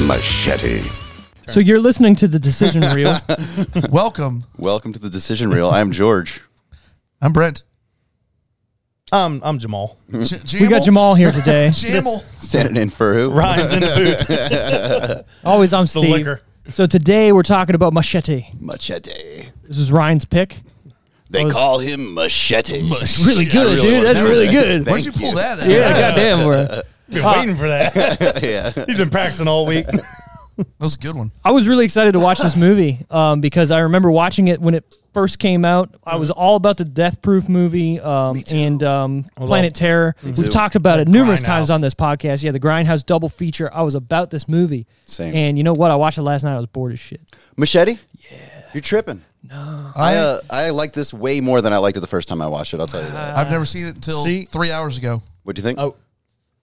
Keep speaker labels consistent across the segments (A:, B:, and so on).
A: Machete.
B: So you're listening to the decision reel.
C: Welcome.
A: Welcome to the decision reel. I'm George.
C: I'm Brent.
D: Um, I'm Jamal.
C: J-
B: we got Jamal here today.
C: Jamal.
A: Standing in for who?
D: Ryan's in the booth.
B: Always I'm
D: the
B: Steve.
D: liquor.
B: So today we're talking about machete.
A: Machete.
B: This is Ryan's pick.
A: They
B: was-
A: call him Machete.
B: Really good, dude. That's really good.
C: Where'd you pull that at?
B: Yeah, goddamn. We're,
D: Been waiting for that.
A: yeah.
D: You've been practicing all week.
C: That was a good one.
B: I was really excited to watch this movie um, because I remember watching it when it first came out. I was all about the Death Proof movie um, and um, Planet Terror. We've talked about it numerous times
D: Grindhouse.
B: on this podcast. Yeah, the Grindhouse double feature. I was about this movie.
A: Same.
B: And you know what? I watched it last night. I was bored as shit.
A: Machete? Yeah. You're tripping.
C: I,
A: I, uh, I like this way more than I liked it the first time I watched it. I'll tell you that.
B: Uh,
C: I've never seen it until
D: see?
C: three hours ago.
A: What do you think?
D: Oh,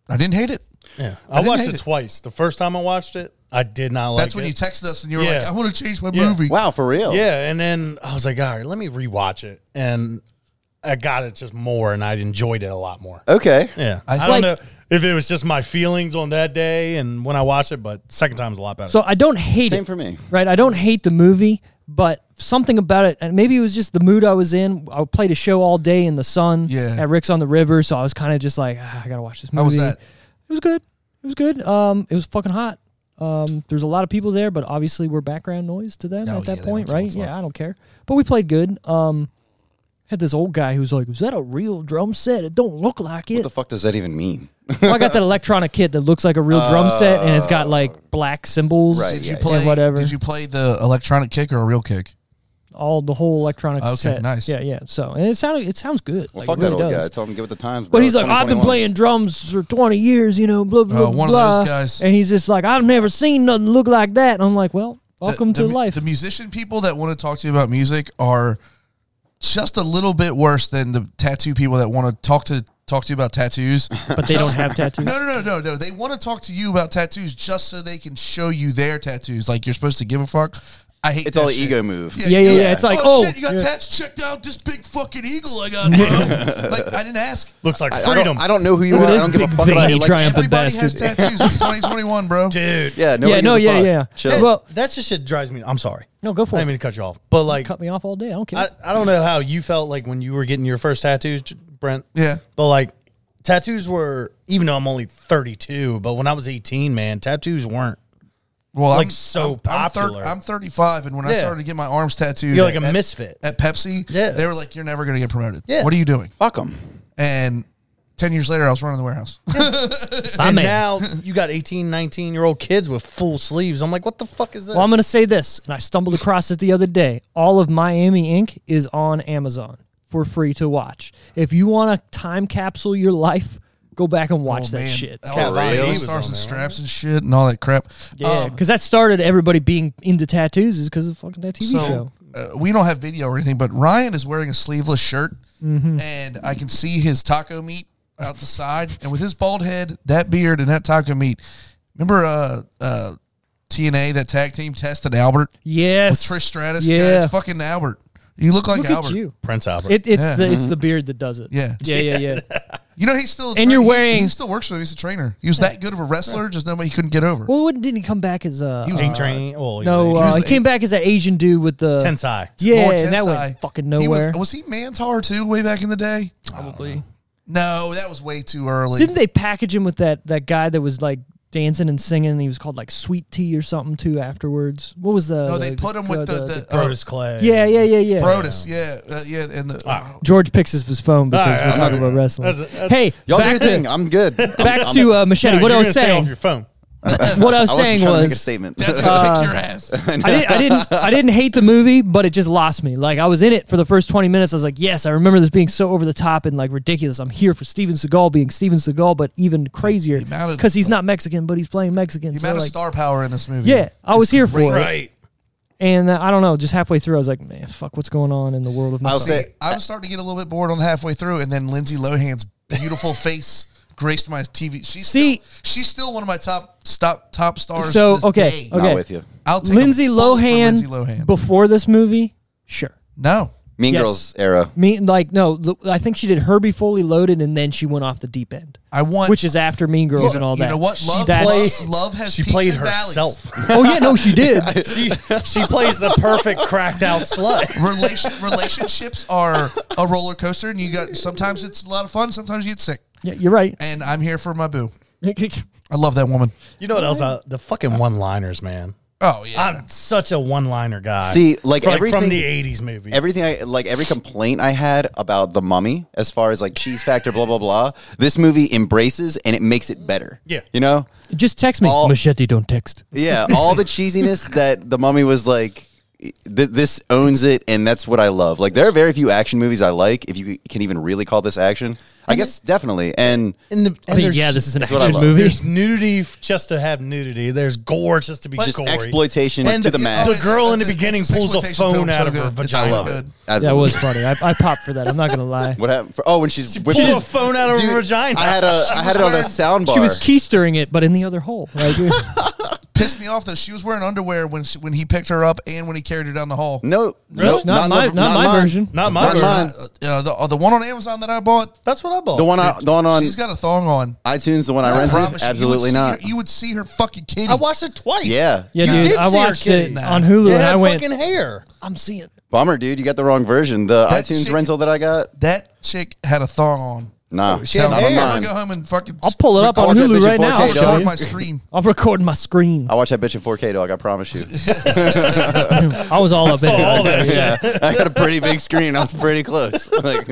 C: I didn't hate it.
D: yeah. I,
C: didn't
D: watched
C: hate
D: it
C: it.
D: twice. The first time I watched it, I did not like
C: That's when
D: it.
C: you texted us and you were
D: Yeah.
C: like, I want to change my
D: Yeah.
C: movie.
A: wow, for real?
D: Yeah, and then I was like, all right, let me rewatch it, and I got it just more, and I enjoyed it a lot more.
A: Okay.
D: Yeah,
C: I
D: I,
C: like-
D: don't know if it was just my feelings on that day and when I watched it, but second time's a lot better.
B: So I don't hate
A: Same
B: it.
A: for me.
B: Right? I don't hate the movie, but something about it, and maybe it was just the mood I was in. I played a show all day in the sun
C: Yeah.
B: at Rick's on the River, so I was kind of just like, "Ah, I gotta watch this movie.
C: How was that?
B: It was good. It was good. Um, it was fucking hot. Um, there's a lot of people there, but obviously we're background noise to them
C: Oh,
B: at
C: yeah,
B: that
C: they don't
B: point,
C: give a
B: right? Yeah, I don't care. But we played good. Um, had this old guy who was like, "Is that a real drum set? It don't look like it."
A: What the fuck does that even mean?
B: Well, Oh, I got that electronic kit that looks like a real drum set, and it's got
C: Oh.
B: like black cymbals
A: Right,
C: Did
A: yeah,
C: you
A: yeah.
C: play
B: and whatever.
C: Did you play the electronic kick or a real kick?
B: all the whole electronic.
C: Okay,
B: set.
C: nice.
B: Yeah, yeah. So and it sounded it sounds good.
A: Well,
B: like,
A: fuck
B: it really
A: that old
B: does.
A: guy. Tell him to give it the times.
B: But
A: bro.
B: he's like, I've been
A: 2021.
B: playing drums for twenty years, you know, blah blah
C: Oh, one of
B: blah.
C: those guys.
B: And he's just like, I've never seen nothing look like that. And I'm like, well, welcome
C: the,
B: to
C: the mu-
B: life.
C: The musician people that want to talk to you about music are just a little bit worse than the tattoo people that want to talk to talk to you about tattoos.
B: but they don't have tattoos.
C: No, no, no, no, no. They want to talk to you about tattoos just so they can show you their tattoos. Like you're supposed to give a fuck. I hate
A: It's
C: that
A: all an
C: shit.
A: ego move.
B: Yeah, yeah, yeah. It's like, oh,
C: shit, you got
B: yeah.
C: tats checked out. This big fucking eagle I got, bro. like I didn't ask.
D: Looks like
A: I, I
D: freedom,
A: don't, I don't know who you
B: Look
A: are.
B: at
A: I
B: this
A: don't give a
B: big
A: fuck about
B: thingy
A: you. Like,
B: trying- I'm the
C: Everybody has
B: bastard.
C: tattoos. It's 2021, bro.
D: dude.
A: yeah, nobody
B: yeah, no,
A: gives a
B: yeah,
A: fuck.
B: yeah.
A: Chill.
B: Well,
D: That's just shit drives me. I'm sorry.
B: No, go for
D: I
B: it.
D: didn't mean to cut you off, but like,
B: cut me off all day. I don't care.
D: I, I don't know how you felt like when you were getting your first tattoos, J- Brent.
C: Yeah.
D: But like tattoos were even though I'm only 32, but when I was 18, man, tattows weren't.
C: Well,
D: Like, so
C: I'm,
D: popular.
C: I'm 35, and when I
D: Yeah.
C: started to get my arms tattooed,
D: You're like
C: at-
D: a
C: at-
D: misfit.
C: at Pepsi.
D: Yeah.
C: they were like, "You're never going to get promoted.
D: Yeah.
C: what are you doing?"
A: Fuck him.
C: And ten years later, I was running the warehouse.
D: And
B: man.
D: now you got 18, 19 year old kids with full sleeves. I'm like, what the fuck is this?
B: well, I'm gonna say this, and I stumbled across it the other day. All of Miami Ink is on Amazon for free to watch. If you want to time capsule your life, go back and watch that
C: Oh, man.
B: shit.
C: All
D: Cat
C: the
D: Von D
C: family
D: was on
C: stars and
D: there,
C: straps and shit and all that crap.
B: Yeah,
C: Um,
B: because that started everybody being into tattoos is because of fucking that TV show.
C: Uh, we don't have video or anything, but Ryan is wearing a sleeveless shirt,
B: Mm-hmm.
C: and I can see his taco meat out the side, and with his bald head, that beard, and that taco meat. Remember, uh, uh, TNA that tag team tested Albert,
B: Yes,
C: Trish Stratus.
B: Yeah.
C: it's fucking Albert. You look like
B: look
C: Albert.
B: at you.
D: Prince Albert.
B: It, it's
C: Yeah. Mm-hmm.
B: the it's the beard that does it.
C: Yeah.
B: yeah, yeah, yeah.
C: You know he's still a
B: And you're
C: he-
B: wearing-
C: He, still works for him. He's a trainer. He was that good of a wrestler, just nobody he couldn't get over.
B: well, wouldn't didn't he come back as uh,
C: He was-
D: J Train. Well,
B: no?
D: he
B: Uh,
D: was
B: he
C: the-
B: came back as that Asian dude with the
D: Tensai.
B: Yeah,
C: Lord
B: and that
C: Tensai.
B: went fucking
C: He was-
B: nowhere.
C: was, uh, he Mantar too way back in the day?
B: probably
C: No, that was way too early.
B: didn't they package him with that that guy that was like dancing and singing? and He was called like Sweet Tea or something too. Afterwards, what was the?
C: no,
B: the-
C: they put him
B: uh,
C: with the, the,
D: Brodus Clay.
B: yeah, yeah, yeah, yeah.
C: uh, Brodus, yeah, uh, yeah, and the
B: George picks his his phone because
D: Alright,
B: we're talking
D: alright.
B: about wrestling.
D: That's a- that's-
B: hey,
A: Y'all do
B: back
A: your
B: to-
A: thing. I'm good. I'm-
B: Back
A: I'm-
B: to uh, machete.
D: No,
B: what I
D: you're gonna
B: was
D: stay
B: saying.
D: off your phone.
B: what I was
A: I wasn't trying
B: saying
A: to make a
B: was,
A: statement.
C: That's gonna kick your ass.
B: Uh, I, did, I didn't, I didn't hate the movie, but it just lost me. Like I was in it for the first twenty minutes. I was like, yes, I remember this being so over the top and like ridiculous. I'm here for Steven Seagal being Steven Seagal, but even crazier
C: The amount of-
B: because he's not Mexican, but he's playing Mexican.
C: The
B: So,
C: amount of
B: like,
C: star power in this movie.
B: yeah, I was here for it,
D: Right.
B: and uh, I don't know. Just halfway through, I was like, man, fuck, what's going on in the world of
A: I'll
B: Mexico?
A: say
C: I was starting to get a little bit bored on halfway through, and then Lindsay Lohan's beautiful face graced my TV. She's
B: See-
C: still, she's still one of my top stop top stars. to
B: So
C: this
B: okay,
C: day.
B: okay,
A: Not with you.
C: I'll take a
B: Lindsay
C: bullet for
B: Lohan,
C: Lindsay Lohan.
B: before this movie, sure.
C: no,
A: Mean
B: Yes.
A: Girls era.
B: Me like no, l- I think she did Herbie Fully Loaded and then she went off the deep end,
C: I want
B: which is after Mean Girls
C: you
B: and all
C: know,
B: that.
C: You know what?
B: She-
C: Love,
B: that's-
C: love, love has
D: She
C: peaks
D: played
C: and valleys.
D: herself.
B: oh yeah, no, she did.
D: she she plays the perfect cracked out slut.
C: Relation, relationships are a roller coaster, and you got sometimes it's a lot of fun, sometimes you get sick.
B: Yeah, you're right.
C: And I'm here for my boo.
B: That's
C: I love that woman.
D: You know what else? Uh, the fucking one liners, man.
C: Oh yeah,
D: I'm such a one liner guy.
A: See, like
D: For,
A: everything-
D: from the '80s movies.
A: Everything I like, every complaint I had about the Mummy, as far as like cheese factor, blah blah blah. This movie embraces and it makes it better.
D: Yeah.
A: you know,
B: Just text me.
A: All-
B: Machete, don't text.
A: yeah, all the cheesiness that the Mummy was like. Th- this owns it, and that's what I love. Like there are very few action movies I like, if you can even really call this action. I guess definitely, and
D: in the and
B: I mean,
D: there's-
B: yeah, this is an
A: that's what I
B: action
A: love.
B: movie.
D: There's nudity f- just to have nudity. There's gore just to be
A: just
D: gory.
A: exploitation
D: And
A: to the
D: the-
A: max.
D: the girl in the
C: It's a-
D: beginning
C: it's an
D: pulls a
C: exploitation
D: phone
C: film,
D: out
C: so
D: of her
C: good. It's
D: vagina.
A: I
C: so
A: love
C: good.
A: it.
B: That
A: Absolutely.
B: was funny. I, I popped for that. I'm not gonna lie.
A: What happened? For, oh, when she's
D: pulled a phone out of her vagina.
A: I had a I had it on a
C: wearing-
A: sound bar.
B: She was keystering it, but in the other hole. Like,
C: pissed me off though. She was wearing underwear when she, when he picked her up and when he carried her down the hall.
A: no, no,
B: not, my,
A: the-
B: not, my
A: mine.
B: version.
D: Not my
A: Not
D: version.
A: mine.
C: Uh, the, uh, the one on Amazon that I bought,
D: That's what I bought.
A: The one I, the one on
C: she's got a thong on.
A: iTunes, the one
C: I
A: I rented,
C: promise you, you would
A: absolutely
C: see
A: not.
C: Her, you would see her fucking kitty.
D: I watched it twice.
A: Yeah.
B: Yeah,
D: You
B: dude.
D: did
B: I
D: see her
B: watched it
D: kitty.
B: on Hulu
D: You
B: and
D: had
B: I went.
D: fucking hair.
B: I'm seeing. it.
A: Bummer, dude. You got the wrong version. The
C: That
A: iTunes
C: shit-
A: rental that I got.
C: that chick had a thong on.
A: Nah,
D: Oh, she
A: not
D: had
A: on
D: hair.
C: I'm
A: mine.
C: gonna go home and fucking.
B: I'll pull it up
A: Watch
B: on
A: that
B: Hulu
A: bitch in
B: right now. I'll
A: 4K,
B: show
A: dog.
C: on
B: you.
C: my screen.
B: I'm recording my screen.
A: I watch that bitch in 4K, dog. I promise you.
B: I was all up in
D: Saw all
B: it.
D: that shit.
A: yeah, I got a pretty big screen. I was pretty close. Like,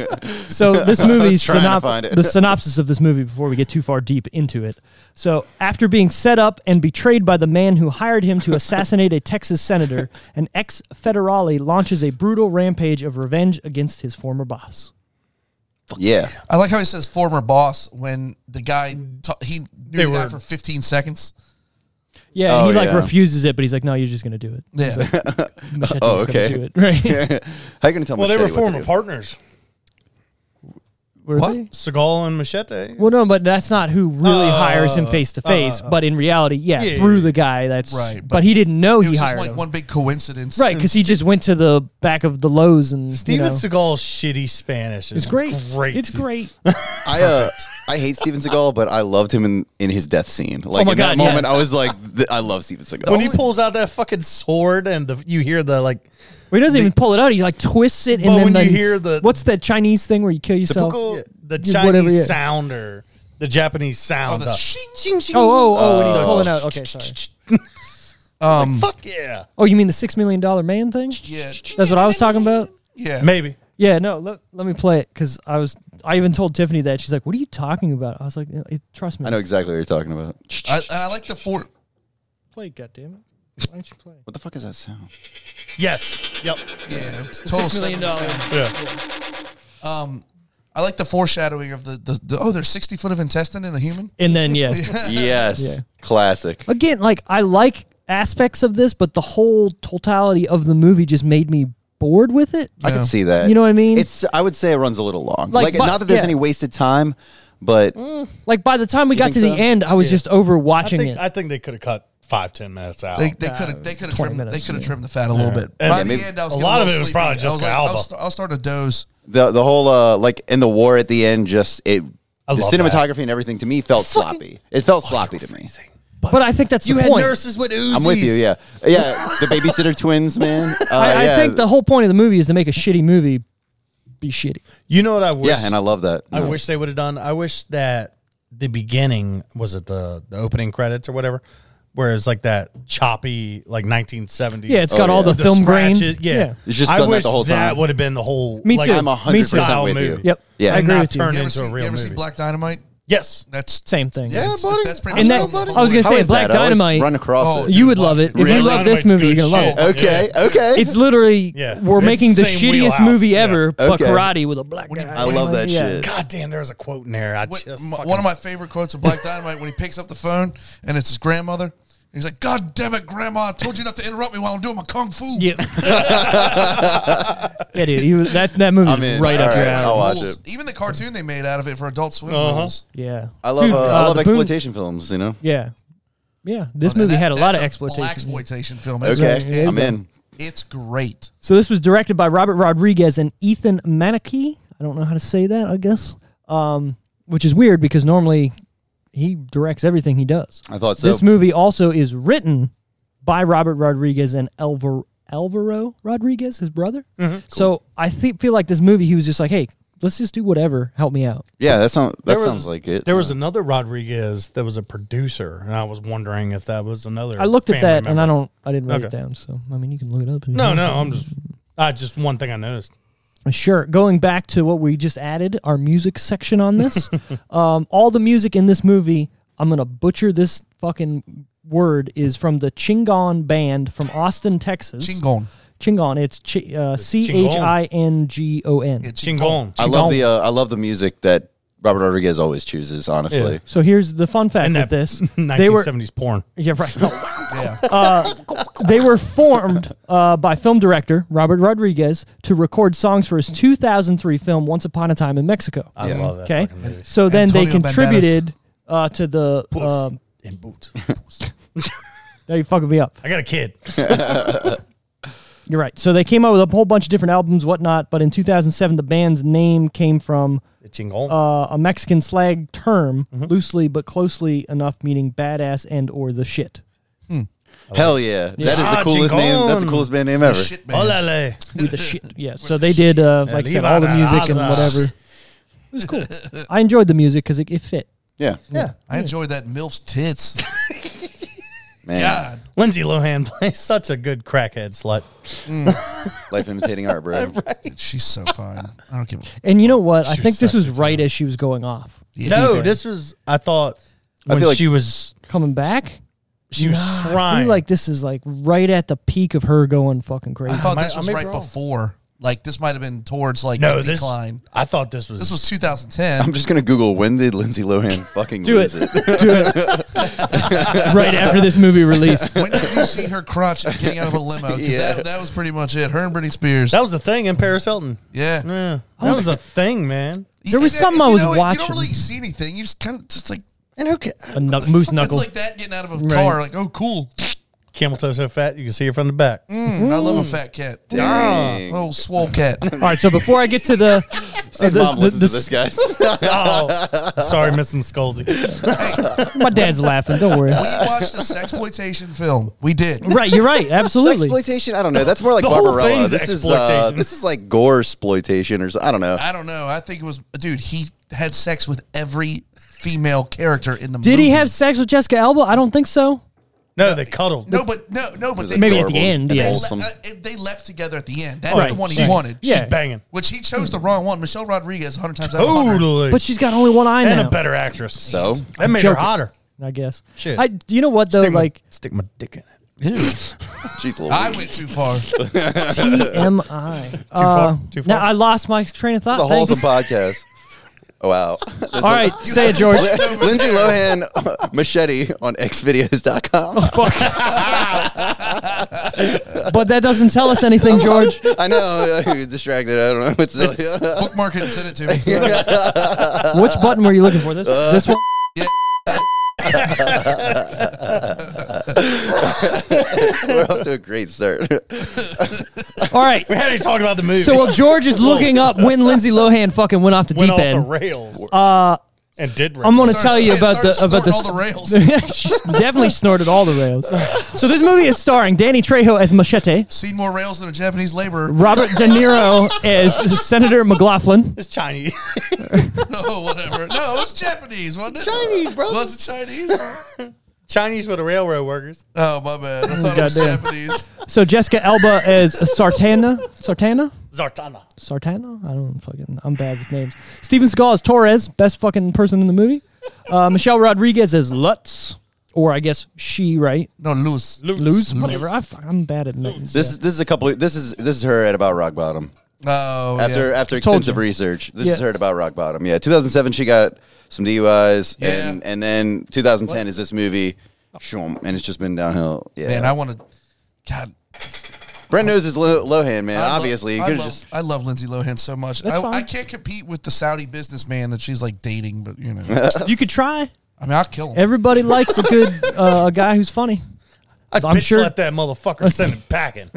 B: So this movie's
A: trying to
B: synop-
A: find it.
B: the synopsis of this movie before we get too far deep into it. So after being set up and betrayed by the man who hired him to assassinate a Texas senator, an ex-federale launches a brutal rampage of revenge against his former boss.
A: yeah,
C: I like how he says former boss when the guy ta he knew
D: They
C: the guy
D: were-
C: for 15 seconds.
B: Yeah, and
A: Oh,
B: he like
A: yeah.
B: refuses it, but he's like, "No, you're just gonna do it."
C: Yeah,
B: Machete's
A: Oh,
B: gonna
A: okay.
B: do it, right?
A: how you gonna tell?
D: Well, they
A: Machete
D: were
A: what to
D: former
A: do?
D: partners.
B: Were
C: What?
B: they?
D: Seagal and Machete.
B: Well, no, but that's not who really hires him face to face. But in reality, yeah,
D: Yeah,
B: through
D: yeah,
B: the guy that's
C: Right,
B: But,
C: but
B: he didn't know Oh,
C: it
B: he
C: was just
B: hired
C: like
B: him.
C: one big coincidence.
B: Right, because he just went to the back of the Lowe's and
D: Steven
B: you know,
D: Seagal's shitty Spanish is
B: It's great.
D: Great.
B: It's great.
A: I uh, I hate Steven Seagal, but I loved him in, in his death scene. Like
B: Oh my
A: in
B: God,
A: that moment,
B: yeah.
A: I was like, th- I love Steven Seagal.
D: when he pulls out that fucking sword and the, you hear the like
B: Well, he doesn't even pull it out. He like twists it, and
D: But
B: then
D: when you
B: the-
D: hear the-
B: what's that Chinese thing where you kill yourself?
D: typical- the
B: Oh, Just
D: Chinese
B: whatever, yeah.
D: sound or the Japanese
C: Oh,
D: sound.
C: the
D: the-
C: shing.
B: Oh, oh, oh! when he's
D: Uh,
B: pulling out. Okay, sorry.
C: Um,
D: fuck yeah,
B: Oh, you mean the six million dollar man thing?
C: yeah,
B: That's what I was talking about.
C: yeah.
D: maybe.
B: Yeah, no. Let, let me play it because I was. I even told Tiffany that she's like, "What are you talking about?" I was like, "Yeah, it- "Trust me."
A: I know exactly what you're talking about.
C: I, and I like the four.
B: Play, goddamn it! Why don't you play?
A: What the fuck is that sound?
D: Yes. Yep.
C: Yeah, it's total
B: Six million
C: seventy
B: dollar.
C: cent.
D: Yeah.
C: Um, I like the foreshadowing of the, the, the oh, there's 60 foot of intestine in a human.
B: And then yeah,
A: Yes,
B: Yeah.
A: classic.
B: again, like I like aspects of this, but the whole totality of the movie just made me bored with it.
A: I can see that.
B: You know what I mean?
A: It's. I would say it runs a little long.
B: Like,
A: Like,
B: but-
A: not that there's
B: yeah.
A: any wasted time, but
B: Like by the time we got
A: think
B: to the
A: so?
B: end, I was just over
D: I
B: watching
D: think
B: it.
D: I think they could have cut five ten minutes out.
C: They they could have they could
B: 20
C: have trimmed
B: minutes,
C: they could have
B: yeah.
C: trimmed the fat a little bit. By
D: Yeah,
C: the
A: maybe-
C: end, I was
D: a
C: getting
D: lot of
C: little
D: it was
C: sleepy.
D: probably
C: I was
D: Jessica
C: like, I'll
D: Alba.
C: st- I'll start to doze.
A: the the whole uh like in the war at the end just it
D: I
A: the
D: love
A: cinematography and everything to me felt sloppy. It
B: Oh,
A: felt sloppy to me.
B: But I think that's
D: you
B: the
D: had
B: point.
D: nurses with Uzis.
A: I'm with you, yeah, yeah. The babysitter twins, man. Uh,
B: I,
A: yeah.
B: I think the whole point of the movie is to make a shitty movie be shitty.
D: You know what I wish?
A: yeah, and I love that.
D: I
A: No.
D: wish they would have done. I wish that the beginning was it the the opening credits or whatever, where it's like that choppy like 1970s.
B: Yeah, it's got
A: Oh,
B: all
A: yeah.
B: the, film grain.
D: scratches. Yeah,
A: It's just
D: I
A: done that
D: wish
A: the whole
D: That
A: time.
D: would have been the whole.
B: Me
D: like,
B: too.
A: I'm
B: Me too.
A: 100 percent with
D: Style
A: you.
D: movie.
B: Yep.
A: Yeah.
B: I
D: And
B: agree
D: not
B: with you.
D: turn
C: You ever
D: into
C: see
D: a real
C: you ever see
D: movie.
C: Black Dynamite?
D: Yes.
C: That's
B: Same thing.
C: Yeah, that's,
D: buddy.
C: that's pretty
B: And
C: much
B: that,
C: what I'm
B: I was gonna
C: going
A: How
B: say,
A: is
B: Black
A: that? I always
B: Dynamite.
A: Run across it.
B: you would love it if
A: Really?
B: you love this
D: Dynamite's
B: movie. You're
D: good
B: gonna love
D: shit.
B: it.
A: Okay, okay.
B: It's literally
D: Yeah.
B: we're
D: It's
B: making the
D: the same
B: shittiest
D: wheelhouse.
B: movie
D: Yeah.
B: ever, but
A: Okay.
B: karate with a black guy.
A: I love that
B: Yeah.
A: shit.
D: God damn, there was a quote in there. I
C: What-
D: just
C: m-
D: fucking-
C: one of my favorite quotes of Black Dynamite when he picks up the phone and it's his grandmother. And he's like, "God damn it, Grandma! I told you not to interrupt me while I'm doing my kung fu."
B: Yeah. yeah, dude. He was, that that movie
A: I'm
B: was
A: in.
B: right
A: All
B: up
A: right.
B: your
A: I'll
B: alley.
A: watch
C: Rules.
A: it.
C: Even the cartoon they made out of it for Adult Swim
D: Uh-huh.
C: rules.
B: Yeah.
A: I love
B: Dude,
A: uh, I
B: uh,
A: love
B: the Boon-
A: exploitation Oh, films. You know.
B: yeah. Yeah. This
C: And
B: movie
C: that-
B: had a lot of
C: that's
B: exploitation.
C: Black exploitation film. It's,
A: Okay,
B: Yeah, yeah,
A: I'm
B: yeah.
A: in.
C: it's great.
B: So this was directed by Robert Rodriguez and Ethan Manicki. I don't know how to say that, I guess. Um, which is weird because normally he directs everything he does.
A: I thought so.
B: This movie also is written by Robert Rodriguez and Elvar- Alvaro Rodriguez, his brother.
A: Mm-hmm.
B: So I thi- feel like this movie, he was just like, hey, let's just do whatever. Help me out.
A: yeah, that sounds that
D: There was-
A: sounds like it.
D: There was another Rodriguez that was a producer, and I was wondering if that was another.
B: I looked at
D: family
B: that and I
D: member.
B: don't, I didn't write it
D: Okay.
B: down. So, I mean, you can look it up. if you
D: No,
B: want.
D: no, I'm just. I just one thing I noticed.
B: Sure. Going back to what we just added, our music section on this, um, all the music in this movie, I'm going to butcher this fucking word, is from the Chingon Band from Austin, Texas.
C: Chingon.
B: Chingon. It's chi- uh, C
D: Chingon.
B: H I N G O N.
D: Chingon.
A: I love the uh, I love the music that Robert Rodriguez always chooses. Honestly,
D: Yeah.
B: So here's the fun fact
D: And
B: with
D: that
B: this. They were
D: 1970s porn.
B: yeah right. Uh,
C: Yeah.
B: they were formed uh, by film director Robert Rodriguez to record songs for his 2003 film Once Upon a Time in Mexico.
D: I love that
B: Okay,
D: fucking movie.
B: so then they
C: Antonio Banderas.
B: contributed uh, to the. Uh,
D: Puss in boots.
B: now you're fucking me up.
D: I got a kid.
B: You're right. So they came out with a whole bunch of different albums, whatnot. But in 2007, the band's name came from
D: Chingon.
B: uh, a Mexican slang term,
D: Mm-hmm.
B: loosely but closely enough, meaning badass and or the shit.
A: hell yeah, that is the
D: Ah,
A: coolest name. That's the
D: Chingon.
A: coolest band name ever.
C: Shit, man.
D: Olale.
B: With the shit. Yeah. So they did, uh, like I said, all the music and whatever. It was cool. I enjoyed the music because it, it fit.
A: Yeah,
B: Yeah.
C: I enjoyed that MILF's tits.
A: man,
C: God.
D: Lindsay Lohan plays such a good crackhead slut.
A: life imitating art, bro.
C: She's so fine. I don't give a
B: And you know what? I
C: She
B: think this
C: sucks
B: was right as she was going off.
D: No, this was. I thought
A: I
D: when
A: feel like-
D: she was
B: Coming back?
D: she was
B: I
D: trying.
B: feel like this is like right at the peak of her going fucking crazy.
C: I thought
D: I-
C: this
D: I
C: was
D: may be
C: right
D: wrong.
C: before. Like this might have been towards like
D: no
C: the
D: this.
C: decline.
D: I thought this was
C: This was 2010.
A: I'm just gonna Google when did Lindsay Lohan fucking
B: Do
A: lose
B: it. Do it. right after this movie released.
C: when did you see her crotch getting out of a limo? 'Cause
A: Yeah.
C: that, that was pretty much it. Her and Britney Spears.
D: that was the thing in Paris Hilton.
C: yeah.
D: Yeah, that was a thing, man.
C: You-
B: There was
C: you-
B: something I
C: you
B: was
C: know, You
B: watching.
C: don't really see anything. You just kind of just like
D: And who ca-
B: A knuck- moose
C: it's
B: knuckle.
C: like that getting out of a car. Like oh cool.
D: Camel toe so fat you can see her from the back.
C: Mm, I love
B: Hmm.
C: a fat cat.
B: Ah.
A: Dang.
C: Oh swole cat.
B: All right, so before I get to the. uh,
A: His
B: the-
A: mom
B: the-
A: listens
B: the-
A: to this, guys.
D: Oh, sorry, missing Scolzi.
B: My dad's laughing. Don't worry.
C: we watched a sexploitation film. We did.
B: Right, you're right. Absolutely.
A: Exploitation? I don't know. That's more like
D: The whole
A: Barbarella.
D: thing's
A: This is uh,
D: exploitation.
A: this is like gore exploitation or something. I don't know.
C: I don't know. I think it was dude. He had sex with every female character in the movie.
B: Did he have sex with Jessica Alba? I don't think so.
D: No, they cuddled.
C: No, but no, no.
A: It
C: But
A: was
C: they,
B: Maybe at
A: adorable
B: the end,
A: and
B: yeah.
C: they,
A: wholesome.
C: le- uh, they left together at the end. That's
D: Right.
C: the one he
D: She's-
C: wanted.
D: She's
B: Yeah.
D: banging.
C: Which he chose the wrong one. Michelle Rodriguez, hundred times out of hundred.
D: Totally.
B: But she's got only one eye
D: and
B: now.
D: a better actress.
A: So
D: that made her
B: joking.
D: hotter.
B: I guess.
D: Shit.
B: I, you know what though?
D: Stick my-
B: Like
D: stick my dick in it.
A: she's a little
C: I
A: weak.
C: went too far.
B: E TMI. Too
D: far?
B: Uh,
D: Too far?
B: Now I lost my train of thought.
A: It's a
B: Thanks.
A: wholesome podcast. Oh, wow. That's
B: All right, say it, George.
A: Lindsay Lohan uh, machete on
B: Oh,
A: xvideos.com.
B: but that doesn't tell us anything, George.
A: I know. I'm distracted. I don't know what's the
C: Bookmark it and send it to me.
B: Which button were you looking for? This this one.
A: We're off to a great start.
B: All right.
D: We had to talk about the movie.
B: So while George is looking up when Lindsay Lohan fucking went off the
D: went
B: deep
D: off the
B: end,
D: rails
B: uh,
D: and did. Rails.
B: I'm gonna tell you about the
C: Started
B: about
C: snorting all the
B: the.
C: rails.
B: she definitely snorted all the rails. So this movie is starring Danny Trejo as Machete,
C: Seen more rails than a Japanese laborer.
B: Robert De Niro as Senator McLaughlin,
D: It's Chinese.
C: No, Oh, whatever. No, it was Japanese, wasn't it?
D: Chinese, bro.
C: Was it Chinese?
D: Chinese with the railroad workers.
C: Oh my bad. I thought it was
B: Goddamn.
C: Japanese.
B: so Jessica Elba as Sartana, Sartana,
D: Zartana.
B: Sartana. I don't fucking. I'm bad with names. Steven Seagal as Torres, best fucking person in the movie. Uh, Michelle Rodriguez as Lutz, or I guess she, right?
C: No, loose.
B: Lose, whatever. I, I'm bad at names.
A: This is this is a couple. This is this is her at about rock bottom.
C: Oh,
A: After uh,
C: yeah.
A: after
B: told
A: extensive
B: you.
A: research, this is
B: Yeah.
A: her at about rock bottom. Yeah, 2007 she got some DUIs, and
C: Yeah.
A: and then 2010 is this movie, Shoom, and it's just been downhill. Yeah,
C: man, I want to. God,
A: Brent knows is Lo- Lohan, man.
C: I love-
A: Obviously, you
C: I
A: could
C: love,
A: just
C: I love Lindsay Lohan so much.
B: That's
C: I,
B: fine.
C: I can't compete with the Saudi businessman that she's like dating, but you know,
B: you could try.
C: I mean, I'll kill him.
B: Everybody likes a good uh, a guy who's funny.
D: I'd
B: I'm
D: bitch
B: sure-
D: slap that motherfucker send him packing.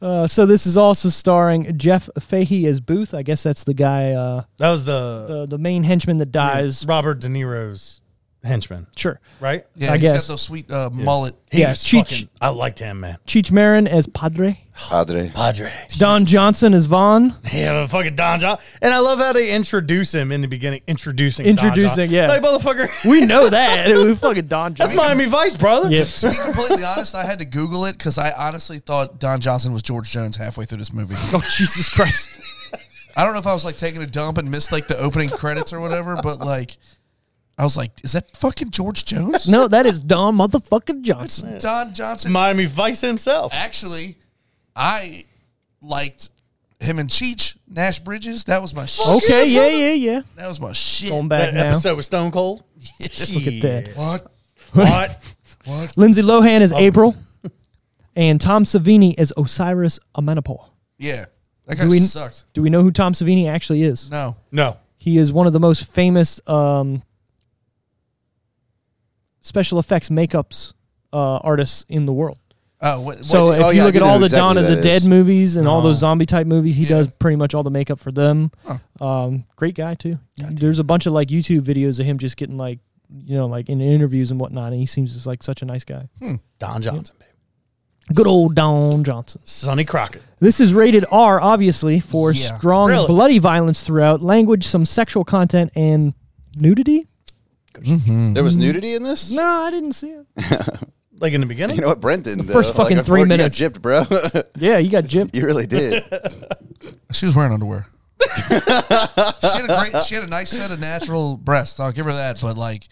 B: Uh, so this is also starring Jeff Fahey as Booth. I guess that's the guy, uh,
D: That was the,
B: the, the main henchman that dies.
D: Robert De Niro's henchman,
B: Sure.
D: right?
C: yeah,
B: I
C: he's
B: guess.
C: got those sweet uh, mullet.
D: He
B: Yeah,
D: was
B: Cheech.
D: fucking- I liked him, man.
B: Cheech Marin as Padre.
A: Padre.
D: Padre.
B: Don Johnson as Vaughn.
D: Yeah, fucking Don John. And I love how they introduce him in the beginning. Introducing Don John.
B: Introducing, yeah.
D: Like, motherfucker,
B: We know that. we fucking Don
D: that's
B: Johnson.
D: Miami Vice, brother.
B: Yeah.
C: To be completely honest, I had to Google it because I honestly thought Don Johnson was George Jones halfway through this movie.
B: Oh, Jesus Christ.
C: I don't know if I was like taking a dump and missed like the opening credits or whatever, but like, I was like, is that fucking George Jones?
B: No, that is Don motherfucking Johnson.
C: Don Johnson.
D: Miami Vice himself.
C: Actually, I liked him and Cheech Nash Bridges. That was my shit.
B: Okay, yeah, yeah, yeah.
C: That was my shit.
B: Going back
D: That
B: now.
D: episode with Stone Cold.
B: Look at that.
C: What?
D: What?
B: Lindsay Lohan as April, and Tom Savini as Osiris Amenopore.
C: Yeah, that guy
B: we-
C: sucked.
B: Do we know who Tom Savini actually is?
C: No,
D: No.
B: He is one of the most famous um, special effects makeups uh, artists in the world.
C: oh, what, what
B: So
C: did-
B: if
A: oh,
B: you
A: yeah, I
B: look
A: do
B: at
A: know
B: all the
A: exactly
B: Dawn of
A: who
B: the
A: that
B: Dead
A: is. Uh-huh.
B: movies and all those zombie type movies, he
C: Yeah.
B: does pretty much all the makeup for them. Um, great guy too. There's a bunch of like YouTube videos of him just getting like you know like in interviews and whatnot, and he seems just like such a nice guy.
D: Don Johnson, baby.
B: Good old Don Johnson.
D: Sonny Crockett.
B: This is rated R, obviously, for
C: Yeah.
B: strong
D: Really?
B: bloody violence throughout, language, some sexual content, and nudity.
A: There was nudity in this.
B: No, I didn't see it.
D: Like in the beginning?
A: You know what, Brent didn't. The
B: first fucking three minutes.
A: you got gypped, bro.
B: Yeah, you got gypped.
A: you really did.
C: she was wearing underwear. she had a great. She had a nice set of natural breasts. I'll give her that. But like,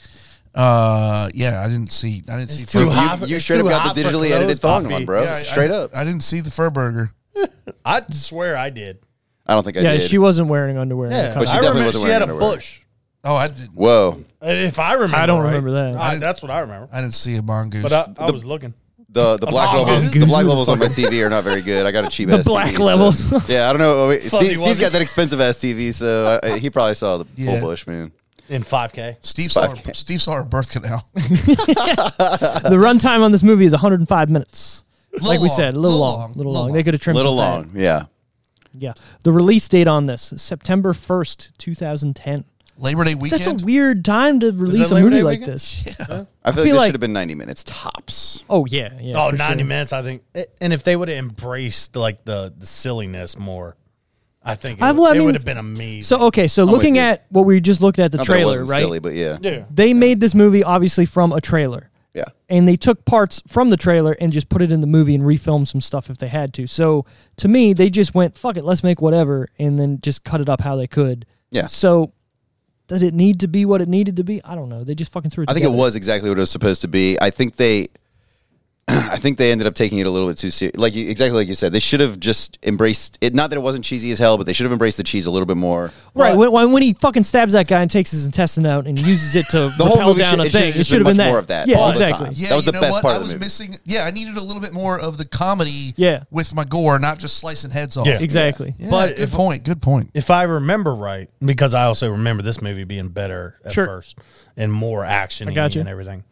C: uh, yeah, I didn't see. I didn't see.
D: too
C: fur-
D: hot.
A: you
D: for-
A: you
D: it's
A: straight
D: too
A: up got
D: hot
A: the
D: for
A: digitally
D: clothes,
A: edited thong
D: Poppy.
A: on, bro.
C: Yeah, I-
A: straight
C: I-
A: up. I,
C: I didn't see the fur burger.
D: I swear I did.
A: don't think I
B: Yeah,
A: did.
B: she wasn't wearing underwear. in the
D: Yeah,
B: cover.
A: But she
D: I
A: definitely
D: remember
A: wasn't
D: she had a
A: wearing underwear.
D: bush.
C: Oh, I didn't.
A: Whoa.
D: If I remember,
B: I don't
D: right.
B: remember that.
D: I- that's what I remember.
C: I didn't see a mongoose.
D: But I, I was looking.
A: The the black
D: on,
A: levels
D: Goose.
A: the black levels on my TV are not very good. I got a cheap
B: The
A: ass
B: black
A: TV, so-
B: levels.
A: Yeah, I don't know. Oh, wait, Steve,
D: Fuzzy
A: Steve's
D: wuzzy.
A: got that expensive ass TV, so I, I- he probably saw the
C: Yeah.
A: full bush, man.
D: in 5K.
C: Steve saw her, Steve saw her birth canal.
B: the runtime on this movie is 105 minutes. like we
C: long,
B: said, a little,
C: little
B: long,
C: long,
B: little long.
C: little
B: They could have trimmed
A: Little
B: some fat.
A: long, yeah.
B: Yeah. The release date on this is September 1st, 2010.
C: Labor Day
B: That's
C: weekend.
B: a weird time to release a
D: Labor
B: movie
D: Day
B: like
D: weekend?
B: this.
A: I feel,
B: feel
A: like this
B: like-
A: should have been ninety minutes tops.
B: Oh yeah, yeah.
D: Oh,
B: for
D: 90
B: sure.
D: minutes, I think. And if they would have embraced like the, the silliness more, I think it,
B: I-
D: would-
B: well, I
D: it
B: mean-
D: would have been amazing.
B: So okay, so looking
A: you.
B: at what we just looked at the
A: Not that it
B: trailer,
A: wasn't
B: right?
A: Silly, but yeah,
D: yeah.
B: They made this movie obviously from a trailer.
A: yeah.
B: And they took parts from the trailer and just put it in the movie and refilmed some stuff if they had to. So to me, they just went, fuck it, let's make whatever and then just cut it up how they could.
A: Yeah.
B: So did it need to be what it needed to be? I don't know. They just fucking threw it
A: I think it
B: together.
A: was exactly what it was supposed to be. I think they, I think they ended up taking it a little bit too serious. Like you, exactly like you said, they should have just embraced it. Not that it wasn't cheesy as hell, but they should have embraced the cheese a little bit more.
B: Right, when, when- when he fucking stabs that guy and takes his intestine out and uses it to
A: The whole
B: rappel
A: movie
B: down
A: should-
B: a
A: it
B: thing,
A: should've
B: it
A: just
B: should have
A: been
B: been
A: much
B: that.
A: more of that
B: Yeah,
A: all the
B: exactly.
A: time.
C: yeah,
A: That was
C: you
A: the
C: know
A: best
C: what?
A: part
C: I
A: of the
C: was
A: movie.
C: missing. Yeah, I needed a little bit more of the comedy.
B: Yeah.
C: with my gore, not just slicing heads off.
D: Yeah.
B: Exactly.
C: Yeah,
D: But
C: good
D: if-
C: point. Good point.
D: If I remember right, because I also remember this movie being better at
B: Sure.
D: first and more action
B: gotcha.
D: and everything.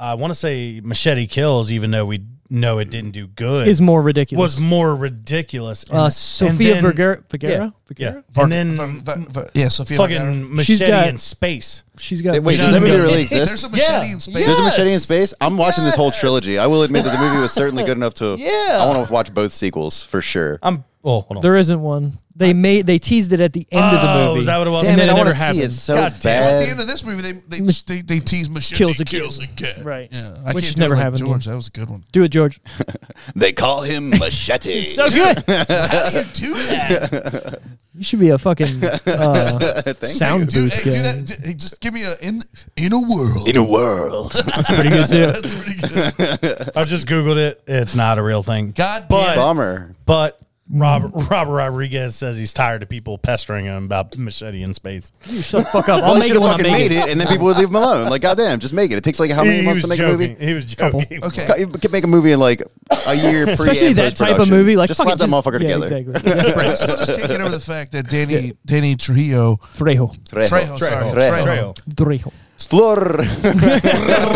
D: I want to say Machete Kills, even though we know it didn't do good,
B: Is more ridiculous.
D: was more ridiculous.
B: uh,
D: And-
B: Sofia
D: and then-
B: Vergara, Vergara?
D: Yeah.
B: Vergara?
D: And then
C: Va- va- va- yeah, Sophia. Vergara.
D: fucking
B: She's
D: Machete
B: got-
D: in Space.
B: She's got.
A: Wait,
D: No,
A: does that
D: no,
A: movie
D: no.
A: really
D: Hey,
A: exist?
C: There's a machete
D: Yeah.
C: in space.
A: There's a machete in
D: Yes.
A: space. I'm watching this whole trilogy. I will admit that the movie was certainly good enough to.
D: Yeah.
A: I want to watch both sequels for sure.
D: I'm. Oh, hold on.
B: There isn't one. They made. They teased it at the end of the
D: Oh,
B: movie.
D: is that what it was?
A: Damn it!
B: And then
A: I
B: it
A: want to
B: never
A: see it
B: happened.
A: so
D: God damn
C: At
A: bad.
C: the end of this movie, they they they, they tease machete
B: Kills
C: kills
B: a
C: a
B: kid.
C: kid.
B: Right.
C: Yeah, I
B: Which
C: can't do
B: never
C: it like
B: happened to
C: George, that was a good one.
B: Do it, George.
A: They call him Machete.
B: So good.
C: How do you do that?
B: you You should be a fucking uh, sound
C: Do,
B: booth
C: hey, do
B: guy.
C: that. do- hey, just give me a in in a world.
A: in a world.
B: Pretty good too.
C: That's pretty good.
D: I just googled it. It's not a real thing.
C: God
D: but
A: Bummer.
D: but Robert Robert Rodriguez says he's tired of people pestering him about machete in space.
B: You shut the fuck up. I'll
A: Well, he
B: make
A: should
B: it
A: have
B: when I
A: fucking
B: make
A: made
B: it.
A: it, and then people would leave him alone. Like, goddamn, just make it. It takes like how many
D: he
A: months
D: was
A: to make a
D: joking.
A: movie?
D: He was joking.
C: Okay.
A: God, You could make a movie in like a year, pre
B: Especially
A: and
B: that type of
A: post-production.
B: movie. Like
A: just
B: fuck
A: slap
B: it,
A: that motherfucker
B: yeah,
A: together.
B: Exactly. Yes,
C: I still just can't get over the fact that Danny Danny Trujillo
B: Trejo.
C: Trejo, sorry,
A: Trejo.
D: Trail.
B: Trejo.
A: Flor.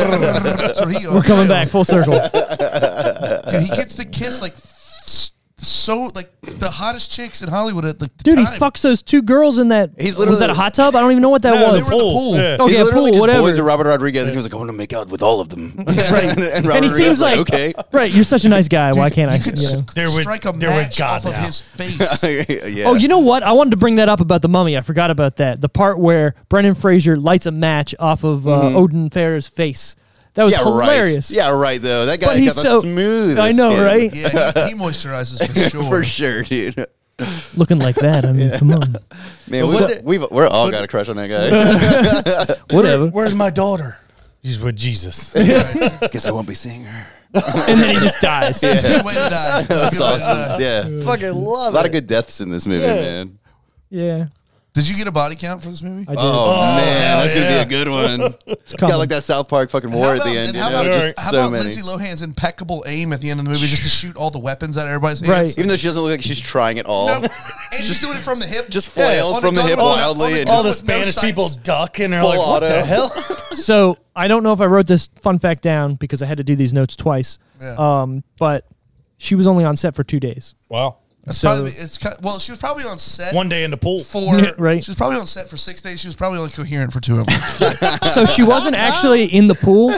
C: Trujillo,
B: We're coming
C: Trujillo,
B: back full circle.
C: Dude, he gets to kiss like s- so like the hottest chicks in Hollywood at the
B: Dude, he
C: time.
B: fucks those two girls in that.
A: He's
B: was that
A: literally-
B: a hot tub? I don't even know what that
D: No, they
B: was.
C: were in the
D: Oh,
C: pool.
D: yeah.
B: Okay,
A: He literally
B: pool,
A: just
B: whatever.
A: boys to Robert Rodriguez, and he was like, "I want to make out with all of them." and Robert
B: and he
A: Rodriguez
B: seems
A: was
B: like
A: okay.
B: right. You're such a nice guy. Why
C: Dude,
B: can't I?
C: You could
B: you know?
C: s-
D: There would-
C: strike a
D: there would
C: match
D: God
C: off of
D: now.
C: his face.
A: yeah.
B: Oh, you know what? I wanted to bring that up about the mummy. I forgot about that. The part where Brendan Fraser lights a match off of uh, Odin Fair's face. That was
A: Mm-hmm. yeah,
B: hilarious.
A: Right. Yeah, right. Though that guy
B: But he's
A: got the
B: so-
A: smooth.
B: I know,
A: skin.
B: right?
C: yeah, he, he moisturizes for sure.
A: For sure, dude.
B: Looking like that. I mean, come on.
A: Man,
D: what
A: we've,
D: the-
A: we've we're all got a crush on that guy.
B: Whatever.
D: Where's my daughter? He's with Jesus.
A: Guess I won't be seeing her.
B: and then he just dies.
C: Good way to die.
A: That's
C: Good way to
A: awesome.
C: die.
A: Yeah,
D: Fucking
A: a
D: love
A: lot of good deaths in this movie, man.
B: Yeah.
C: Did you get a body count for this movie?
B: I did.
A: Oh, man,
D: hell
A: that's gonna
D: yeah.
A: be a good one. It's
B: coming.
A: got like that South Park fucking war at the end.
C: and
A: You
C: how
A: know,
C: about,
A: just
C: how
A: so
C: about
A: many.
C: Lindsay Lohan's impeccable aim at the end of the movie just to shoot all the weapons out of everybody's
B: Right.
C: hands?
A: Even though she doesn't look like she's trying at all.
C: No. and she's doing it from the hip.
A: just flails
C: on
A: from the
C: gun
A: hip
C: with no-
A: wildly
C: on
A: and
C: gun
D: All the
C: with no
D: Spanish
C: sights.
D: people duck and they're
A: Full
D: like, what
A: auto.
D: the hell?
B: So I don't know if I wrote this fun fact down because I had to do these notes twice.
C: Yeah.
B: Um, but she was only on set for two days.
D: Wow.
C: That's
B: So-
C: probably, it's kind well, she was probably on set
D: One day in the pool.
C: for
B: Right.
C: She was probably on set for six days. She was probably only coherent for two of them.
B: So she wasn't actually in the pool.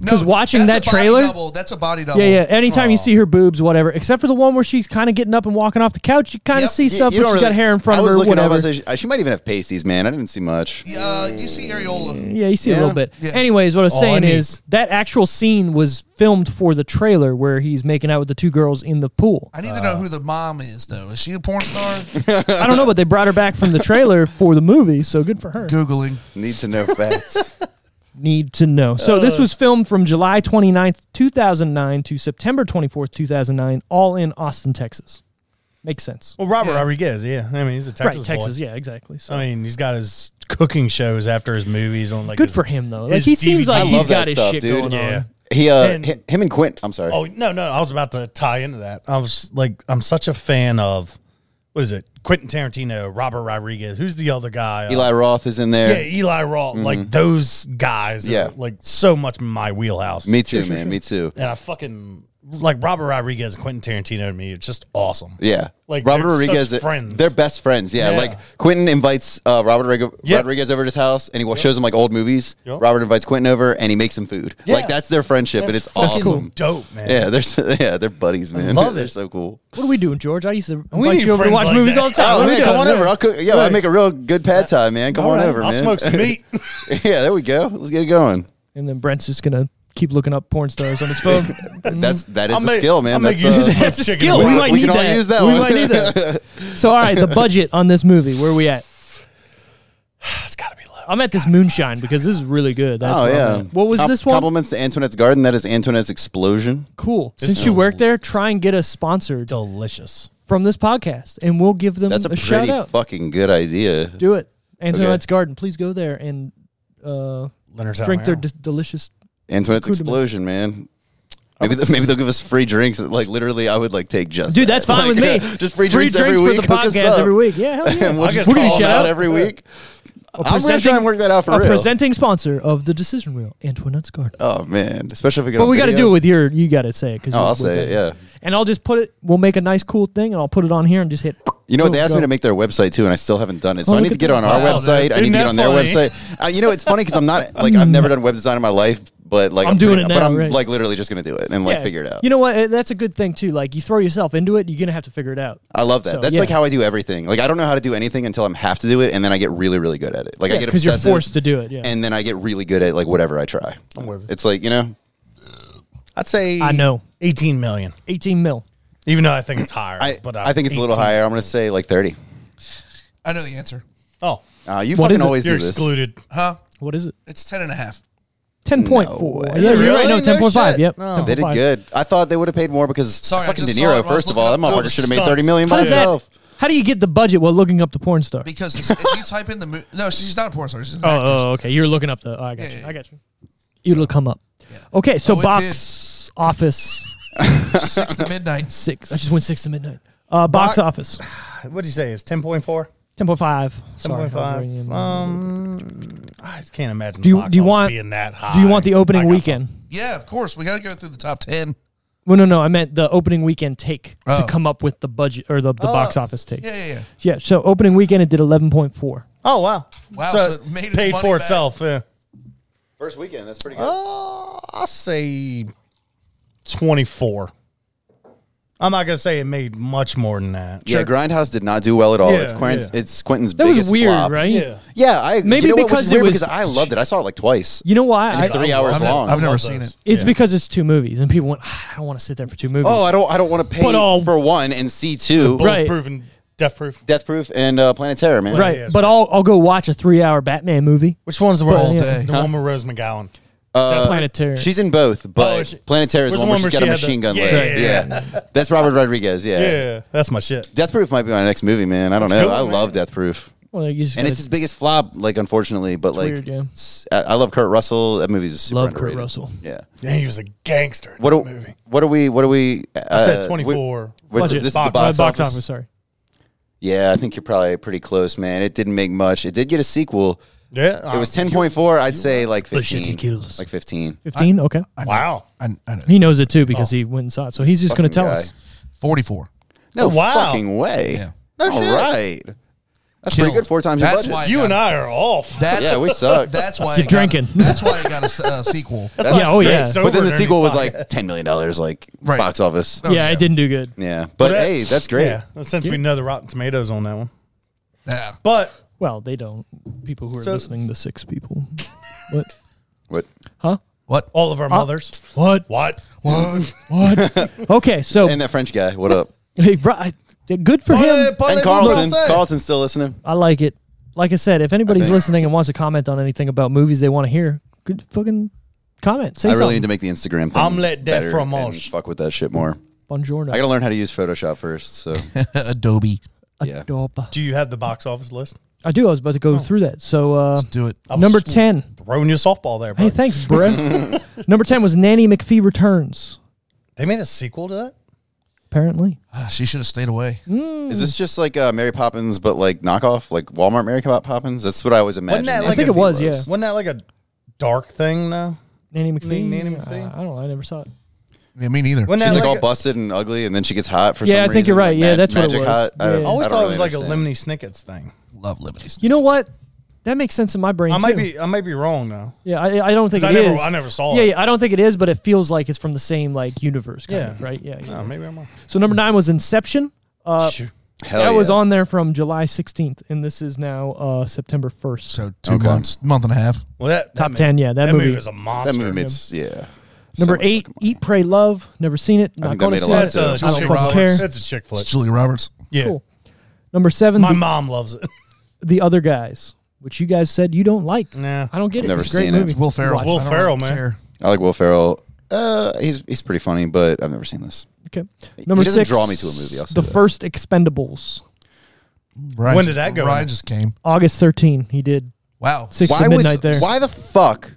B: Because watching that
C: that's a body
B: trailer,
C: double. Oh. that's a body double.
B: Yeah, yeah. Anytime you see her boobs, whatever, except for the one where she's kind of getting up and walking off the couch, you kind of
C: Yep.
B: see
C: You-
B: stuff,
A: You
B: but
A: don't
B: she's got
A: really-
B: hair in front
A: I
B: of
A: was
B: her,
A: looking up, I
B: whatever.
A: was like, she, she might even have pasties, man. I didn't see much.
C: Uh, you see areola.
B: yeah, you see a
A: Yeah. Oh,
B: little bit.
C: Yeah.
B: Anyways, what I was
D: All I
B: saying
D: need.
B: is that actual scene was filmed for the trailer where he's making out with the two girls in the pool.
C: I need to know who the mom is though. Is she a porn star?
B: I don't know, but they brought her back from the trailer for the movie, so good for her.
C: Googling.
A: Need to know facts.
B: Need to know. So this was filmed from July 29th, 2009 to September 24th, 2009, all in Austin, Texas. Makes sense.
D: Well, Robert
C: Yeah.
D: Rodriguez, yeah. I mean, he's a Texas
B: right,
D: boy.
B: Texas. Yeah, exactly.
A: Oh,
B: So.
D: I mean, he's got his cooking shows after his movies on like
B: Good
D: his-
B: for him though. Like
D: his
B: he seems
D: DVD.
B: like
D: I
B: he's
A: love that
B: got his
A: stuff,
B: shit
A: dude.
B: going
D: Yeah.
B: on.
A: He, uh,
D: And-
A: hi- him and Quint. I'm sorry.
D: Oh no, no, I was about to tie into that. I was like, I'm such a fan of what is it? Quentin Tarantino, Robert Rodriguez. Who's the other guy? Uh,
A: Eli Roth is in
D: yeah,
A: there.
D: Eli Roth. Like those guys. Are,
A: Yeah.
D: like so much my wheelhouse.
A: me too, man. Me too.
D: And I fucking like Robert Rodriguez, and Quentin Tarantino to me. It's just awesome.
A: Yeah.
D: Like,
A: Robert
D: they're such
A: Rodriguez,
D: friends.
A: they're best friends. Yeah,
D: Yeah.
A: like Quentin invites uh, Robert Reg-
D: Yep.
A: Rodriguez over to his house, and he wa- shows him like old movies.
D: Yep.
A: Robert invites Quentin over, and he makes him food.
D: Yeah.
A: Like that's their friendship, and
D: That's
A: it's
D: fucking
A: awesome.
D: Dope, man.
A: Yeah, they're so, yeah, they're buddies, man.
D: love
A: they're
D: it.
A: so cool.
B: What are we doing, George? I used to
D: We
B: invite
D: need
B: you over to
D: friends
B: watch
D: like
B: movies
D: that.
B: all the time.
A: Oh
B: What are we
A: man, come
B: doing?
A: on over. I'll cook. Yo, I
B: Right.
A: make a real good pad thai, man. Come
D: All
A: on
D: right,
A: over,
D: I'll
A: man.
D: smoke some meat.
A: yeah, there we go. Let's get it going.
B: And then Brent's just gonna keep looking up porn stars on his phone.
A: That's that is
D: I'll
A: a
D: make-
A: skill, man.
D: I'll make
A: That's
D: you
A: uh,
D: do that.
B: That's a
D: Chicken
B: skill.
D: wing.
B: We might
A: We
B: need
A: can all
B: that.
A: use that
B: we
A: one.
B: might need that. So, all right, the budget on this movie. Where are we at?
D: it's gotta be low.
B: I'm at this moonshine because this is really good. That's
A: Oh
B: where I'm
A: yeah.
B: at. What was
A: Com-
B: this one?
A: Compliments to Antoinette's garden. That is Antoinette's explosion.
B: Cool. Since you work there, try and get us sponsored
D: Delicious.
B: from this podcast, and we'll give them
A: That's a,
B: shout
A: pretty
B: out.
A: fucking good idea.
B: Do it, Antoinette's Garden. Please go there and uh,
D: Leonard's
B: drink their
D: Almero.
B: d- delicious
A: Antoinette's
B: Accoutrements.
A: explosion, man. Maybe they'll, maybe they'll give us free drinks. Like literally, I would like take just
B: Dude,
A: that.
B: that's fine
A: Like,
B: with me.
A: just free drinks, every
B: for
A: week.
B: the
A: hook us
B: podcast
A: up,
B: every week. Yeah, hell yeah.
A: and we'll
D: I guess
A: just
B: We're gonna
A: call them
B: shout
A: out
B: out
A: every week.
B: a
A: I'm gonna try
B: presenting-
A: and work that out for
B: a
A: real.
B: presenting sponsor of the decision reel, Antoinette's Garden.
A: oh man, especially if we get.
B: but
A: on
B: we got to
A: video.
B: do it with your. You got to say it because
A: Oh, I'll say it. Yeah.
B: And I'll just put it. We'll make a nice cool thing, and I'll put it on here and just hit.
A: You know what? They
B: Boom,
A: asked
B: go.
A: me to make their website too, and I still haven't done it. So
B: Oh,
A: I
B: look
A: need to
B: at
A: get
B: that.
A: on our
D: Wow,
A: website.
D: dude.
A: I need
D: Isn't
A: to get
D: that
A: on their
D: funny?
A: website. Uh, you know, it's funny because I'm not like I've never done web design in my life, but like
B: Hmm. I'm doing
A: pretty-
B: it
A: But
B: now,
A: I'm
B: right.
A: like literally just gonna do it and like
B: Yeah.
A: figure it out.
B: You know what? Eh, That's a good thing too. Like you throw yourself into it, you're gonna have to figure it out.
A: I love that.
B: So,
A: That's
B: yeah.
A: like how I do everything. Like I don't know how to do anything until I'm have to do it, and then I get really, really good at it. Like I get
B: you're
A: obsessive,
B: forced to do it. Yeah,
A: and then I get really good at like whatever I try. I'm
D: with
A: It's like you know,
D: I'd say
B: I know.
D: 18 million.
B: 18 mil.
D: Even though I think it's higher.
A: I
D: but
B: uh,
A: I think it's a little
D: 18.
A: higher. I'm gonna say like 30.
C: I know the answer.
D: Oh,
A: Uh, you
B: What is
A: fucking
B: it?
A: always
D: you're
A: do this.
D: excluded.
C: Huh?
B: What is it?
C: It's ten and a half.
B: Ten point four. Yeah, you're right. No, ten point five. Yep.
D: No.
A: They did
B: 10.5.
A: good. I thought they would have paid more because
C: Sorry, I
A: fucking De
C: just saw it when I
A: Niro.
C: was
A: First of
C: looking
A: all, that
C: up those
A: motherfucker should have made thirty
D: stunts.
A: million
B: How
A: by
B: does that-
A: himself.
B: How do you get the budget while looking up the porn star?
C: Because it's- if you type in the mo- no, she's not a porn star. She's an actress.
B: Oh, oh, okay. You're looking up the. Oh, I got
C: Yeah,
B: you.
C: yeah.
B: I got you. It'll come up. Okay, so
C: Oh, it
B: box office
C: Six to midnight.
B: six. I just went six to midnight. Uh, box
D: Bo-
B: office
D: What did you say? It's ten point four.
B: ten point five.
D: Ten
B: Sorry, I
D: point
B: was
D: five.
B: reading in-
D: Um, I just can't imagine.
B: Do you-
D: the box
B: do you
D: office
B: want-
D: being that high?
B: Do you want the
D: I
B: opening
D: got
B: weekend?
C: Yeah, of course. We got to go through the top ten.
B: Well, no, no. I meant the opening weekend take to
C: Oh.
B: come up with the budget or the, the box office take.
C: Yeah, yeah, yeah.
B: Yeah, So opening weekend it did eleven point four.
D: some- Oh wow!
C: Wow, so it made its
D: paid
C: money
D: for
C: back.
D: itself. Yeah.
A: First weekend, that's pretty good.
D: Uh, I'll say 24. I'm not going to say it made much more than that.
A: yeah, Grindhouse did not do well at all.
D: Yeah,
A: it's Quentin's,
D: yeah.
A: it's Quentin's
B: That
A: biggest
B: was weird,
A: flop.
B: right?
D: Yeah.
A: Yeah, I
B: Maybe
A: you know what? Which
B: because
A: is
B: it
A: weird
B: was-
A: because I loved it. I saw it like twice.
B: You know why? I,
A: It's three hours
C: I've, ne-
A: long.
C: I've never
D: Love
C: seen it.
D: those.
B: it's
D: Yeah.
B: because it's two movies, and people went. "Ah, I don't want to sit there for two movies.
A: oh, I don't. I don't want to pay
B: But, uh,
A: for one and see two.
B: Right.
D: Bulletproof and death proof.
A: Death Proof and uh, Planet Terror, man.
B: right.
D: yeah,
B: but I'll I'll go watch a three hour Batman movie.
D: Which one's the one?
B: All
C: day.
D: The one with Rose McGowan.
B: Death Planet Terror.
A: She's in both, but
D: Oh, is she-
A: Planet Terror is
D: Where's
A: the one where she's got a
D: she
A: machine
D: had
A: gun
D: the-
A: leg.
D: Yeah, yeah,
A: that's Robert Rodriguez. Yeah.
D: Yeah, that's my shit.
A: Death Proof might be my next movie, man. I don't know.
D: good,
A: I
D: man.
A: love Death Proof,
B: well, you just
A: and
B: gotta-
A: it's his biggest flop. Like, unfortunately, but like,
B: weird, yeah.
A: s- I, I love Kurt Russell. That movie's super
B: Love Kurt
A: underrated.
B: Russell.
A: Yeah.
D: Yeah, he was a gangster. in
A: What
D: that
A: are what are we? What are we? Uh,
D: I said
A: we-
D: 24.
A: what's it-
B: budget.
A: this is the
D: Box-
A: box,
D: uh,
A: office.
B: box office. Sorry.
A: Yeah, I think you're probably pretty close, man. It didn't make much. It did get a sequel.
D: yeah.
A: It was 10.4. I'd say like
B: shit, he
A: 15.
B: killed us.
A: Like 15.
B: 15? okay.
D: Wow.
C: I, I know.
B: He knows it too because he went and saw it. So he's just going to
A: Fucking
B: tell
A: guy.
B: us.
C: Forty-four.
A: No
D: Oh, wow.
A: fucking way.
C: Yeah.
A: All
D: No
A: right,
D: shit.
A: That's
C: Killed.
A: pretty good. Four times your
C: That's
A: budget.
C: why
D: You and
C: got-
D: I are off.
C: That's
A: yeah, we suck.
C: that's why
B: You're
C: it got a-
B: drinking.
C: that's why I got a s- a sequel.
D: That's
B: yeah,
D: why
B: oh,
D: I stay
B: yeah.
D: sober
A: but then the
D: during
A: sequel
D: these
A: was like
D: podcasts.
A: $10 million, like
C: Right.
A: box office.
C: Oh,
B: yeah,
C: yeah.
B: it didn't do good.
A: Yeah. But
D: that-
A: hey, that's great.
D: Yeah, since we know the Rotten Tomatoes on that one.
C: Yeah.
D: But
B: Well, they don't. People who are
D: So-
B: listening to six people. what?
A: What?
B: Huh?
C: What?
D: all of our mothers.
B: What?
D: Uh, What?
C: What?
B: Okay, so
A: And that French guy. What up?
B: hey, bro, I- good for him.
A: and Carlton. Carlton's still listening.
B: I like it. Like I said, if anybody's listening and wants to comment on anything about movies they want to hear, good fucking comment. Say
A: I
B: something.
A: really need to make the Instagram thing.
D: Omelette de
A: better
D: fromage.
A: and Fuck with that shit more.
B: Buongiorno.
A: I got to learn how to use Photoshop first. So,
C: Adobe.
A: yeah.
B: Dope.
D: Do you have the box office list?
B: I do. I was about to
D: Oh.
B: go through that. So uh,
C: Let's do it.
B: number ten.
D: Throwing you a softball there, bro.
B: Hey, thanks, bro. number ten was Nanny McPhee returns.
D: They made a sequel to that?
B: Apparently,
C: Ah, She should have stayed away.
A: Is this just like uh, Mary Poppins, but like knockoff, like Walmart Mary Pop- Poppins? That's what I always imagined.
D: that
A: that
D: like I think
A: movie
B: it was, yeah.
D: Wasn't that like a dark thing now?
B: Nanny McPhee.
D: Nanny McPhee?
B: Uh, I don't. know. I never saw it.
C: Yeah, me neither.
D: Wasn't
A: She's
D: that
A: like, all
D: a-
A: busted and ugly, and then she gets hot for some
B: Yeah, I think you're
A: reason,
B: right.
A: like
B: Yeah,
A: mag-
B: that's what it
A: magic
B: was.
A: Hot. I,
B: Yeah.
A: don't-
B: I
D: I always
A: don't
D: thought
A: really
D: it was like
A: understand.
D: a Lemony Snicket's thing.
C: Love Liberties.
B: You know what? That makes sense in my brain.
D: I
B: too.
D: might be I might be wrong though.
B: Yeah, I, I don't think
D: 'Cause
B: it
D: I never-
B: is.
D: I never saw
B: yeah,
D: it.
B: Yeah, I don't think it is, but it feels like it's from the same like universe. Kind
D: Yeah.
B: of, right. Yeah. yeah.
D: No, maybe I'm wrong.
B: So number nine was Inception. Uh,
D: Shoot.
A: Hell
B: that
A: yeah.
B: was on there from July 16th, and this is now uh, September 1st.
C: So two months, month and a half.
D: Well, that, that
B: Top
D: movie-
B: 10, yeah, that movie-
D: was a monster.
A: That movie made s- yeah. So
B: number
A: much
B: eight, Eat, Pray, Love. Never seen it. Not
A: think
B: going
A: that
B: to
A: made a
B: see
A: lot
B: it.
A: of
D: that's a
C: Julia
D: chick
B: Roberts.
D: flick. That's a chick flick.
C: It's Julie Roberts.
D: Yeah,
B: Cool. Number seven,
D: my
B: the,
D: mom loves it.
B: the Other Guys, which you guys said you don't like.
D: Nah.
B: I don't get it.
A: Never
B: it's a great
A: seen it.
B: movie.
C: It's Will Ferrell.
D: It's Will
C: I don't
D: Ferrell, man.
C: care.
A: I like Will Ferrell. Uh, he's he's pretty funny, but I've never seen this.
B: Okay. Number
A: doesn't
B: six,
A: draw me to a movie, I'll say
B: the
A: that.
B: first Expendables,
C: Ryan
D: When
C: just-
D: did that go
C: Ryan
D: in?
C: just came.
B: August 13. He did
C: Wow.
B: six to midnight there.
A: why the fuck?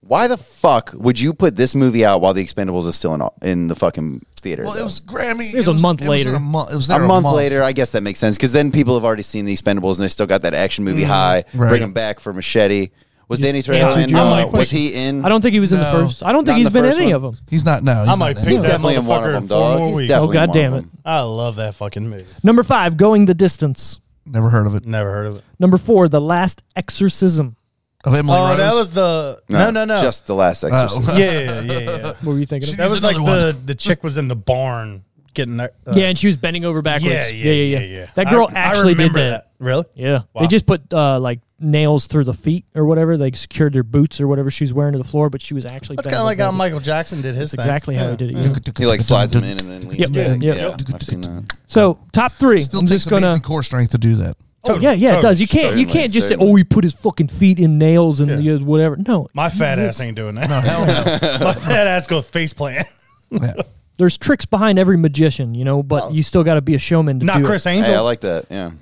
A: Why the fuck would you put this movie out while The Expendables is still in in the fucking theater?
C: Well, it
A: though?
C: was Grammy. It
B: was a month
C: it
B: later.
C: Was in a month. It was
A: a
C: there
A: month later, I guess that makes sense because then people have already seen The Expendables and they still got that action movie high.
C: Right.
A: Bring him back for Machete. Was Danny
B: answered
A: Trejo in?
B: your
A: Uh,
B: question.
A: was he in?
B: I don't think he was in the
C: No,
B: first. I don't
A: not
B: think
A: in
B: he's
A: the
B: been in
A: first
B: any
A: one.
B: of them.
C: He's not. No, he's
D: I might
C: not in
D: pick
C: it.
A: He's
D: that
A: definitely in one of
D: motherfucker
A: them,
D: in four
A: dog.
D: more
A: He's
D: weeks.
A: definitely
B: Oh, God
A: in one
B: damn
A: of
B: it.
A: them.
D: I love that fucking movie.
B: Number five, Going the Distance.
C: Never heard of it.
D: Never heard of it.
B: Number four, The Last Exorcism.
C: Of Emily
D: Oh,
C: Rose.
D: that was the no, no, no.
A: Just the last exorcist.
D: yeah, yeah, yeah. yeah.
B: What were you thinking?
C: She-
B: of?
D: That
C: Here's
D: was like
C: another
D: the the chick was in the barn getting that. uh,
B: yeah, and she was bending over backwards.
D: yeah, yeah, yeah, yeah.
B: That girl
D: I- I
B: actually did
D: remember
B: that.
D: Really?
B: Yeah,
D: Wow.
B: they just put uh, like nails through the feet or whatever. They secured their boots or whatever she was wearing to the floor, but she was actually.
D: That's
B: bending
D: kind of like how
B: over.
D: Michael Jackson did his
B: That's exactly how he did it. yeah.
A: He like slides him in and then leans
B: Yep,
A: back.
B: yep,
A: yeah,
B: yep.
A: I've seen that.
B: So top three.
C: Still
B: I'm
C: takes
B: just gonna.
C: amazing core strength to do that.
B: Oh, yeah, yeah, it
D: totally.
B: does. You can't, you
A: Certainly,
B: can't just say,
A: certainly.
B: "Oh, he put his fucking feet in nails and the whatever." No,
D: My fat ass ain't doing that.
C: Hell no.
D: My fat ass goes face plant.
C: Yeah.
B: there's tricks behind every magician, you know. But you still got to be a showman to
D: Not
B: do
D: Chris
A: Hey, I
D: Angel.
A: like that. Yeah.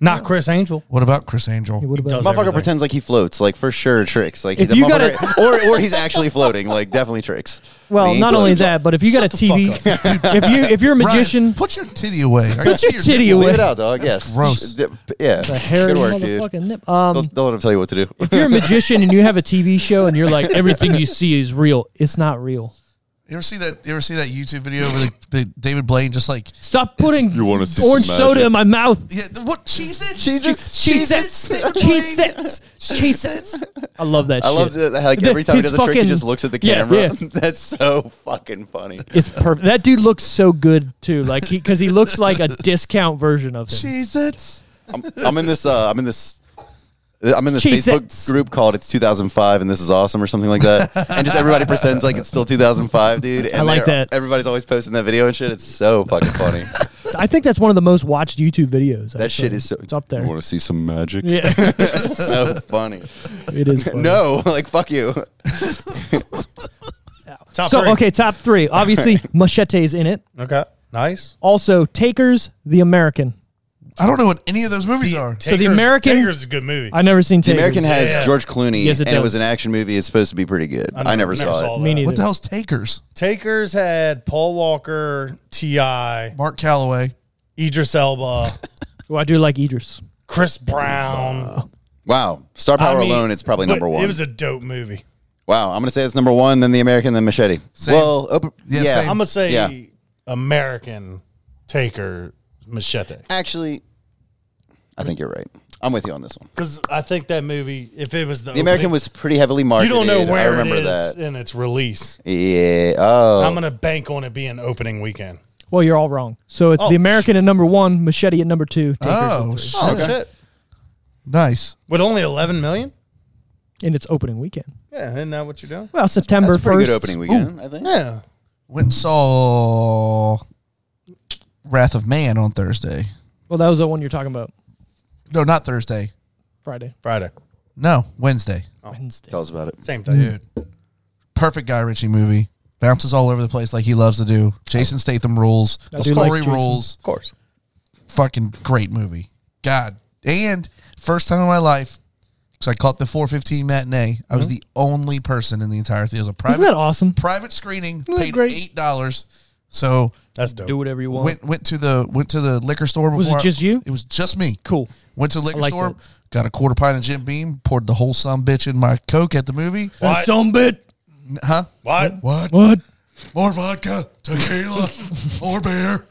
D: Not Chris Angel.
C: What about Chris Angel?
B: it. What about
D: does
A: Motherfucker
D: everything.
A: pretends like he floats, like for sure tricks. Like
B: If
A: the
B: you
A: motherfucker- or or he's actually floating, like definitely tricks.
B: Well,
A: He
B: not
A: floats.
B: only that, but if you got a
D: Shut the fuck
B: TV, if you if you're a
C: Ryan,
B: magician,
C: put your titty away. I can
B: put
C: see
B: your titty
C: nipple.
A: Leave
B: away.
A: it out, dog. yes.
C: gross.
A: D- Yeah.
B: The hairy
A: Good work, dude.
B: motherfucking nip. Um,
A: Don't, don't let him tell you what to do.
B: if you're a magician and you have a TV show and you're like everything you see is real, it's not real.
C: You ever see that? You ever see that YouTube video where the, the David Blaine just like
B: Stop putting
A: You wanna see some
B: orange
A: magic.
B: soda in my mouth.
C: yeah what cheese it
A: Cheez-Its?
B: Cheese sets, cheese sets, cheese sets. I love that.
A: I
B: shit.
A: love that. Like every time he
B: His
A: does a trick, he
B: fucking-
A: just looks at the
B: Yeah,
A: camera.
B: yeah.
A: That's so fucking funny.
B: It's perfect. That dude looks so good too. Like he because he looks like a discount version of him.
C: cheese it
A: I'm, I'm in this. Uh, I'm in this. I'm in this Facebook
B: Cheez-Its.
A: group called "It's 2005" and this is awesome or something like that, and just everybody pretends like it's still 2005, dude. And
B: I like
A: they're-
B: that.
A: Everybody's always posting that video and shit. It's so fucking funny.
B: I think that's one of the most watched YouTube videos.
A: that shit
B: actually.
A: is so.
B: It's up there.
A: You want to see some magic?
B: Yeah,
A: It's so funny.
B: it is. funny.
A: No, like fuck you.
D: Top
B: So
D: three.
B: okay, top three. Obviously, Machete's in it.
D: Okay. Nice.
B: Also, Takers, The American.
C: I don't know what any of those movies are.
B: So the American-
D: Tigers is a good movie.
B: I've never seen
A: The
B: Takers.
A: American has
D: Yeah.
A: George Clooney,
B: Yes, it
A: and it was
B: does.
A: an action movie. It's supposed to be pretty good. I, never, saw, it.
B: Me
D: that.
B: neither.
C: What the hell's Takers?
D: Takers had Paul Walker, T.I.,
C: Mark Calloway.
D: Idris Elba,
B: Well, I do like Idris.
D: Chris Brown.
A: Wow, star
D: I
A: power
D: mean,
A: alone, it's probably
D: but
A: number one.
D: It was a dope movie.
A: wow, I'm gonna say it's number one, then The American, then Machete.
C: Same.
A: Well, op-
C: Yeah,
A: yeah,
C: same.
D: I'm going to say
A: Yeah.
D: American Taker Machete.
A: actually, I think you're right. I'm with you on this one.
D: Because I think that movie, if it was the,
A: The American
D: opening-
A: was pretty heavily
D: you
A: marketed.
D: don't know where
A: I remember
D: it is
A: that.
D: in its release.
A: Yeah. Oh,
D: I'm going to bank on it being opening weekend.
B: Well, you're all wrong. So it's
D: Oh.
B: The American at number one, Machete at number two, Takers at
C: Oh,
B: three.
C: shit. nice.
D: With only 11 million?
B: in its opening weekend.
D: Yeah, isn't that what you're doing?
B: Well, September
A: that's a pretty
B: first.
A: good opening weekend. I think.
D: Yeah.
C: Went and saw Wrath of Man on Thursday.
B: Well, that was the one you're talking about.
C: No, not Thursday.
B: Friday,
D: Friday.
C: No, Wednesday.
B: Wednesday.
A: Tell us about it.
D: Same thing.
C: Perfect Guy Ritchie movie. Bounces all over the place like he loves to do. Jason Statham rules.
B: I
C: the
B: do like
C: story
B: Jason.
C: rules.
A: Of course.
C: Fucking great movie. God. And first time in my life, because I caught the 415 matinee, I was the only person in the entire theater. It was a private
B: Isn't that awesome?
C: private screening.
B: that
C: Paid
B: great?
C: eight dollars. So
D: That's dope.
B: Do whatever you want.
C: went went to the went to the liquor store. Before
B: Was it
C: I-
B: just you?
C: It was just me.
B: Cool.
C: Went to the liquor
B: like
C: store,
B: that.
C: got a quarter pint of Jim Beam, poured the whole some bitch in my Coke at the movie.
D: What?
B: Some bit.
C: Huh?
D: What?
C: What?
B: What?
C: More vodka, tequila, more beer.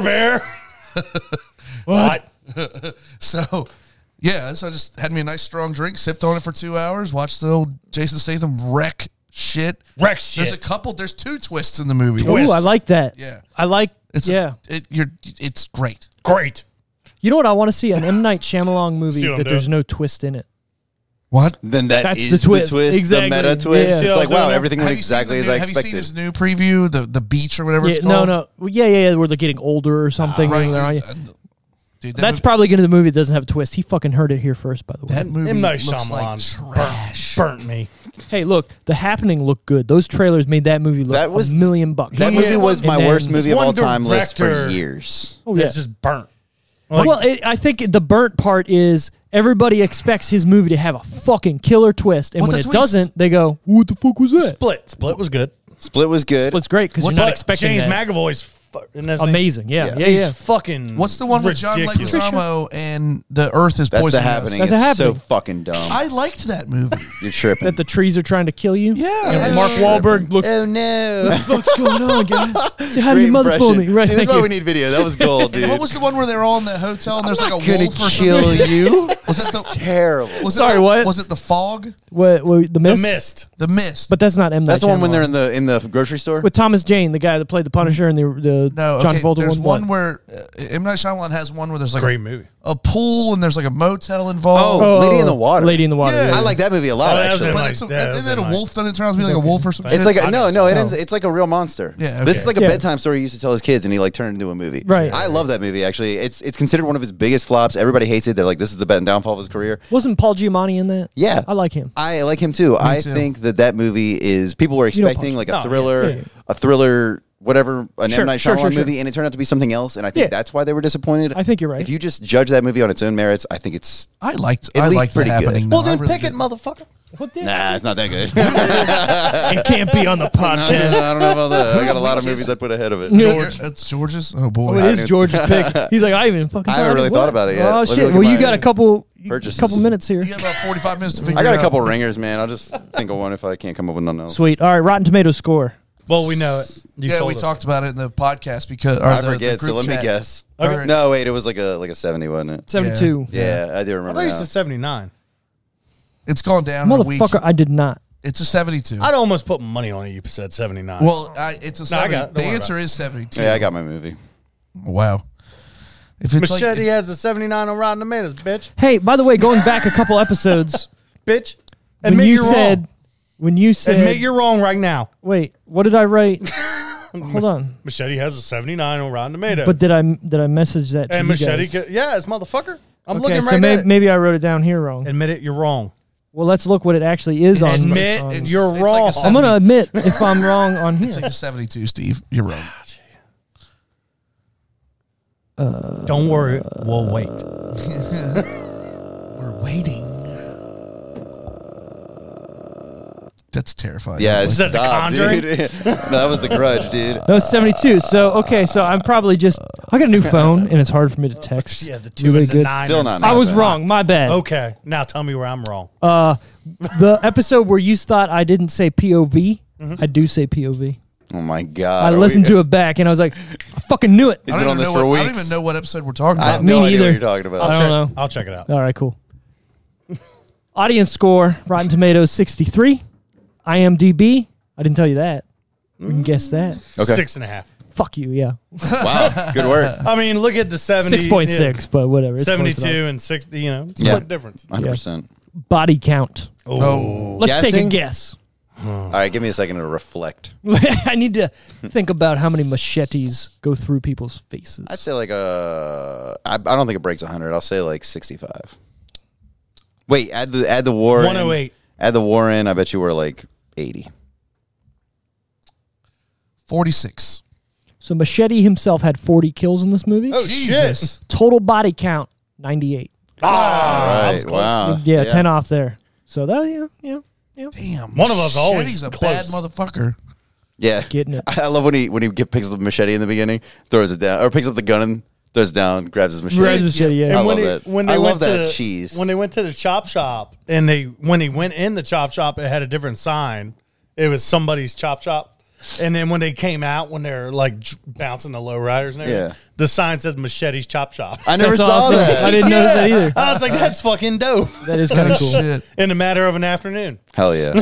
D: bear? what?
C: So, yeah, so I just had me a nice strong drink, sipped on it for two hours, watched the old Jason Statham wreck shit.
D: Wreck
C: There's a
D: shit.
C: couple. There's two twists in the movie.
D: Twist.
B: Ooh, I like that.
C: Yeah.
B: I like.
C: It's
B: yeah.
C: it, you're. It's great.
D: Great.
B: you know what I want to see? An M Night Shyamalan movie
D: See what I'm
B: that there's
D: doing?
B: no twist in it.
C: What?
A: Then that
B: That's
A: is
B: the twist. Exactly.
A: the meta twist.
B: Yeah.
A: It's like wow,
D: Yeah.
A: everything went exactly
C: seen
A: as
C: the
A: I
C: new, Have you seen
A: expected.
C: his new preview, the the beach or whatever
B: Yeah,
C: it's
B: no,
C: called?
B: no. Well, Yeah, yeah, yeah. Where they're getting older or something.
C: right.
B: and they're on-
C: uh, Dude, that
B: That's
C: movie,
B: probably going to be the movie that doesn't have a twist. He fucking heard it here first, by the way.
C: that movie
D: M. Night
C: looks like
D: Shyamalan.
C: trash.
D: Burnt me.
B: hey, look, The Happening looked good. Those trailers made that movie look
A: That was-
B: a million bucks.
A: That
B: And
A: movie was my
B: then-
A: worst movie of
D: one
A: all time list for
D: director-
A: years.
B: Oh, yeah.
D: It's just burnt.
B: well, it, I think the burnt part is everybody expects his movie to have a fucking killer twist, and
C: What's
B: when it
C: the twist?
B: doesn't, they go, "What the fuck was that?"
D: Split. Split was good.
A: Split was good.
B: Split's great because you're
D: But
B: not expecting
D: James
B: that.
D: McAvoy's fu- isn't that his name?
B: Amazing, yeah, yeah, yeah.
D: He's fucking.
C: What's the one with John
D: ridiculous.
C: Leguizamo and the Earth is
A: That's
C: poisonous?
A: the happening.
B: That's
A: It's
B: the
A: so
B: happening.
A: fucking dumb.
C: I liked that movie.
A: You're tripping.
B: That the trees are trying to kill you.
C: Yeah.
B: And
C: Yeah.
B: Mark Wahlberg looks.
A: Oh no.
B: What's going on, guys? Say hi to your mother for me. Right,
A: See,
B: thank
A: that's why
B: you.
A: we need video. That was gold, dude.
C: what was the one where they're all in the hotel and there's like a
A: gonna
C: wolf or
A: kill
C: something?
A: you?
C: Was it the
A: Terrible.
C: was it
B: Sorry,
C: the-
B: what?
C: Was it the fog?
B: What, what, the
D: The
B: mist?
D: Mist.
C: The mist.
B: But that's not M.
A: That's
B: Night
A: the one when
B: Shyamalan.
A: they're in the in the grocery store.
B: with Thomas Jane, the guy that played the Punisher in the the the
C: No,
B: John
C: okay.
B: Travolta
C: there's
B: one?
C: one where uh, M Night Shyamalan has one where there's like
D: Great
C: a,
D: movie.
C: a pool and there's like a motel involved.
A: Oh, Lady in the Water.
B: Lady in the Water.
C: Yeah.
A: I like that movie a lot.
D: Oh, that was
A: actually,
D: in
C: but
D: like-
C: it's a,
D: yeah,
C: isn't
D: that's
C: it a
D: in
C: wolf that turns out to be like a wolf or something?
A: it's like a,
D: I
A: no,
D: got
A: no. It
D: you.
A: ends. It's like a real monster.
C: Yeah,
A: This
C: okay.
A: is like a
B: Yeah.
A: bedtime story he used to tell his kids, and he like turned into a movie.
B: Right.
A: I love that movie. Actually, it's it's considered one of his biggest flops. Everybody hates it. They're like, this is the best downfall of his career.
B: Wasn't Paul Giamatti in that?
A: Yeah.
B: I like him.
A: I like him too. I
C: too.
A: think that that movie is people were
B: don't
A: expecting like
B: punch.
A: a
D: No, yeah,
A: thriller,
B: yeah, yeah.
A: a thriller, whatever, an
B: Sure,
A: M Night
B: sure,
A: Shyamalan
B: sure, sure.
A: movie, and it turned out to be something else. And I think
B: Yeah.
A: that's why they were disappointed.
B: I think you're right.
A: If you just judge that movie on its own merits, I think it's
C: I liked.
A: At
C: I
A: least
C: liked that
A: pretty good.
C: happening.
D: Well,
C: no, I
D: then
C: really
D: pick it,
C: did.
D: motherfucker.
B: What the?
A: nah, it's not that good. I
B: It can't be on the
A: don't
B: podcast.
A: know- I don't know about that. I got a lot of
C: Who's-
A: movies I put ahead of it.
B: Yeah.
C: George. That's George's. Oh boy.
B: Oh, it is George's pick. He's like, I haven't even fucking.
A: I haven't
B: thought of
A: really
B: it.
A: thought
B: What?
A: about it yet.
B: Oh
A: Let me
B: shit!
A: look at
B: Well,
A: my
B: you got a couple,
A: purchases.
B: couple minutes here.
C: You got about 45 minutes to figure
A: I got
C: it
A: a
C: out.
A: couple ringers, man. I'll just think of one if I can't come up with nothing else.
B: Sweet. All right. Rotten Tomatoes score.
D: Well, we know it. You
C: Yeah,
D: told
C: we
D: us.
C: talked about it in the podcast because or
A: I
C: the- the
A: forget, so
C: group
A: let me
C: chat.
A: guess.
C: Okay. Alright.
A: No, wait, it was like a like a seventy, wasn't it?
B: Seventy-two.
A: Yeah, I do
D: I
A: remember.
D: thought you
A: now.
D: said 79.
C: It's gone down in a week.
B: Motherfucker, I did not.
C: It's a 72.
D: I'd almost put money on it. You said 79.
C: well, I, it's a
D: No, I
C: 70.
D: got it. Don't
C: the
D: worry
C: answer
D: about
C: is 72.
A: Yeah, I got my movie.
C: Wow. If it's like,
D: Machete
C: if-
D: has a 79 on Rotten Tomatoes, bitch.
B: Hey, by the way, going back a couple episodes,
D: Bitch.
B: when
D: Admit
B: you
D: you're
B: said,
D: wrong.
B: when you said,
D: Admit you're wrong right now.
B: wait, what did I write? Hold on.
D: Machete has a 79 on Rotten Tomatoes.
B: But did I did I message that? To
D: and
B: you
D: Machete,
B: guys?
D: ca- yes, motherfucker. I'm
B: Okay,
D: looking right
B: so may-
D: at it.
B: maybe I wrote it down here wrong.
D: Admit it, you're wrong.
B: Well, let's look what it actually is on.
D: Admit
B: on-
C: it's-
D: you're
C: it's like a
D: wrong.
B: I'm gonna admit if I'm wrong on here.
C: it's like a 72, Steve. You're wrong.
D: Ah, Don't worry. We'll wait.
C: We're waiting. That's terrifying.
A: Yeah,
C: Like,
A: it's
D: that The
A: stop,
D: Conjuring?
A: dude. no, that was The Grudge, dude.
B: that was 72. So okay, so I'm probably just I got a new phone and it's hard for me to text.
D: Yeah, the two
B: Nobody
D: and the
B: good?
D: nine.
A: Still
D: are
A: not
D: seven.
B: I was
A: Okay.
B: wrong. My bad.
D: Okay. Now tell me where I'm wrong.
B: Uh, the episode where you thought I didn't say POV,
D: Mm-hmm.
B: I do say POV.
A: Oh my god. are
B: I
A: we-
B: listened to it back and I was like, I fucking knew it.
A: He's
C: I
A: been
C: don't,
A: on
C: even
A: this
C: know
A: for
C: what, I
A: weeks.
C: don't even know what episode we're talking
A: I
C: about.
A: have no
B: Me
A: idea what
B: neither.
A: you're talking
D: I'll
A: about.
B: don't
D: check-
B: know.
D: I'll check it out.
B: All right, cool. Audience score Rotten Tomatoes 63, IMDb. I didn't tell you that. We can guess that.
A: Okay.
D: Six and a half.
B: Fuck you, yeah.
A: Wow, good work.
D: I mean, look at the 70.
B: 6.6, but whatever. it's close enough.
D: 72 and 60, you know, split
A: Yeah.
D: difference.
A: 100%.
B: Body count.
C: Oh,
B: Let's take a
A: Guessing?
B: guess.
A: All right, give me a second to reflect.
B: I need to think about how many machetes go through people's faces.
A: I'd say like uh I, I don't think it breaks 100. I'll say like 65. Wait, add the add the war in.
D: 108.
A: Add the war in. I bet you were like 80.
C: 46.
B: So Machete himself had 40 kills in this movie.
D: Oh,
C: Jesus.
B: Total body count 98.
D: Ah, I was
A: Right,
D: close.
A: wow.
B: yeah, 10 off there. So that yeah, yeah, yeah.
C: Damn.
D: One of us
C: shit,
D: always
C: He's a
D: close.
C: bad motherfucker.
A: Yeah,
B: Getting it.
A: I love when he when he get, picks up the machete in the beginning, throws it down, or picks up the gun and throws it down, grabs his machete.
B: Grabs his machete, yeah.
A: I
D: when
A: love
D: it-
A: that.
D: when they
A: I
D: went
A: love
D: to
A: that
D: the-
A: cheese.
D: When they went to the chop shop and they when he went in the chop shop, it had a different sign. It was somebody's chop shop. And then when they came out, when they're like j- bouncing the low riders and everything,
A: Yeah.
D: the sign says Machete's Chop Shop.
A: I never
B: That's
A: saw
B: awesome.
A: that.
B: I didn't notice that either.
D: I was like, that's fucking dope.
B: That is kind of cool.
C: Shit.
D: In a matter of an afternoon.
A: Hell yeah!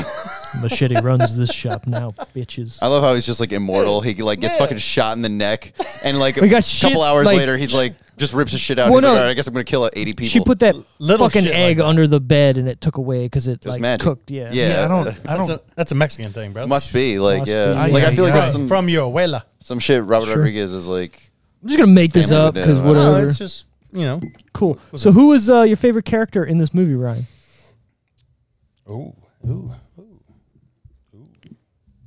B: Machete runs this shop now, bitches.
A: I love how he's just like immortal. He like gets
D: Yeah.
A: fucking shot in the neck, and like
B: We
A: a
B: got shit,
A: couple hours
B: like-
A: later, he's like just rips his shit out.
B: Well,
A: he's like,
B: no.
A: All right, I guess I'm gonna kill uh, 80 people.
B: She put that
D: Little
B: fucking
D: shit like
B: egg
D: that.
B: under the bed and it took away because it
A: was
B: like
A: magic.
B: cooked. Yeah.
A: Yeah.
C: Yeah, I don't. I
D: That's
C: don't.
D: a, that's a Mexican thing, bro.
A: must be like
B: Must
A: yeah.
B: be.
A: Like
C: Ay,
A: I feel like
C: ay,
A: that's
C: ay.
A: some
D: from your abuela.
A: some shit. Robert Rodriguez is like
B: I'm just gonna make this
A: Family
B: up
A: did,
B: because
A: uh,
B: whatever.
D: No, it's just, you know.
B: cool. So who was uh, your favorite character in this movie, Ryan?
D: Ooh, ooh.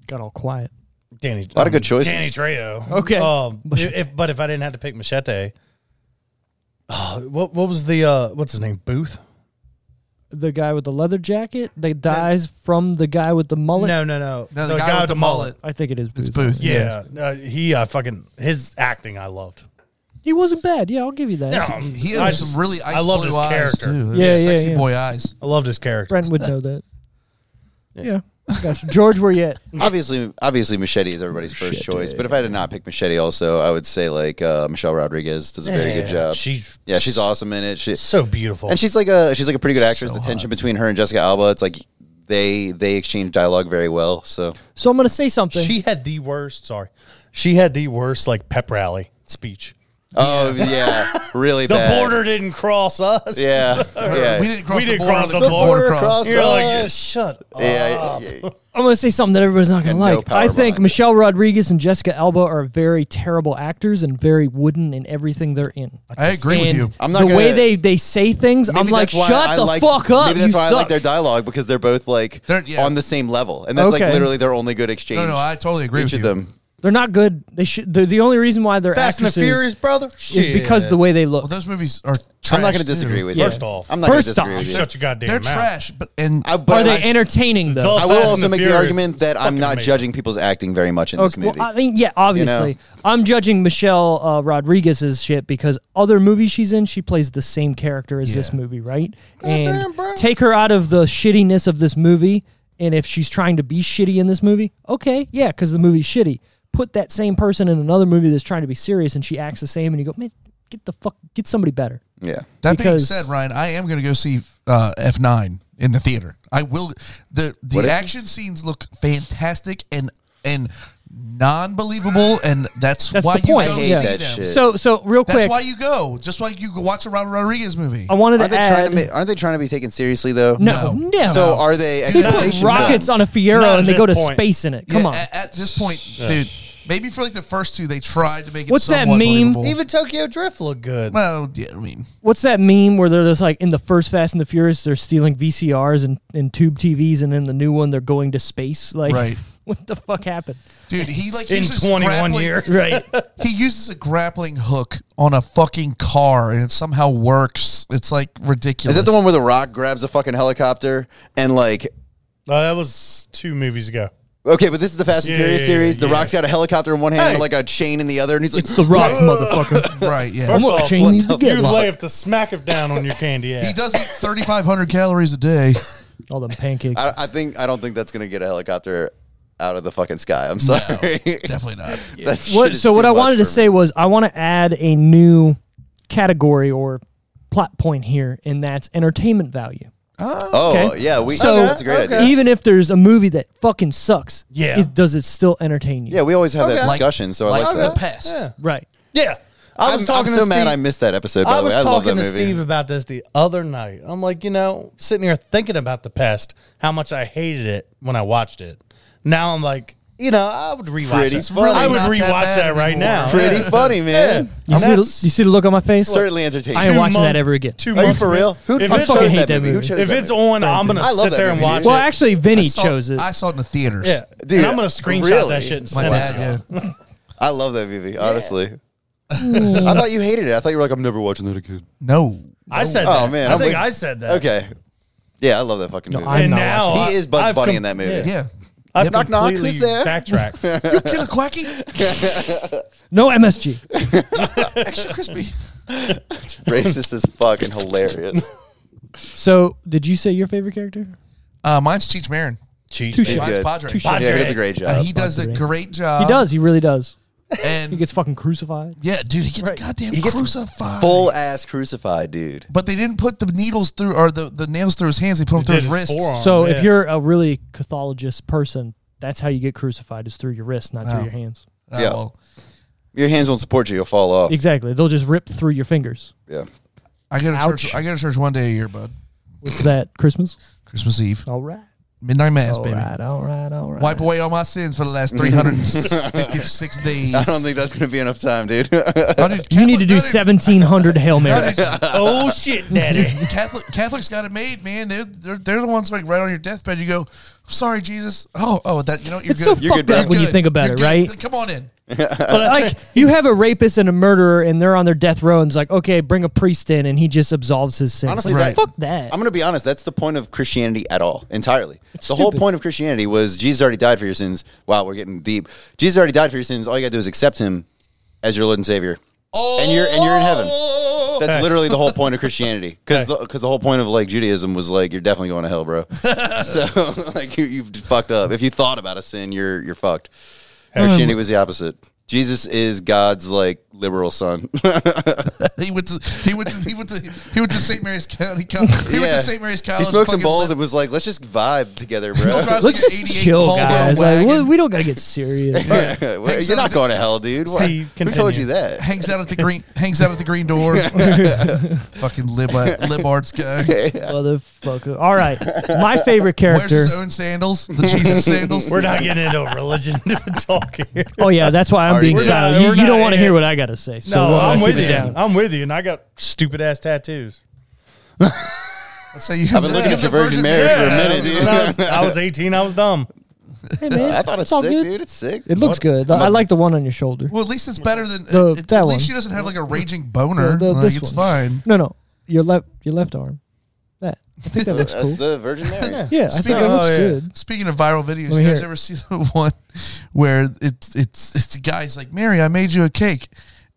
B: Got all quiet.
D: Danny.
A: a lot of good
B: Um,
A: choices.
D: Danny Trejo.
B: Okay.
D: Um, if, but if I didn't have to pick Machete, oh, what what was the uh, what's his name? Booth?
B: The guy with the leather jacket that dies from the guy with the mullet.
D: No, no, no.
C: No, the, guy, with the mullet.
B: I think it is. Booth.
C: It's Booth.
D: Yeah, no, he uh, fucking his acting I loved.
B: He wasn't bad. Yeah, I'll give you that.
D: No,
C: He
D: I
C: has
D: just-
C: some really ice
D: I love
C: blue
D: his
C: eyes
D: character.
C: too.
B: Yeah, yeah,
C: sexy
B: yeah.
C: boy eyes.
D: I loved his character.
B: Brent would know that. Yeah. Gotcha. George, where you at?
A: Obviously, obviously, Machete is everybody's first choice. But if I did not pick Machete, also, I would say like uh, Michelle Rodriguez does a very good job.
D: She's
A: yeah, she's awesome in it. She,
D: so beautiful.
A: and she's like a she's like a pretty good actress. the tension between her and Jessica Alba, it's like they they exchange dialogue very well. So
B: So I'm gonna say something.
D: she had the worst. Sorry, She had the worst like pep rally speech.
A: Oh yeah, really
D: The
A: bad.
D: border didn't cross us.
A: Yeah, yeah.
C: We didn't cross
D: We
C: the
D: didn't
C: border.
D: cross
C: on
D: the
C: the
D: border
C: border crossed.
D: You're like,
A: us.
D: yeah, shut up.
A: yeah, yeah, yeah.
B: I'm going to say something that everybody's not going to
A: And no
B: like.
A: power
B: I think
A: behind it.
B: Michelle Rodriguez and Jessica Alba are very terrible actors and very wooden in everything they're in.
C: I agree with
B: And
C: you.
A: I'm not
B: the
A: gonna-
B: way they, they say things, I'm
A: Maybe
B: like,
A: that's why
B: shut
A: I
B: the
A: like-
B: fuck up.
A: Maybe that's
B: you
A: why
B: suck.
A: I like their dialogue because they're both like
C: They're- yeah.
A: on the same level, and that's
B: Okay.
A: like literally their only good exchange.
C: No, no, I totally agree
A: each
C: with
A: of
C: you.
A: them.
B: They're not good. They should. They're the only reason why they're
D: Fast and the
B: actresses
D: Furious, brother.
B: is because the way they look.
C: Well, those movies are. Trash
A: I'm not going to
C: too.
A: disagree with
B: Yeah.
A: you.
D: First off.
A: I'm not going
B: First
A: to disagree
B: off.
A: with you.
D: Shut your goddamn
C: They're
D: mouth.
C: trash, but and
A: I- but
B: are they
A: I-
B: entertaining though?
A: I
D: Those Fast
A: will
D: and
A: also
D: the
A: make the
D: Furious
A: argument that I'm
D: fucking
A: not
D: amazing.
A: judging people's acting very much in this
B: Okay, well,
A: movie.
B: I mean, yeah, obviously. I'm judging Michelle uh, Rodriguez's shit because other movies she's in, she plays the same character as this
C: Yeah.
B: movie, right? and take her out of the shittiness of this movie, and if she's trying to be shitty in this movie, okay, yeah, because the movie's shitty. Put that same person in another movie that's trying to be serious, and she acts the same, and you go, man, get the fuck, get somebody better.
A: yeah.
C: That
B: Because-
C: being said, Ryan, I am going to go see uh, F nine in the theater. I will. the
A: What
C: The
A: is
C: action scenes look fantastic and and non believable, and that's,
B: That's
C: why
B: the
C: you
B: point,
C: go
A: I hate
C: see
A: that
C: them.
A: shit.
B: So, so real
C: That's
B: quick,
C: why you go. Just like you go watch a Robert Rodriguez movie.
B: I wanted to
A: Aren't they
B: add.
A: trying to? ma- aren't they trying to be taken seriously though?
B: no, no,
C: No.
A: So are they?
B: You put
A: expectation
B: rockets
A: films?
B: on a Fiero
D: Not
B: and
D: at
B: they go to
D: this point.
B: space in it. Come
C: Yeah,
B: on.
C: At, at this point, dude, maybe for like the first two, they tried to make it.
B: What's that
C: somewhat
B: meme?
C: believable.
D: Even Tokyo Drift looked good.
C: well, yeah, I mean,
B: What's that meme where they're just like in the first Fast and the Furious, they're stealing VCRs and, and tube TVs, and in the new one, they're going to space? Like,
C: Right.
B: what the fuck happened?
C: dude, he like
D: In
C: uses
D: 21
C: grappling-
D: years.
B: Right.
C: He uses a grappling hook on a fucking car, and it somehow works. It's like ridiculous.
A: Is that the one where the Rock grabs a fucking helicopter and like?
D: Uh, that was two movies ago.
A: Okay, but this is the Fast and
D: Yeah,
A: Furious
D: yeah, yeah,
A: series. The
D: yeah.
A: Rock's got a helicopter in one hand and
D: Hey.
A: like a chain in the other, and he's like,
B: It's the rock, motherfucker.
C: right? Yeah.
D: First
B: I'm gonna
D: off,
B: chain
D: what
B: these
A: the
B: together.
D: You lay up the smack of down on your candy ass.
C: He does eat 3,500 calories a day.
B: All them pancakes.
A: I, I think I don't think that's gonna get a helicopter out of the fucking sky. I'm sorry.
C: Definitely not.
A: That shit
B: What,
A: is
B: so,
A: too
B: what I
A: much
B: wanted
A: for
B: to
A: me.
B: say was, I want to add a new category or plot point here, and that's entertainment value.
A: Oh
B: okay.
A: yeah, we.
B: So-
A: that's a great
D: Okay.
A: idea.
B: Even if there's a movie that fucking sucks,
D: Yeah.
B: is- does it still entertain you?
A: Yeah, we always have that
D: Okay. Like-
A: discussion. So I
C: Like
A: like
C: the
A: that.
C: pest.
D: Yeah.
B: Right.
D: Yeah. I
A: I'm,
D: was
A: I'm
D: talking
A: so
D: to
A: mad
D: Steve.
A: I missed that episode. By
D: I
A: the way,
D: was
A: I love that
D: talking to
A: movie.
D: Steve about this the other night. I'm like, you know, sitting here thinking about the pest, how much I hated it when I watched it. Now I'm like, you know, I would rewatch
A: Pretty
D: it.
A: funny.
D: I would
C: Not that
D: rewatch
C: bad
D: that, right
C: anymore.
D: now.
A: Pretty
D: Yeah.
A: funny, man.
B: You
D: And
B: see, the, you
D: that's
B: see the look on my face?
A: certainly
B: I
A: entertaining.
B: am
D: two
B: watching that
D: month-
B: ever again.
D: Two
A: Are you
D: months
A: for
D: ago.
A: real? Who
D: If
B: I
A: chose
D: it's,
B: fucking hate
A: that
B: that
A: movie? Who
B: movie.
A: chose
D: if
A: that
D: it's
A: movie?
D: on, I'm gonna
A: I love
D: sit
A: that
D: there and
A: movie,
D: watch
A: dude.
B: Well,
D: it.
B: actually, Vinny
C: I saw,
B: chose it.
C: I saw it in the theaters.
D: yeah.
A: Dude,
D: and I'm gonna screenshot
A: really?
D: that shit and
C: My
D: send it to him.
C: dad, yeah.
A: I love that movie, honestly. I thought you hated it. I thought you were like, I'm never watching that again.
C: No.
D: I said
A: Oh,
D: that.
A: man,
D: I
A: I'm
D: think
A: with-
D: I said that.
A: Okay. Yeah, I love that fucking movie.
B: I'm
D: And
B: not
D: now
A: he is Bugs
D: I've
A: Bunny
D: com-
A: in that movie.
C: Yeah.
D: I've
A: Knock, knock,
D: completely
A: who's there?
D: backtracked.
C: You kill a quacky?
B: No MSG.
C: Extra crispy.
A: Racist as fuck and hilarious.
B: So, did you say your favorite character?
C: Uh, mine's Cheech Marin.
D: Cheat.
B: Touche.
C: Mine's
A: good.
C: Padre.
B: Touche.
A: yeah, he does a great job.
C: Uh, he does a great job.
B: He does. He really does.
C: And
B: He gets fucking crucified.
C: yeah, dude, he gets goddamn
A: He gets
C: crucified.
A: Full ass crucified, dude.
C: But they didn't put the needles through or the, the nails through his hands. They put them through his
D: did his
C: wrists.
D: forearm.
B: So,
D: yeah.
B: if you're a really pathologist person, that's how you get crucified is through your wrist, not through
C: Wow.
B: your hands.
C: Oh,
A: Yeah.
C: well,
A: Your hands won't support you, you'll fall off.
B: Exactly. They'll just rip through your fingers.
A: Yeah.
C: I go to
B: Ouch.
C: church. I go to church one day a year, bud.
B: What's that? Christmas?
C: Christmas Eve,
B: All right.
C: midnight mass,
B: all
C: baby.
B: right. All right. All right.
C: Wipe away all my sins for the last 356 days.
A: I don't think that's gonna be enough time, dude.
C: How did
B: You need to
C: Catholic-
B: do
C: how did-
B: 1,700 Hail
C: how
B: Marys.
C: did-
D: oh shit, daddy.
C: Catholic Catholics got it made, man. They're, they're they're the ones like right on your deathbed. You go, sorry, Jesus. Oh, oh, that you know you're
B: It's so
C: good.
A: You're
B: fucked
A: good,
B: up
A: bro.
B: when you
C: Good.
B: think about
C: You're
B: it,
C: good.
B: right?
C: Come on in.
D: But I
B: like you have a rapist and a murderer and they're on their death row and it's like okay bring a priest in and he just absolves his sins
A: Honestly,
B: Like,
A: that-
B: fuck that
A: I'm gonna be honest. That's the point of Christianity at all, entirely. the whole
B: stupid.
A: point of Christianity was Jesus already died for your sins. Wow, we're getting deep. Jesus already died for your sins. All you gotta do is accept Him as your Lord and Savior,
C: Oh.
A: and you're and you're in heaven. That's literally the whole point of Christianity, because
D: Hey.
A: the, 'cause the whole point of like Judaism was like you're definitely going to hell, bro. so like you you've fucked up. If you thought about a sin, you're you're fucked. Christianity was the opposite. Jesus is God's like liberal son.
C: He went to he went to he went to he went to St. Mary's County. Co- He went to St. Mary's College.
A: He smoked some
C: fucking
A: balls
C: lit-
A: and was like, "Let's just vibe together,
C: Still
A: bro."
B: Let's
C: drives like an
B: just
C: 88
B: chill,
C: Volvo
B: guys. Like, we,
C: wagon.
B: we don't gotta get serious.
A: Well, You're not going to hell, dude. What?
D: Steve,
A: Who told
D: continue.
A: you that?
C: hangs out at the green hangs out at the green door. fucking lib uh, libards guy.
B: Motherfucker. All right. My favorite
C: Wears
B: character.
C: his own sandals, the Jesus sandals.
D: We're not getting into religion talk here.
B: Oh yeah, that's why I'm
A: Already
B: being
A: did.
B: silent.
D: We're not-
B: you,
D: we're
B: you
D: not
B: don't want to hear
D: in.
B: what I gotta say. So
D: no,
B: we'll
D: I'm
B: keep
D: with
B: it
D: you.
B: down.
D: I'm with you, and I got stupid ass tattoos.
C: Let's say you have
A: been
C: the-
A: looking
C: you have
A: at the
C: the
A: Virgin Mary for a
C: tattoo.
A: minute, dude.
D: When I, was, I was 18. I was dumb.
B: Hey, man,
A: I thought it's,
B: it's all
A: sick,
B: good.
A: dude. It's sick.
B: It looks good. I like the one on your shoulder.
C: Well, at least it's better than
B: The-
C: it-
B: that
C: at
B: one.
C: least she doesn't have like a raging boner.
B: The- the-
C: like,
B: this
C: it's
B: one.
C: fine.
B: No, no, your left, your left arm. That I think that looks
A: That's
B: cool.
A: the Virgin Mary.
B: Yeah, I think
C: Oh,
B: that looks
D: yeah.
B: good.
C: Speaking of viral videos,
B: Let me
C: you guys
B: hear it.
C: ever see the one where it's it's it's the guy's like, Mary, I made you a cake.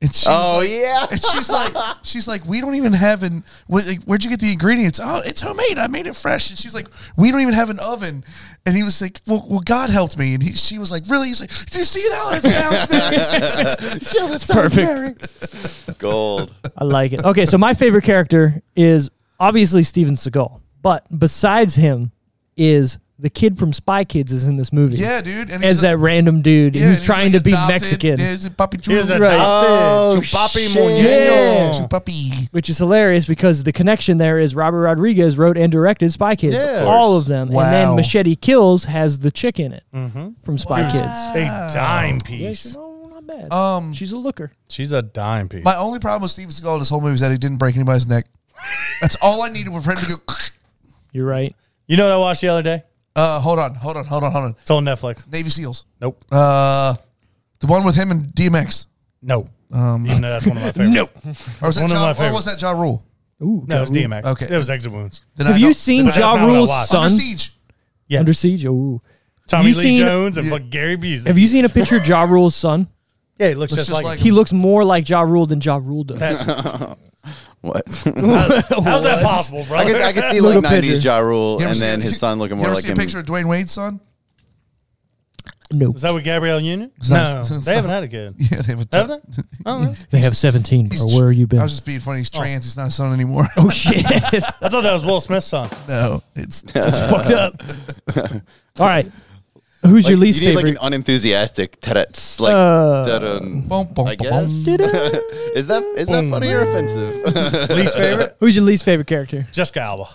C: And she's
A: Oh,
C: like-
A: yeah.
C: and she's like, she's like, we don't even have an. wh- like, where'd you get the ingredients? Oh, it's homemade. I made it fresh. And she's like, we don't even have an oven. And he was like, well, well God helped me. And he, she was like, really? He's like, do you see how that sounds, Mary?
B: Perfect.
A: Gold.
B: I like it. Okay, so my favorite character is obviously Steven Seagal, but besides him is the kid from Spy Kids is in this movie.
C: yeah, dude. And
B: as
C: he's a-
B: that random dude
C: yeah, and
B: who's
C: he's
B: trying
C: like
B: to be
C: adopted.
B: Mexican,
C: Yeah, he's a puppy.
D: Here's
C: Chulo.
D: a
B: Right.
A: Oh,
D: doctor, Chupapi
A: shit.
D: Muñeño.
C: puppy.
B: which is hilarious because the connection there is Robert Rodriguez wrote and directed Spy Kids,
D: Yeah. Of
B: all of them, and
C: Wow.
B: then Machete Kills has the chick in it
D: Mm-hmm.
B: from Spy Kids.
D: A dime piece.
B: No, not bad.
C: Um,
B: She's a looker.
D: She's a dime piece.
C: My only problem with Steven Seagal in this whole movie is that he didn't break anybody's neck. That's all I needed was for him to go.
B: You're right.
D: You know what I watched the other day?
C: Uh, hold on, hold on, hold on, hold on.
D: It's on Netflix.
C: Navy SEALs.
D: Nope.
C: Uh, the one with him and DMX.
D: No. Even though that's one of my favorites. no.
C: Or was, that
D: One of
C: ja, or
D: my
C: was
D: favorites.
C: that Ja Rule?
B: Ooh,
D: No, it was DMX.
C: Okay.
D: Okay. It was Exit Wounds.
C: Then
B: Have
C: I
B: you
C: don't-
B: seen
C: then I-
D: not
B: Ja
D: what I
B: Rule's
D: watched.
B: son
C: Under Siege?
D: Yes.
B: Under siege? Ooh.
D: Tommy
B: you
D: Lee
B: seen-
D: Jones and fuck Gary Busey.
B: Have you seen a picture of Ja Rule's son?
D: yeah, he looks,
C: Looks
D: just,
C: just
D: like,
C: like
B: He looks more like Ja Rule than Ja Rule does.
D: that.
A: What?
D: How's that possible, bro?
A: I could I could see like
B: Little
A: '90s
B: picture.
A: Ja Rule
C: You ever
A: and
C: see-
A: then his son looking more
C: you ever
A: like
C: see
A: him.
C: a picture of Dwayne Wade's son?
B: No.
D: Is that with Gabrielle Union?
C: not-
D: No,
C: it's
D: they
C: not-
D: haven't had a kid.
C: Yeah, they have a
D: Have
C: ton.
D: they? Oh, no.
B: They have 17, bro. Where have you been?
C: I was just being funny. He's trans. He's not his son anymore.
B: oh, shit.
D: I thought that was Will Smith's son.
C: no, it's
B: Fucked up. All right. Who's your
A: Like,
B: least
A: you need,
B: favorite?
A: Like an unenthusiastic tets like
B: Uh,
A: da-dun,
C: Bum, bum,
A: I
C: bum,
A: guess. is that is that
D: Boom.
A: funny or offensive?
D: Least favorite?
B: Who's your least favorite character?
D: Jessica Alba.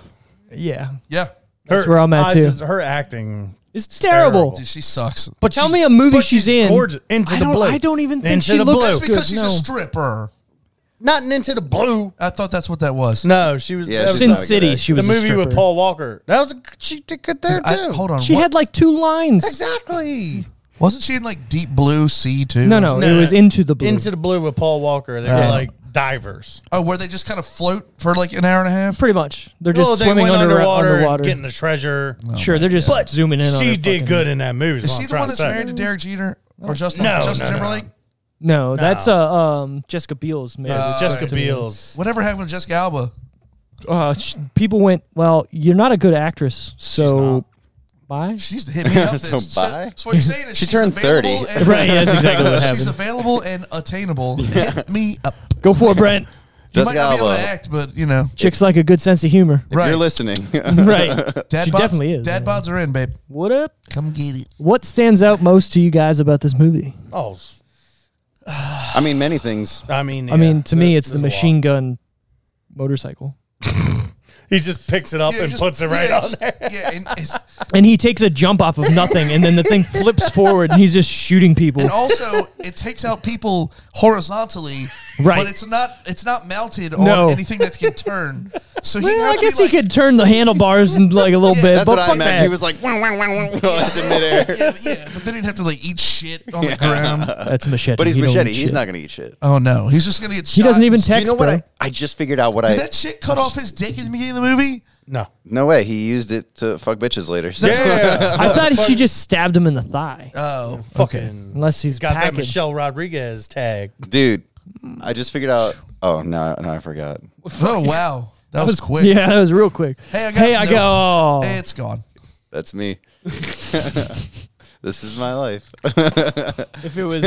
B: Yeah.
C: yeah.
D: Her,
B: That's where I'm at,
D: I
B: too.
D: just- her acting.
B: It's terrible.
D: terrible.
C: Dude, she sucks.
D: But
B: Tell
D: she's-
B: me a movie
D: but
B: she's, in.
D: Gorgeous. Into
B: I
D: the
B: don't-
D: blue.
B: I don't even think
D: Into
B: she
D: the
B: looks
D: blue.
C: That's because
B: Good,
C: she's
B: no.
C: a stripper.
D: Not in into the blue.
C: I thought that's what that was.
D: No, she was.
A: Yeah,
D: that
A: she's
D: was
B: Sin
A: not a good
B: City,
A: actor.
B: she
D: the
B: was a
D: movie with
B: stripper.
D: Paul Walker. That was a, she did good there
C: I-
D: too.
C: hold on.
B: She
C: what-
B: had like two lines.
D: exactly.
C: Wasn't she in like Deep Blue Sea too?
B: No, no,
D: No,
B: it
D: no.
B: was Into the Blue.
D: Into the blue with Paul Walker. They were like divers.
C: Oh, where they just kind of float for like an hour and a half.
B: Pretty much. They're just
D: Well, Oh, they
B: swimming
D: went
B: under, uh,
D: underwater,
B: underwater.
D: and getting the treasure.
B: sure, they're just zooming in on
D: she
B: her
D: did
B: fucking-
D: good in that movie.
C: Is she the one that's married to Derek Jeter or Justin
D: No,
C: Justin
D: no, no.
C: Timberlake?
B: No, that's uh, um, Jessica Biel's marriage.
D: Jessica Biel's?
C: Whatever happened to Jessica Alba?
B: uh, sh- people went, well, you're not a good actress, so bye.
C: She's the hit me up.
A: So
C: so,
A: bye?
C: so what you're saying is
A: She
C: she's
A: turned
C: available
A: 30.
C: And,
B: yeah, that's exactly what
C: She's available and attainable. Hit me up.
B: Go for it, Brent.
C: You
A: Jessica
C: might not be able
A: Alba.
C: to act, but you know,
B: Chicks like a good sense of humor.
A: If
C: Right.
A: you're listening.
B: Right.
C: dad
B: she
C: bods,
B: definitely is.
C: Dad bods are in, babe.
B: What up?
C: Come get it.
B: What stands out most to you guys about this movie?
D: Oh, s-
A: I mean, many things.
D: I mean,
B: I
D: yeah,
B: mean, to me,
D: there-
B: it's the
D: there's a lot.
B: machine gun motorcycle.
D: He just picks it up
C: Yeah,
D: and
C: just-
D: puts it right
C: yeah,
D: on
C: just-
D: there.
C: Yeah, and, it's-
B: And he takes a jump off of nothing, and then the thing flips forward, and he's just shooting people.
C: and also it takes out people horizontally.
B: Right.
C: But it's not it's not mounted
B: No.
C: on anything that can turn. So he
B: Well,
C: have
B: I
C: to be
B: guess
C: like-
B: he could turn the handlebars and like a little bit,
A: That's
B: but
A: what I
B: fuck
A: imagined.
B: that.
A: He was like, "Wah, wah, wah, wah," in midair.
C: Yeah, but- yeah, but then he'd have to like eat shit on the ground.
B: That's machete.
A: But he's
B: He don't
A: machete.
B: eat
A: He's
B: shit.
A: not gonna eat shit.
C: Oh no, he's just gonna get.
B: He doesn't even
A: Do
B: text.
A: you know what?
B: bro.
A: I, I just figured out what I.
C: Did that shit cut off his dick at the beginning of the movie?
D: No.
A: no way. He used it to fuck bitches later. So-
D: Yeah.
B: I thought she just stabbed him in the thigh.
C: Oh, okay.
D: Fucking
B: Unless he's
D: got that
B: packing.
D: Michelle Rodriguez tag.
A: dude. I just figured out. Oh no, no, I forgot.
C: Oh wow, that was quick.
B: Yeah, that was real quick.
C: Hey, I got
B: hey, I oh.
C: no.
B: go.
C: Hey, it's gone.
A: That's me. this is my life.
B: If it was,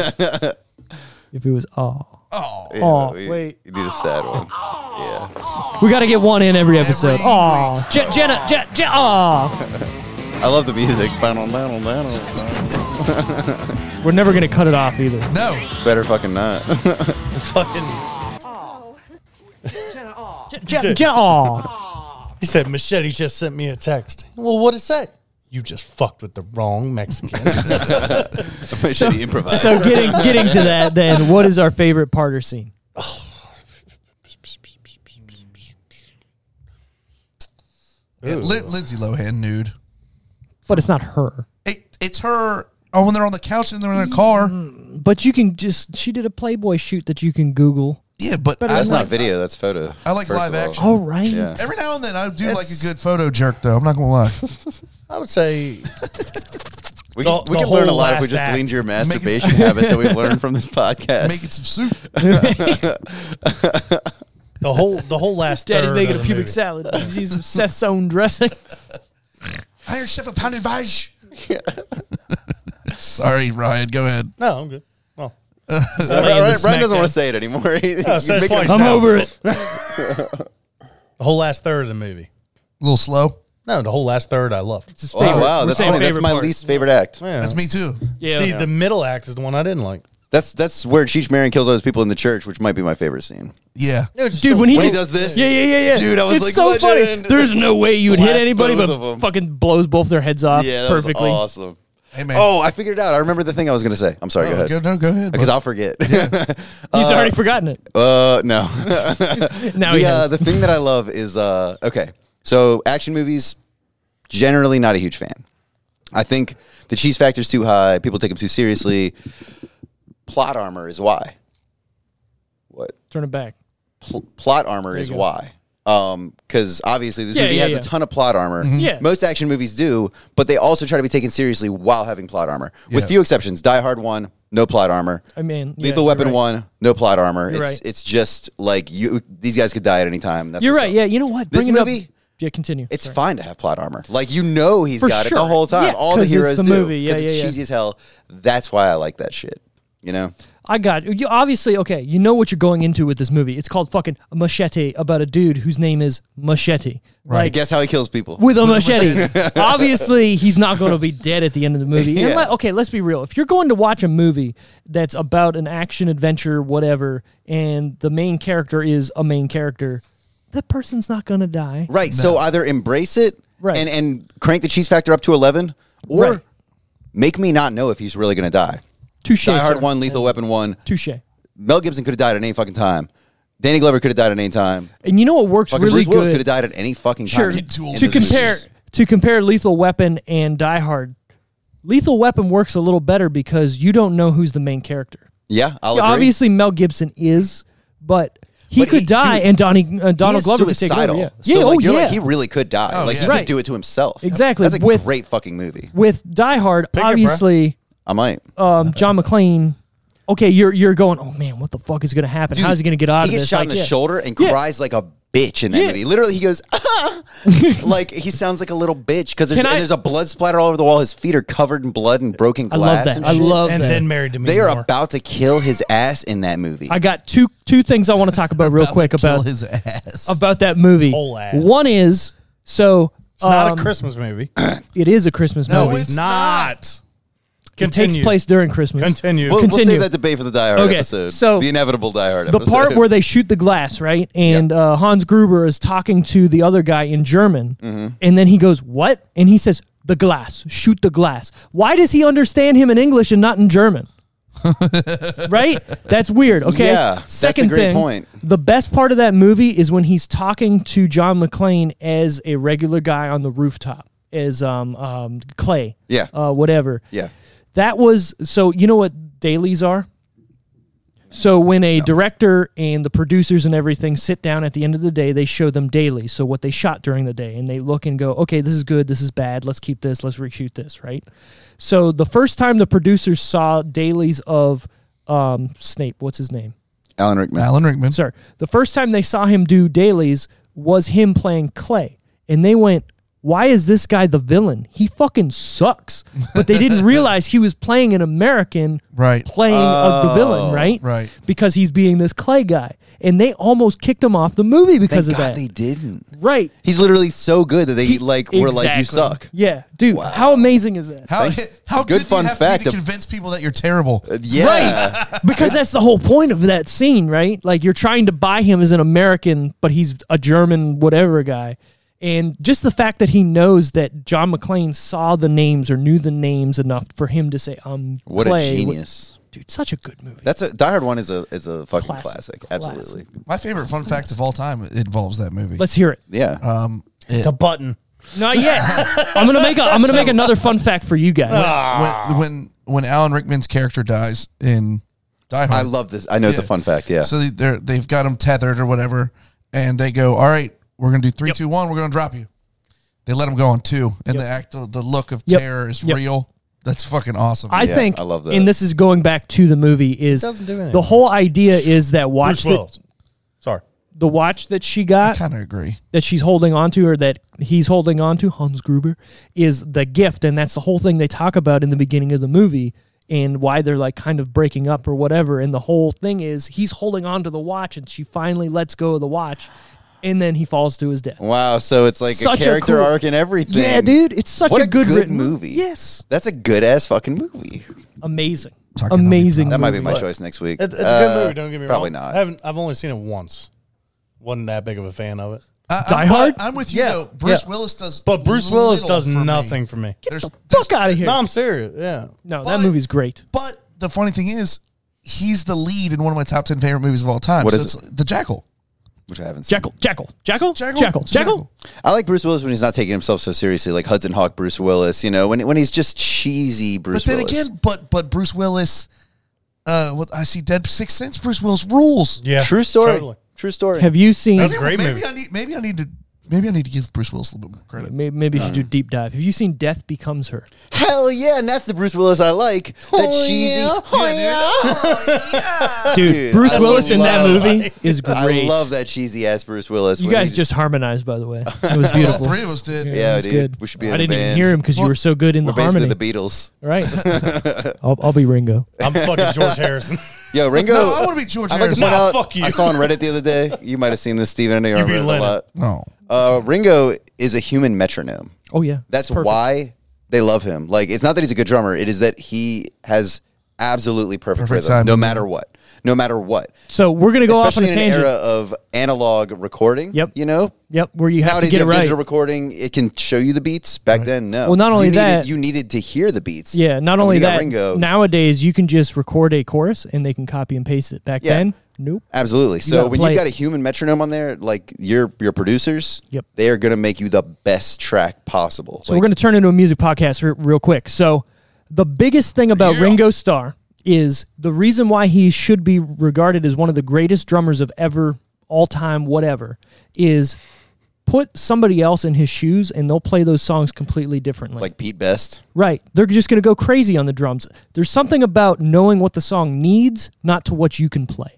B: if it was, oh,
C: Oh,
A: Yeah,
B: Aw,
A: we-
B: wait.
A: You need a sad one. Yeah.
B: We got to get one in every episode.
C: week.
B: Oh, Je- Jenna, Je- Je- aw.
A: I love the music. Battle, battle, battle.
B: We're never gonna cut it off either.
C: no.
A: Better fucking not.
D: Fucking.
B: Je- Je- aw.
D: He said, Machete just sent me a text. Well, what it say? You just fucked with the wrong Mexican.
A: Should he improvise?
B: So getting getting to that, then what is our favorite parter scene?
C: Yeah, Lin- Lindsay Lohan nude.
B: But it's not her.
C: It, it's her. Oh, when they're on the couch and they're in their car.
B: But you can just she did a Playboy shoot that you can Google.
C: Yeah, but,
B: But
C: I,
A: That's not
C: like,
A: video. That's photo.
C: I like
A: first
C: live
A: of all.
C: action.
B: All right.
A: Yeah.
C: every now and then I do like a good photo jerk though. I'm not gonna lie.
D: I would say
A: We can,
D: The-
A: we
D: Oh, the
A: can learn a
D: whole
A: lot if we
D: last
A: just
D: act.
A: gleaned your
C: it-
A: masturbation habits that we've learned from this podcast.
C: Making some soup.
D: the whole the whole last
B: Daddy
D: third
B: making a
D: of the
B: pubic
D: movie.
B: salad. He's using Seth's own dressing.
C: Hire chef a pounded vaj. Sorry, Ryan. Go ahead.
D: No, I'm good. Well,
A: Brian,
D: Laying the
A: Brian
D: smack
A: doesn't want
D: down.
A: to say it anymore. He-
D: Yeah,
A: you
D: Oh, so that's
A: make
D: why
A: him-
D: he's down.
B: it.
D: The whole last third of the movie.
C: A little slow.
D: No, the whole last third I loved.
B: It's his
A: oh,
B: favorite.
A: wow,
B: We're
A: that's
B: saying
A: funny. That's
B: favorite
A: my
B: part.
A: least favorite act.
D: Yeah.
C: That's me too.
B: Yeah.
D: See, the middle act is the one I didn't like.
A: That's that's where Cheech Marin kills all those people in the church, which might be my favorite scene.
C: Yeah.
B: Dude, when he,
A: When he does
B: just-
A: this,
B: yeah, yeah, yeah, yeah,
A: Dude, I was
B: it's
A: like,
B: so
A: legend.
B: funny. There's no way you would hit
A: Blast
B: anybody,
A: both of
B: but
A: 'em.
B: fucking blows both their heads off
A: yeah, that
B: perfectly.
A: was awesome.
C: Hey man.
A: Oh, I figured it out. I remember the thing I was going to say. I'm sorry. go
C: Oh,
A: ahead.
C: go, no, go ahead.
A: Because
C: bud.
A: I'll forget.
B: He's already forgotten it.
A: uh, no.
B: Now he
A: the, uh,
B: has.
A: the thing that I love is uh, okay. So action movies, generally not a huge fan. I think the cheese factor's too high. People take them too seriously. Plot armor is why. What
B: Turn it back.
A: Pl- plot armor is
B: go.
A: why? Um, because obviously this
B: Yeah,
A: movie
B: yeah,
A: has
B: yeah. Mm-hmm.
A: a ton of plot armor.
B: Yeah.
A: most action movies do, but they also try to be taken seriously while having plot armor, with
C: Yeah.
A: few exceptions. Die Hard one, no plot armor.
B: I mean, yeah,
A: Lethal
B: you're
A: Weapon
B: right.
A: one, no plot armor.
B: You're
A: it's
B: right.
A: it's just like you these guys could die at any time. That's
B: You're
A: what's
B: right.
A: up.
B: Yeah, you know what?
A: This
B: Bring it up.
A: movie-
B: Yeah, continue.
A: It's
B: Sorry.
A: fine to have plot armor. Like you know he's
B: For
A: got it
B: sure.
A: the whole time.
B: Yeah,
A: All
B: 'cause
A: the
B: it's
A: heroes
B: the
A: do.
B: movie. Yeah,
A: 'Cause it's
B: yeah, yeah.
A: cheesy as hell. That's why I like that shit. You know?
B: I got you. Obviously, okay, you know what you're going into with this movie. It's called fucking Machete about a dude whose name is Machete. Right.
A: Guess how he kills people.
B: with a machete. Obviously, he's not going to be dead at the end of the movie. And
A: Yeah.
B: let- okay, let's be real. If you're going to watch a movie that's about an action adventure, whatever, and the main character is a main character, that person's not going to die.
A: right. So either embrace it
B: Right.
A: and, and crank the cheese factor up to eleven or
B: Right.
A: make me not know if he's really gonna die.
B: Touche.
A: Die Hard
B: sir.
A: one, Lethal Weapon one.
B: Touche.
A: Mel Gibson could have died at any fucking time. Danny Glover could have died at any time.
B: And you know what works
A: Fucking
B: really
A: Bruce Willis
B: good?
A: could have died at any fucking time.
B: Sure. Fucking
C: tools.
A: in
B: to
A: those
B: compare
A: movies.
B: to compare Lethal Weapon and Die Hard, Lethal Weapon works a little better because you don't know who's the main character.
A: Yeah, I'll agree.
B: Obviously, Mel Gibson is, but he
A: But
B: could
A: he-
B: die,
A: dude,
B: and Donnie uh, Donald
A: is
B: Glover could take over.
A: suicidal.
B: Yeah,
A: So
B: yeah,
A: like,
B: oh
A: you're
B: yeah.
A: like, he really could die.
C: Oh,
A: like
C: yeah.
A: he
B: Right.
A: could do it to himself.
B: Exactly.
A: That's a
B: With-
A: great fucking movie.
B: With Die Hard,
D: Pick it, bruh.
B: obviously,
A: I might.
B: um, John McClane. Okay, you're you're going. Oh man, what the fuck is going to happen? How's he going to get out
A: He
B: of
A: gets
B: this?
A: shot
B: Like,
A: in the
B: yeah.
A: shoulder and
B: Yeah.
A: cries like a bitch in that
B: Yeah.
A: movie. Literally, he goes, "Ah!" like he sounds like a little bitch because there's,
B: Can I-
A: and there's a blood splatter all over the wall. His feet are covered in blood and broken
B: I love
A: glass.
B: that.
A: and
B: I
A: shit.
B: love
D: And
B: that.
D: then married to me.
A: They are
D: More.
A: about to kill his ass in that movie.
B: I got two two things I want to talk about real
C: About to
B: quick
C: kill
B: about
C: his ass.
B: about that movie.
D: whole ass.
B: One is so
D: It's not
B: um,
D: a Christmas movie.
A: Oh,
B: It is a Christmas
C: No,
B: movie.
C: it's
D: It's not.
B: It takes place during Christmas.
D: Continue.
A: we'll, we'll
B: continue.
A: save that debate for the Die Hard
B: Okay,
A: episode.
B: so
A: the inevitable Die Hard
B: the
A: episode.
B: part where they shoot the glass, right? And uh, Hans Gruber is talking to the other guy in German,
A: Mm-hmm.
B: and then he goes, "What?" And he says, "The glass, shoot the glass." Why does he understand him in English and not in German? right? That's weird. Okay.
A: Yeah, that's a
B: Second
A: great
B: thing,
A: point.
B: the best part of that movie is when he's talking to John McClane as a regular guy on the rooftop, as um, um Clay.
A: Yeah.
B: Uh, whatever.
A: yeah,
B: That was so you know what dailies are? So when a director and the producers and everything sit down at the end of the day, they show them dailies. So what they shot during the day and they look and go, "Okay, this is good, this is bad. Let's keep this, let's reshoot this," right? So the first time the producers saw dailies of um, Snape, what's his name?
A: Alan Rickman.
C: Alan Rickman.
B: Sorry. The first time they saw him do dailies was him playing Clay. And they went, why is this guy the villain? He fucking sucks. But they didn't realize he was playing an American
C: Right.
B: playing of the
A: Oh,
B: villain, right?
C: right.
B: Because he's being this clay guy. And they almost kicked him off the movie because
A: Thank
B: of
A: God
B: that.
A: they didn't.
B: right.
A: He's literally so good that they like were like you
B: Exactly.
A: suck.
B: Yeah. Dude, how amazing is that?
C: How,
A: Thanks.
C: how
A: Good
C: good, do
A: fun
C: you have
A: fact
C: to, be
A: of-
C: to convince people that you're terrible?
A: Yeah.
B: Right. Because that's the whole point of that scene, right? Like you're trying to buy him as an American, but he's a German whatever guy. And just the fact that he knows that John McClane saw the names or knew the names enough for him to say, um,
A: What
B: Clay.
A: a genius.
B: Dude, such a good movie.
A: That's a Die Hard One is a is a fucking
B: Classic.
A: classic.
B: Classic.
A: Absolutely.
C: My favorite fun fact of all time involves that movie.
B: Let's hear it.
A: Yeah.
C: um, it-
D: The button.
B: Not yet. I'm gonna make a, I'm gonna make another fun fact for you guys.
D: Oh.
A: Ah.
C: when, when when Alan Rickman's character dies in Die Hard,
A: I love this. I know it's a
C: Yeah.
A: fun fact. Yeah.
C: So they- they're they've got him tethered or whatever, and they go, "All right, we're gonna do three, two, one. We're gonna drop you." They let him go on two, and the act, the look of
B: Yep.
C: terror is
B: Yep.
C: real. That's fucking awesome.
B: I
A: Yeah,
B: think
A: I love that.
B: and this is going back to the movie is
D: Doesn't do anything.
B: the whole idea is that watch
D: Bruce
B: that,
D: Willis. Sorry.
B: the watch that she got
C: kind of agree.
B: that she's holding on to or that he's holding on to, Hans Gruber, is the gift. And that's the whole thing they talk about in the beginning of the movie and why they're like kind of breaking up or whatever. And the whole thing is he's holding on to the watch and she finally lets go of the watch and then he falls to his death.
A: wow. So it's like
B: Such a
A: a character
B: cool-
A: arc and everything.
B: Yeah, dude. It's such
A: What
B: a good, written
A: movie.
B: Yes.
A: That's a good ass fucking movie.
B: Amazing.
C: Talking about
B: Amazing.
A: That might be
B: movie.
A: my choice next week.
D: It, it's a
A: Uh,
D: good movie. Don't get me
A: probably
D: wrong.
A: not.
D: I haven't. I've only seen it once. wasn't that big of a fan of it.
C: I,
B: Die
C: I'm,
B: Hard?
C: I, am with you
D: Yeah.
C: though. Bruce
D: Yeah.
C: Willis does,
D: But Bruce Willis
C: little
D: does
C: for me.
D: nothing for me.
C: There's,
B: Fuck out of here.
D: No, I'm serious. Yeah.
B: No, that
C: But-
B: movie's great.
C: but the funny thing is, he's the lead in one of my top ten favorite movies of all time.
A: What
C: so
A: is
C: it's The Jackal.
A: Which I haven't seen.
B: Jekyll, Jekyll, Jekyll, Jekyll,
C: Jekyll?
B: Jekyll,
C: Jekyll.
A: I like Bruce Willis when he's not taking himself so seriously, like Hudson Hawk Bruce Willis. You know, when when he's just cheesy Bruce
C: but then
A: Willis.
C: again, but but Bruce Willis. Uh, what I see, Dead Sixth Sense. Bruce Willis rules.
D: Yeah.
A: true story.
D: Totally.
A: True story.
B: Have you seen?
D: That's a great
C: maybe
D: movie.
C: I need, maybe I need to, maybe I need to give Bruce Willis a little bit more credit.
B: Maybe, maybe you should do a deep dive. Have you seen Death Becomes Her?
A: Hell yeah, and that's the Bruce Willis I like. that
B: Oh,
A: cheesy.
B: dude,
A: Dude,
B: Bruce
A: I
B: Willis in that
A: love-
B: movie is great.
A: I love that cheesy ass Bruce Willis.
B: You
A: when
B: guys
A: he's-
B: just harmonized, by the way. It was
C: All
B: beautiful.
C: three of us did.
A: yeah,
B: It's
A: dude.
B: good.
A: We should be. In
B: I
A: a
B: didn't even
A: band.
B: hear him because you were so good in
A: We're
B: the
A: basically
B: harmony.
A: the Beatles.
B: right. I'll, I'll be Ringo.
D: I'm fucking George Harrison.
A: Yo, Ringo.
C: No, I want to be George
A: I'd like to
C: Harrison.
A: point
D: Nah,
A: out.
D: fuck you.
A: I saw on Reddit the other day. You might have seen this, Steven. I know you
D: You be
A: remember it a
D: Lennon.
A: lot.
C: no,
A: Uh, Ringo is a human metronome.
B: Oh yeah.
A: That's
B: Perfect.
A: why they love him. Like it's not that he's a good drummer; it is that he has absolutely perfect,
C: Perfect
A: rhythm, no
C: timing.
A: matter what, no matter what.
B: So we're gonna go
A: Especially
B: off
A: in
B: on a
A: an
B: tangent.
A: era of analog recording.
B: Yep.
A: You know,
B: Yep, where you have
A: nowadays
B: to
A: you
B: get
A: have
B: it right.
A: digital recording; it can show you the beats. Back then, no.
B: Well, not only
A: you needed,
B: that-
A: you needed to hear the beats.
B: Yeah, not
A: And when
B: only
A: you got
B: that.
A: Ringo.
B: Nowadays, you can just record a chorus and they can copy and paste it. Back
A: Yeah.
B: then, nope.
A: Absolutely. So
B: gotta
A: when
B: play
A: you've got
B: it.
A: a human metronome on there, like your your producers,
B: Yep.
A: they are going to make you the best track possible.
B: So we're going to turn into a music podcast re- real quick. So the biggest thing about Ringo Starr is the reason why he should be regarded as one of the greatest drummers of ever all time whatever is put somebody else in his shoes and they'll play those songs completely differently.
A: like Pete Best.
B: Right. They're just going to go crazy on the drums. There's something about knowing what the song needs, not to what you can play.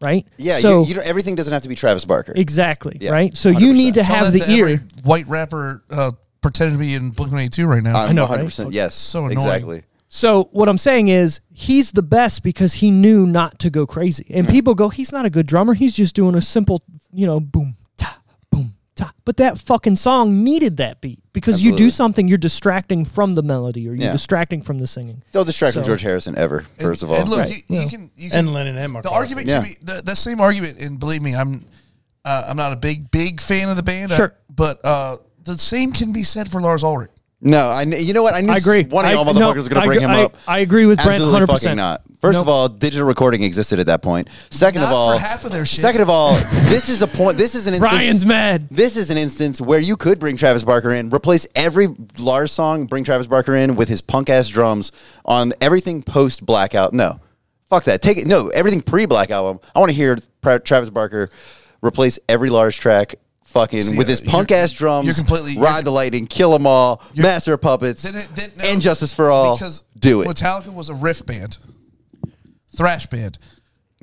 B: Right?
A: Yeah,
B: So
A: you, you don't, everything doesn't have to be Travis Barker.
B: exactly,
A: Yeah,
B: right? So you need to
C: Tell
B: have
C: that
B: the
C: to every
B: ear.
C: White rapper uh, pretending to be in Blink One Eighty Two right now.
A: I'm
B: I know, right?
A: 100%. Yes.
C: So annoying.
A: exactly.
B: So what I'm saying is he's the best because he knew not to go crazy. And people go, he's not a good drummer. He's just doing a simple, you know, boom ta boom ta. But that fucking song needed that beat because you do
A: Absolutely.
B: something, you're distracting from the melody or you're
A: Yeah.
B: distracting from the singing.
A: Don't distract from
B: So-
A: George Harrison ever. First of all,
C: and look,
B: Right.
C: you, you
B: Yeah.
C: can, you can
D: and Lennon and Mark.
C: the argument
A: Yeah.
C: can be the, that same argument, and believe me, I'm uh, I'm not a big big fan of the band, I-
B: Sure.
C: but uh, the same can be said for Lars Ulrich.
A: no, I kn- you know what? I knew
B: I agree.
A: one of y'all
B: I-
A: motherfuckers
B: no,
A: was going
B: I
A: to bring
B: gr-
A: him
B: I-
A: up.
B: I agree with Brent
A: Absolutely
B: 100%.
A: fucking not. First
B: Nope.
A: of all, digital recording existed at that point. Second of
C: Not
A: all,
C: for half of their shit.
A: second of all, this is a point. This is an instance.
B: Brian's mad.
A: This is an instance where you could bring Travis Barker in, replace every Lars song, bring Travis Barker in with his punk ass drums on everything post Blackout. No, fuck that. Take it. No, everything pre Black Album. I want to hear Pra- Travis Barker replace every Lars track. Fucking with his
C: uh, you're-
A: punk ass drums,
C: you're completely-
A: ride the lightning, kill them all, master of puppets,
C: Then it- then- no,
A: and justice for all. do it.
C: Metallica was a riff band, thrash band.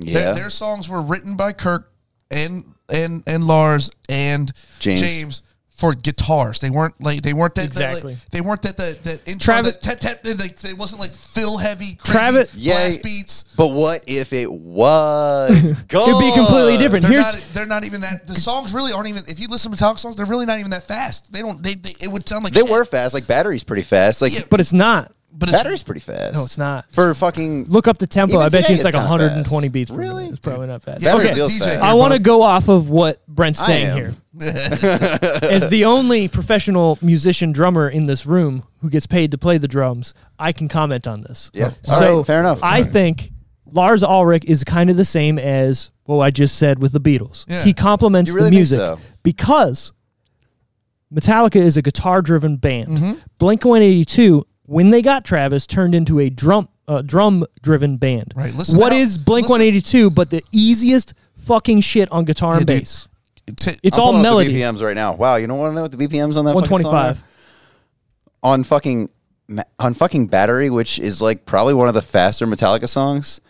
C: Their-
A: Yeah.
C: Their, songs were written by Kirk and and and Lars and
A: James.
C: James for guitars. They weren't like they weren't that
D: Exactly.
C: That, like, they weren't that that that intro.
B: Travis-
C: that tat, tat, that, like, they wasn't like fill heavy. Crazy
B: Travis-
C: blast
A: Yay.
C: beats.
A: But what if it was?
B: It'd be completely different.
C: They're
B: Here's
C: not, they're not even that. The songs really aren't even. If you listen to Metallica songs, they're really not even that fast. They don't. They, they it would sound like
A: They
C: shit,
A: were fast. Like battery's pretty fast. Like
C: Yeah,
B: but it's not.
C: But it's,
A: battery's pretty fast.
B: No, it's not.
A: For fucking
B: Look up the tempo.
A: Even
B: I bet
A: today
B: you it's like
A: kinda
B: 120
A: fast.
B: beats per
A: Really?
B: minute. It's probably not fast.
C: Yeah,
A: Battery
B: okay.
A: feels
C: DJ.
A: fast.
B: I want to go off of what Brent's
A: I
B: saying
A: am.
B: here. As the only professional musician drummer in this room who gets paid to play the drums, I can comment on this.
A: Yeah. All
B: So
A: right, fair enough.
B: I think Lars Ulrich is kind of the same as what I just said with the Beatles.
C: Yeah.
B: He complements
A: You really
B: the
A: think
B: music
A: so?
B: because Metallica is a guitar-driven band. Blink 182, when they got Travis, turned into a drum uh, drum-driven band.
C: Right, listen
B: What
C: to how-
B: is Blink
C: listen-
B: 182 but the easiest fucking shit on guitar and
C: Yeah, dude.
B: bass?
C: t-
B: It's
A: I'm
B: all
A: pulling up
B: melody.
A: The BPMs right now. Wow, you don't want to know what the BPMs on that fucking song are?
B: 125.
A: on fucking ma- on fucking battery, which is like probably one of the faster Metallica songs.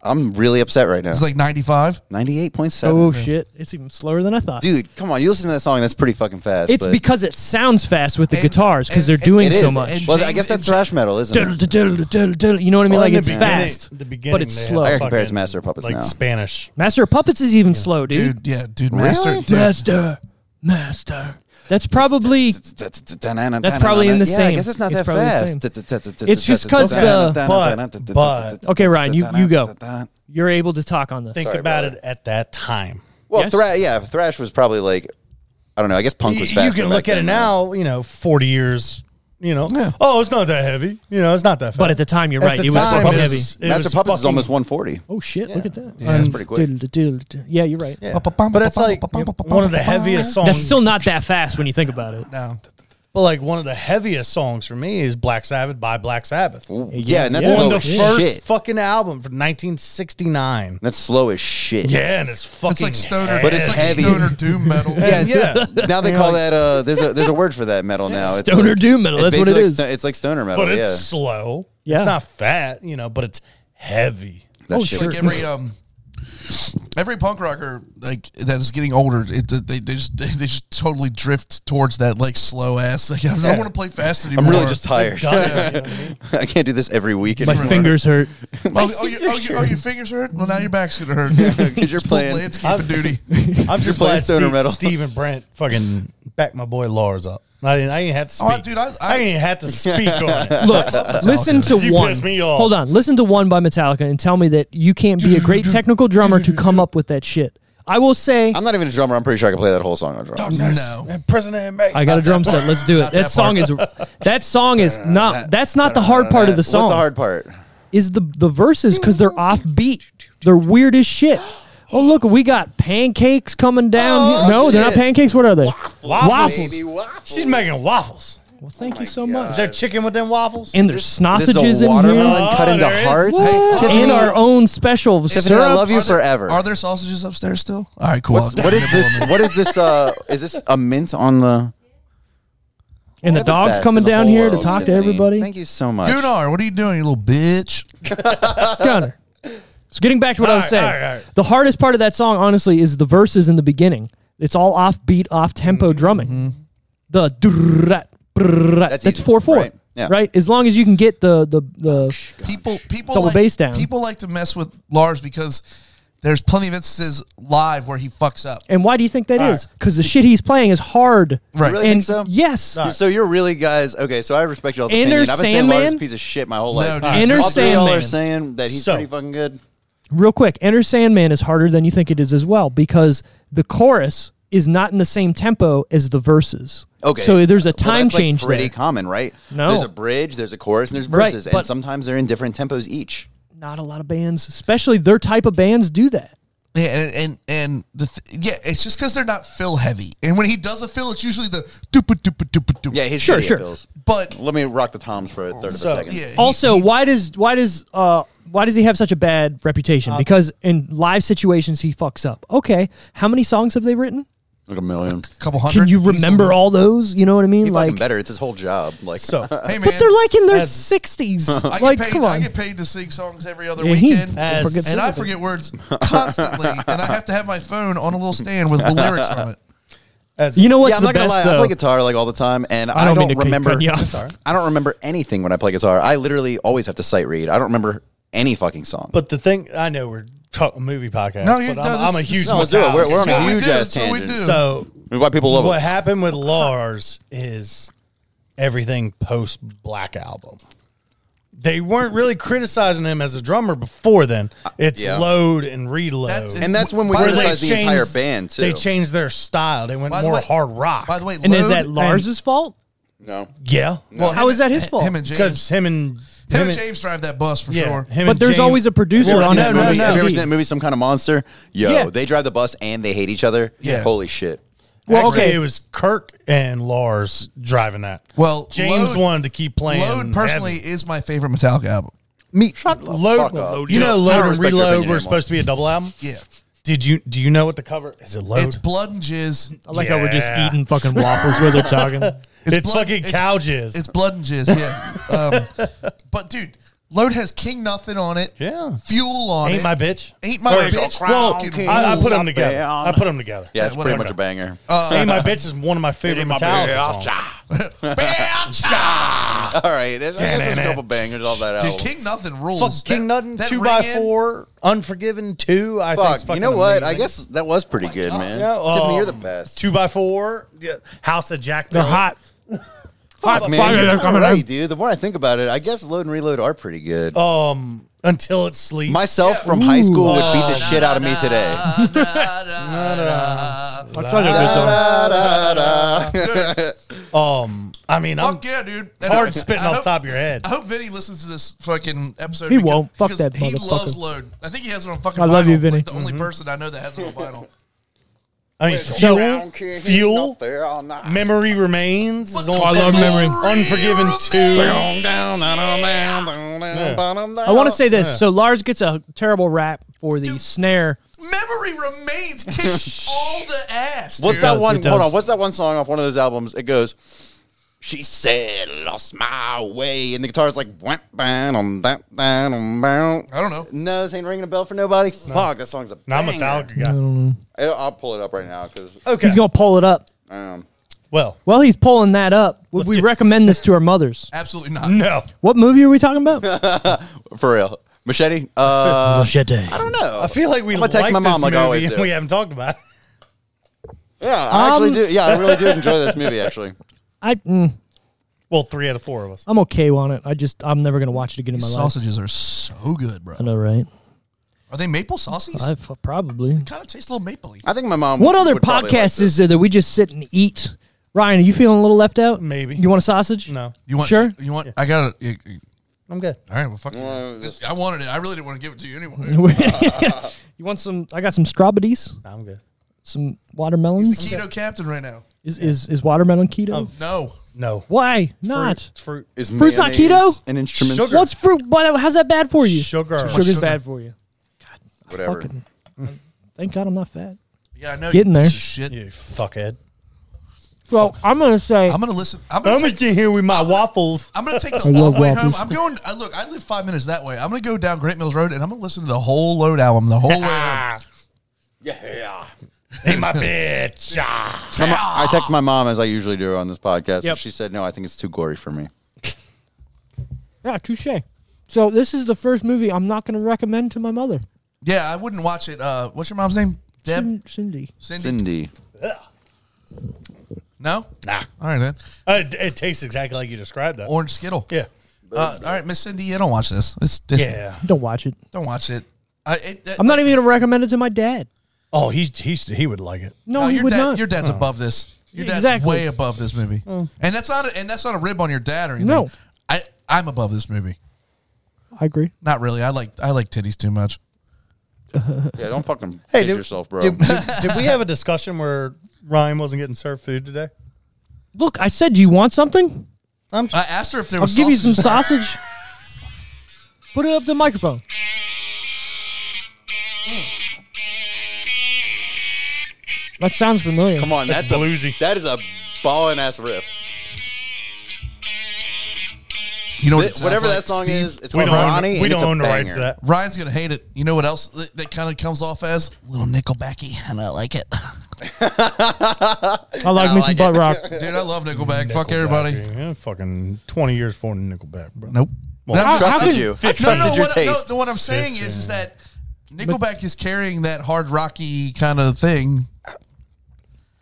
A: I'm really upset right now.
C: it's like ninety five.
A: Ninety eight point seven.
B: Oh shit! It's even slower than I thought.
A: Dude, come on! You listen to that song. That's pretty fucking fast.
B: it's
A: but
B: because it sounds fast with the
C: And-
B: guitars because they're
C: and-
B: doing
A: it is.
B: so much.
C: and-
A: well, I
C: James-
A: guess that's
C: and-
A: thrash metal, isn't
B: Diddle,
A: it?
B: diddle, diddle, diddle. You know what I mean? Like
D: in the
B: it's
D: beginning-
B: fast,
D: The beginning,
B: but it's
D: they had
B: slow.
A: I gotta compare it to
D: fucking,
A: Master of Puppets
D: like
A: now.
D: Spanish.
B: Master of Puppets is even slow, dude.
C: Dude, yeah, dude, master.
A: Really?
C: Dude,
B: Master, master. That's probably
A: That's
B: probably in the
A: yeah, I
B: same.
A: guess it's not
B: It's
A: that
B: probably the
A: fast.
B: It's just 'cause the-
D: But- but-
B: okay, Ryan. You you go. You're able to talk on this.
D: Think
A: Sorry,
D: about
A: brother.
D: it at that time.
A: Well,
B: Yes.
A: thrash, yeah, thrash was probably like, I don't know. I guess punk
D: You,
A: was fast.
D: you can look at it now. You know, forty years. You know,
C: Yeah.
D: oh, it's not that heavy. You know, it's not that. Fast.
B: But at the time, you're
D: At
B: right.
D: the
B: It was
D: time,
B: fucking
D: it
B: heavy.
D: was- it
A: Master
D: was
A: of Puppets is
D: fucking-
A: almost one forty.
B: Oh shit! Look at that.
A: Yeah, that's pretty quick.
B: Diddle, diddle, diddle. Yeah, you're right.
D: But it's like one of the heaviest songs.
B: That's still not that fast when you think about it.
C: No,
D: But like one of the heaviest songs for me is Black Sabbath by Black Sabbath.
A: Yeah, and that's
B: Yeah.
A: slow
D: On the
A: as
D: first
A: shit.
D: fucking album from 1969.
A: That's slow as shit.
D: Yeah, and it's fucking.
C: it's like stoner.
A: But it's
C: like
A: heavy.
C: stoner doom metal.
D: Yeah, yeah.
A: Now they call that uh, there's a there's a word for that metal now. It's
B: Stoner
A: like-
B: doom metal.
A: it's
B: That's what it
A: basically like
B: is.
A: sto- it's like stoner metal.
D: but it's
A: yeah.
D: slow.
B: Yeah.
D: it's not fat, you know, but it's heavy.
A: That
B: oh,
A: shit.
B: sure.
C: like every um every punk rocker like that is getting older it, they, they just they, they just totally drift towards that like slow ass like i don't want to play fast anymore
A: I'm really just tired.
D: Done, you know what I mean?
A: I can't do this every week
B: My
A: anymore.
B: fingers hurt.
C: oh, oh, your, oh, your, oh your fingers hurt well now your back's gonna hurt
A: because you're playing.
C: landscaping duty
D: I'm
A: playing
D: just glad
A: stoner
D: Steve,
A: metal.
D: Steve and Brent fucking back my boy Lars up. I didn't. I ain't had to
C: Oh,
D: speak.
C: dude, I- I-
D: ain't had to speak on it.
B: Look, listen to
D: You
B: one.
D: pissed me off.
B: Hold on, listen to one by Metallica and tell me that you can't be a great technical drummer to come up with that shit. I will say,
A: I'm not even a drummer. I'm pretty sure I can play that whole song on drums.
C: no
D: And President and Mac-
B: I got a drum set. Let's do it. That song is that song is not that's not the hard part of the
A: What's the
B: song.
A: hard part?
B: Is the the verses because they're off beat. They're weird as shit. Oh look, we got pancakes coming down. here. No, they're not
A: shit.
B: pancakes. What are they?
D: Waffles.
B: Waffles.
D: She's making waffles.
B: Well, thank you so
D: Is
B: much.
D: there chicken within waffles?
B: And there's sausages
A: this is a
B: in
A: watermelon
B: here.
D: Oh,
A: cut into
D: there is-
A: hearts.
B: What?
A: Tiffany,
B: And our own special
A: Tiffany,
B: syrup.
A: I love you
C: Are there-
A: forever.
C: are there sausages upstairs still all right cool
A: What's-
C: I'll-
A: what is this? What is this? Uh, is this a mint on the?
B: And the
A: You're
B: dog's
A: best
B: coming
A: in the
B: down
A: whole
B: here
A: world,
B: to talk
A: Tiffany.
B: to everybody.
A: Thank you so much.
C: Gunnar, what are you doing, you little bitch?
B: Gunner. So getting back to what I was
D: Alright,
B: saying,
D: alright, alright.
B: the hardest part of that song, honestly, is the verses in the beginning. It's all off beat, off tempo
A: Mm-hmm.
B: drumming. The drrrat, brrrat, that's,
A: That's easy,
B: four four, right?
A: right? Yeah. Oh,
B: As long as you can get the the the
C: People, people,
B: Double
C: like,
B: bass down.
C: people like to mess with Lars because there's plenty of instances live where he fucks up.
B: and why do you think that is? Because the shit he's playing is hard.
C: Right.
A: Really think
B: And
A: so?
B: yes,
A: So you're really guys. Okay, so I respect y'all's
B: Inner
A: opinion. I've been saying Lars is
B: Sandman?
A: a piece of shit my whole
C: No,
A: life.
C: dude.
A: All
B: Enter
C: All
A: three of y'all are
B: Sandman.
A: saying that he's
D: So-
A: pretty fucking good.
B: Real quick, Enter Sandman is harder than you think it is as well because the chorus is not in the same tempo as the verses.
A: Okay.
B: So there's a
A: Well,
B: time
A: that's, like,
B: change
A: pretty
B: there.
A: common, right?
B: No.
A: There's a bridge, there's a chorus, and there's
B: Right,
A: verses,
B: but-
A: and sometimes they're in different tempos each.
B: not a lot of bands, especially their type of bands, do that.
C: Yeah, and and, and the th- yeah, it's just because they're not fill heavy. And when he does a fill, it's usually the dupa dupa dupa dupa.
A: Yeah, he's shitty
B: Sure,
A: at
B: sure.
A: fills.
C: but
A: Let me rock the toms for a third
D: So-
A: of a second.
C: yeah, he-
B: Also, why does why does uh why does he have such a bad reputation? because in live situations he fucks up. Okay, how many songs have they written?
A: Like a million.
C: a couple hundred.
B: Can you
C: he's
B: remember
C: a-
B: all those? You know what I mean?
A: He
B: Like,
A: fucking better. It's his whole job. Like
D: So
C: Hey man,
B: but they're like in their
D: As-
B: sixties.
C: I get
B: Like,
C: paid.
B: come
C: I
B: on.
C: get paid to sing songs every other
B: Yeah, he
C: weekend.
D: As-
B: forgets
C: and I
B: everything.
C: forget words constantly, and I have to have my phone on a little stand with the lyrics on it.
D: As
B: You know what's
A: yeah, I'm
B: the
A: not gonna
B: best
A: lie. I
B: though?
A: play guitar like all the time, and I
B: don't
A: don't,
B: mean to keep
A: remember.
B: cutting you off. That's all right.
A: I don't remember anything when I play guitar. I literally always have to sight read. I don't remember any fucking song.
D: But the thing I know we're talking movie podcast.
C: No,
D: No,
C: you're-
D: but I'm,
C: no, this
D: I'm a
C: is-
D: huge.
C: no,
A: no, let's do it. We're, we're on
C: That's
A: a
C: what we
A: huge
C: do.
A: ass
C: That's what we
A: tangent.
C: do.
D: So
A: That's why people love
D: what
A: it.
D: happened with Lars is everything post Black Album. They weren't really criticizing him as a drummer before then. It's
A: yeah.
D: load and reload.
C: That's-
A: And that's when we
C: Where they
A: criticized the entire
D: changed-
A: band too.
D: They changed their style. They went
C: By the
D: more
C: way-
D: hard rock.
C: By the way,
B: And is
C: Load-
B: that Lars's fault?
A: no,
D: yeah,
C: Well,
B: How
C: him
B: is that
C: and-
B: his fault?
C: Him and
D: because
C: James.
D: him and
C: Him and James drive that bus for
D: yeah,
C: sure.
D: him
B: But
D: and
B: there's
D: James-
B: always a producer
D: Well,
B: on
D: no,
B: that
D: no,
A: movie,
D: no.
A: have you ever seen that movie, Some Kind of Monster? Yo,
B: Yeah.
A: they drive the bus and they hate each other.
C: Yeah.
A: Holy shit.
B: Well,
D: Actually,
B: okay.
D: it was Kirk and Lars driving that.
C: Well,
D: James
C: Load-
D: wanted to keep playing.
C: Load personally
D: heavy.
C: is my favorite Metallica album.
A: Me, shut the
D: Load,
A: fuck up.
D: you know,
A: I don't
D: Load and
A: respect your
D: Reload
A: opinion
D: were
A: anymore.
D: supposed to be a double album.
C: Yeah,
D: Did you do you know what the cover is? It Load.
C: it's blood and jizz.
B: I like how we're just
D: Yeah.
B: eating fucking waffles while they're talking.
D: It's,
C: blood-
D: fucking
C: it's-
D: cow jizz.
C: It's blood and jizz. Yeah, um, but dude, Load has King Nothing on it.
D: Yeah.
C: Fuel on
D: Ain't
C: it.
D: my bitch.
C: Ain't my
D: Or-
C: bitch.
D: Well,
C: Fucking
D: I, I put them
A: up
D: together.
A: there.
D: I put them together.
A: Yeah, it's
C: Yeah,
A: pretty
C: whatever. Uh,
A: much a banger.
D: Ain't my bitch is one of my favorite Metallica songs.
C: Bitch!
A: All right, there's, there's a couple bangers off that
C: Dude,
A: album.
C: King Nothing rules.
D: Fuck King
C: That-
D: Nothing,
C: that
D: two
C: ring
D: by
C: in-
D: four, Unforgiven two. I think
A: Fuck,
D: it's
A: you
D: fucking
A: know what? I
D: amazing.
A: guess that was pretty
C: Oh
A: good, man.
D: Yeah, uh,
A: Tiffany, you're the best.
D: Two by four, yeah, House of Jack.
B: They're hot.
A: Fuck,
B: Fuck,
A: man. You're
B: they're coming
A: right,
B: out.
A: dude. The more I think about it, I guess Load and Reload are pretty good.
D: Um, until it sleeps.
A: Myself from high school would beat the
C: Ooh.
A: shit out of me today.
B: I'll try to
D: Um, I mean, I'm
C: Fuck yeah, dude.
D: it's
C: And I-
D: hard spitting
C: I
D: off
C: hope-
D: top of your head.
C: I hope Vinny listens to this fucking episode.
B: He
C: because-
B: won't. Fuck
C: because
B: that
C: He loves
B: motherfucker.
C: Load. I think he has it on fucking
B: I love
C: vinyl,
B: you, Vinny.
C: like the only person I know that has it on vinyl.
D: I mean, fuel, fuel, memory remains. Is on
C: I love
B: Memory.
D: Unforgiven two.
B: I want to say this. So Lars gets a terrible rap for the snare.
C: Memory remains. Kick all the ass.
A: What's
C: dude.
A: that
B: does,
A: one?
B: it
A: Hold
B: does.
A: on. What's that one song off one of those albums? It goes, "She said, lost my way," and the guitar's like, "Went down on that down on bound."
C: I don't know.
A: No, this ain't ringing a bell for nobody. Fuck, that song's a
D: Not
A: banger.
D: Metallica guy.
A: I'll I'll pull it up right now because
D: Okay.
B: He's gonna pull it up.
A: um,
D: well,
B: Well, he's pulling that up. Would
D: Let's
B: we
D: get-
B: recommend this to our mothers?
C: Absolutely not.
D: no.
B: What movie are we talking about?
A: for real, machete. Uh,
B: Machete.
A: I don't know.
D: I feel like we
A: I'm
D: like
A: gonna text my mom
D: this
A: like I
D: movie Oh,
A: always
D: and
A: do.
D: we haven't talked about it.
A: yeah, I
B: Um,
A: actually do. Yeah, I really do enjoy this movie. Actually,
B: I, mm,
D: Well, three out of four of us.
B: I'm okay on it. I just I'm never gonna watch it again in my life.
C: Sausages are so good, bro.
B: I know, right?
C: Are they maple sausages?
B: I f- probably.
C: kind of tastes a little mapley.
A: I think my mom.
B: What other
A: would probably like
B: podcast
A: this.
B: is there that we just sit and eat? Ryan, are you feeling a little left out?
D: Maybe.
B: You want a sausage?
D: No,
C: You want?
B: Sure.
C: You want? I got it. you- you-
D: I'm good.
C: All right. Well, fuck. it.
A: Well,
C: This- I wanted it. I really didn't want to give it to you
B: Mm-hmm.
C: anyway.
B: you want some? I got some strawberries,
D: I'm good.
B: some
C: He's
B: watermelons.
C: the keto captain right now.
B: Is is, is watermelon keto?
C: No.
D: No,
B: Why not?
D: Um, Fruit, it's fruit.
A: Is
B: Fruit's not
A: mayonnaise
B: keto?
A: An instrument.
D: Sugar.
B: What's fruit? Why, how's that bad for you?
D: Sugar.
B: Sugar's
C: Sugar.
B: bad for you.
A: Whatever.
B: Fucking- Thank God I'm not fat.
C: Yeah, I know.
B: Getting
C: you
B: there.
C: piece of Shit.
D: You fuckhead.
B: Well, I'm gonna say
C: I'm gonna listen. I'm gonna.
D: I'm
C: take,
D: just in here with my waffles.
C: I'm gonna take the
B: I
C: long
B: love
C: way
B: waffles.
C: home. I'm going. I, look, I live five minutes that way. I'm gonna go down Great Mills Road and I'm gonna listen to the whole load album the whole way. home.
A: Yeah.
D: Ain't my bitch.
A: My mo- I text my mom as I usually do on this podcast.
B: Yep.
A: And she said, "No, I think it's too gory for me."
B: yeah, touche. So this is the first movie I'm not gonna recommend to my mother,
C: Yeah, I wouldn't watch it. Uh, what's your mom's name? Deb.
B: Cin- Cindy.
C: Cindy.
A: Cindy.
C: No.
D: Nah.
C: All right then.
D: Uh, it, it tastes exactly like you described that.
C: Orange Skittle.
D: yeah.
C: Uh, all right, Miss Cindy, you don't watch this. It's, it's,
D: Yeah.
B: Don't watch it.
C: Don't watch it. I, it, that-
B: I'm not even gonna recommend it to my dad.
D: Oh, he's he's he would like it.
B: No, he
C: your
B: would
C: dad,
B: not.
C: Your
A: Oh.
C: dad's above this. Your dad's
B: Exactly. Mm.
C: way above this movie. And that's not. A, and that's not a rib on your dad or anything.
B: No.
C: I I'm above this movie.
B: I agree.
C: Not really. I like I like titties too much.
A: Yeah, don't fucking
D: Hey,
A: kid
D: did-
A: yourself, bro.
D: Did, did, did we have a discussion where Ryan wasn't getting served food today?
B: Look, I said, do you want something?
D: I'm
C: I
D: just,
C: asked her if there
B: I'll
C: was.
B: give you some
C: sausages.
B: sausage. Put it up to the microphone. Mm. That sounds familiar.
A: Come on, that's, a
D: bluesy.
A: That is a ballin' ass riff.
C: You know what
A: Th-
C: it sounds
A: whatever
C: like,
A: that song
C: Steve?
A: is, it's
D: we
A: called
D: don't
A: Ronnie.
D: own, we
A: and
D: don't
A: it's a
D: own the rights to
A: banger.
D: that.
C: Ryan's gonna hate it. You know what else that, that kind of comes off as little Nickelbacky, and I like it.
B: I like me some butt rock.
C: Dude, I love Nickelback. Fuck everybody.
D: Yeah, fucking 20 years for Nickelback, bro.
C: Nope.
D: Well,
C: That-
B: How- how
A: Trusted
B: can-
A: you.
D: Fix-
C: no, no,
A: Trusted your
C: what, no,
A: taste.
C: the- what I'm saying is, is that Nickelback is carrying that hard rocky kind of thing.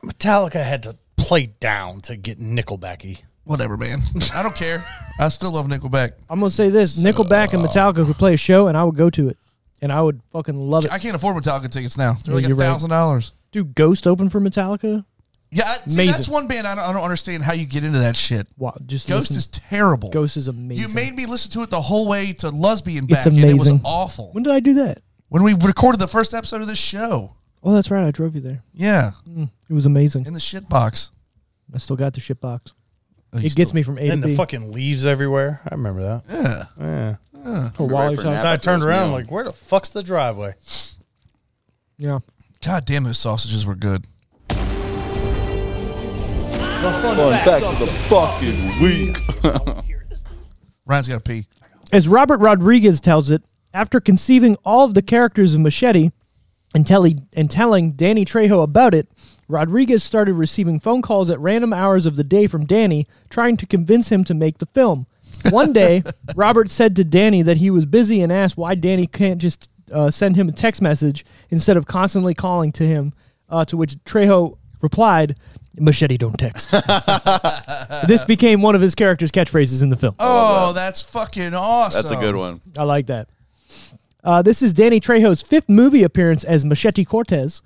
D: Metallica had to play down to get Nickelbacky.
C: Whatever, man. I don't care. I still love Nickelback.
B: I'm gonna say this: Nickelback and Metallica could play a show, and I would go to it, and I would fucking love it.
C: I can't afford Metallica tickets now. They're like
B: you're
C: a
B: right.
C: thousand dollars.
B: Do Ghost open for Metallica?
C: Yeah, I- see,
B: Amazing.
C: that's one band I don't, I don't understand how you get into that shit.
B: Wow, just
C: Ghost
B: listen.
C: is terrible.
B: Ghost is amazing.
C: You made me listen to it the whole way to Lesbian back, and it was
B: amazing.
C: awful.
B: When did I do that?
C: When we recorded the first episode of this show,
B: Oh, that's right. I drove you there.
C: yeah,
B: It was amazing.
C: in the shit box. Oh,
B: I still got the shit box. It gets me from A to
D: And
B: B.
D: the fucking leaves everywhere. I remember that.
C: Yeah.
B: Or Wally
A: for
B: Side.
D: So I
A: After
D: turned
A: this
D: around,
A: meal.
D: like, where the fuck's the driveway?
B: Yeah.
C: God damn, those sausages were good.
A: Back to the fucking week.
C: Ryan's got to pee.
B: As Robert Rodriguez tells it, after conceiving all of the characters of Machete and, tell and telling Danny Trejo about it, Rodriguez started receiving phone calls at random hours of the day from Danny trying to convince him to make the film. One day, Robert said to Danny that he was busy and asked why Danny can't just uh, send him a text message instead of constantly calling to him, uh, to which Trejo replied, Machete don't text. this became one of his character's catchphrases in the film.
C: Oh, that's fucking awesome.
A: That's a good one.
B: I like that. Uh, this is Danny Trejo's fifth movie appearance as Machete Cortez,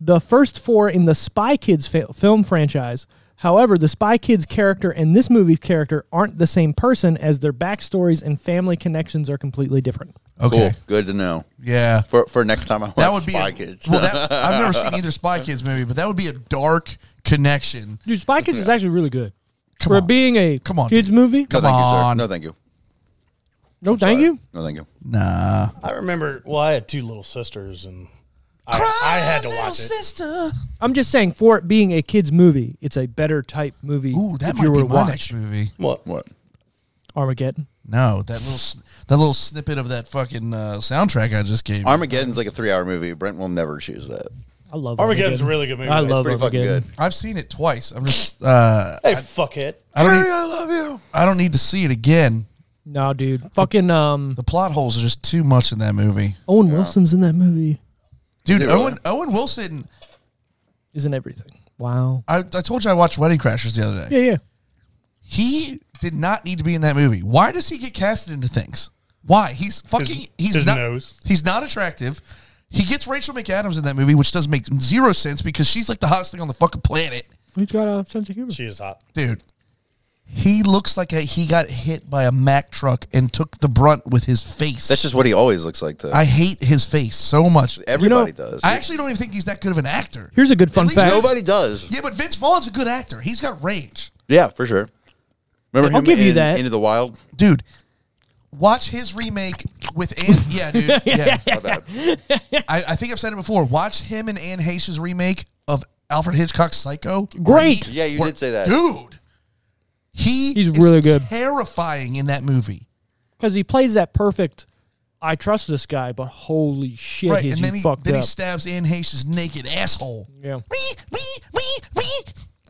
B: the first four in the Spy Kids fi- film franchise. However, the Spy Kids character and this movie's character aren't the same person as their backstories and family connections are completely different.
C: Okay.
A: Cool. Good to know.
C: Yeah.
A: For, for next time I watch
C: That would be
A: Spy
C: a,
A: Kids.
C: Well, that, I've never seen either Spy Kids movie, but that would be a dark connection.
B: Dude, Spy Kids is actually really good.
C: Come
B: For
C: on.
B: being a
C: Come on,
B: kids
C: dude.
B: movie?
A: no,
C: come
A: thank you, sir.
C: on.
A: No, thank you.
B: No, thank you.
A: No, thank you.
C: Nah.
D: I remember, well, I had two little sisters, and I, I had to watch it.
C: Sister.
B: I'm just saying, for it being a kids movie, it's a better type movie.
C: Ooh, that
B: if
C: might
B: you were
C: be
B: to
C: my
B: watch
C: next movie.
D: What?
A: What?
B: Armageddon.
C: No, that little sn- that little snippet of that fucking uh, soundtrack I just gave. you.
A: Armageddon's like a three-hour movie. Brent will never choose that.
B: I love
D: Armageddon's
B: Armageddon.
D: a really good movie.
B: I
D: It's
B: love
A: Pretty fucking
B: Armageddon.
A: good.
C: I've seen it twice. I'm just uh,
D: Hey, fuckhead.
C: I don't need,
A: I love you.
C: I don't need to see it again.
B: No, dude. Fucking um,
C: The plot holes are just too much in that movie,
B: Owen Wilson's in that movie.
C: dude.
A: Is it
C: Owen
A: really?
C: Owen Wilson.
B: isn't everything. Wow.
C: I, I told you I watched Wedding Crashers the other day.
B: Yeah, yeah.
C: He did not need to be in that movie. Why does he get casted into things? Why he's fucking he's
D: his
C: not
D: nose.
C: he's not attractive. He gets Rachel McAdams in that movie, which doesn't make zero sense because she's like the hottest thing on the fucking planet.
B: He's got a sense of humor.
D: She is hot.
C: dude. He looks like a, he got hit by a Mack truck and took the brunt with his face.
A: That's just what he always looks like, though.
C: I hate his face so much.
A: Everybody does.
C: I actually don't even think he's that good of an actor.
B: Here's a good fun
C: least
B: fact.
A: Nobody does.
C: Yeah, but Vince Vaughn's a good actor. He's got range,
A: Yeah, for sure. Remember
B: I'll
A: him
B: give you
A: in
B: that.
A: Into the Wild?
C: dude. Watch his remake with Anne. Yeah, dude. Yeah,
A: My bad.
C: I, I think I've said it before. Watch him and Anne Heche's remake of Alfred Hitchcock's Psycho.
B: Great.
A: Yeah, you
C: where-
A: did say that.
C: dude. He
B: He's
C: is
B: really good.
C: terrifying in that movie.
B: Because he plays that perfect, I trust this guy, but holy shit,
C: right,
B: is
C: and
B: he
C: then he
B: fucked
C: then he
B: up.
C: stabs Anne Heche's naked asshole.
B: yeah.
C: Wee, wee, wee, wee.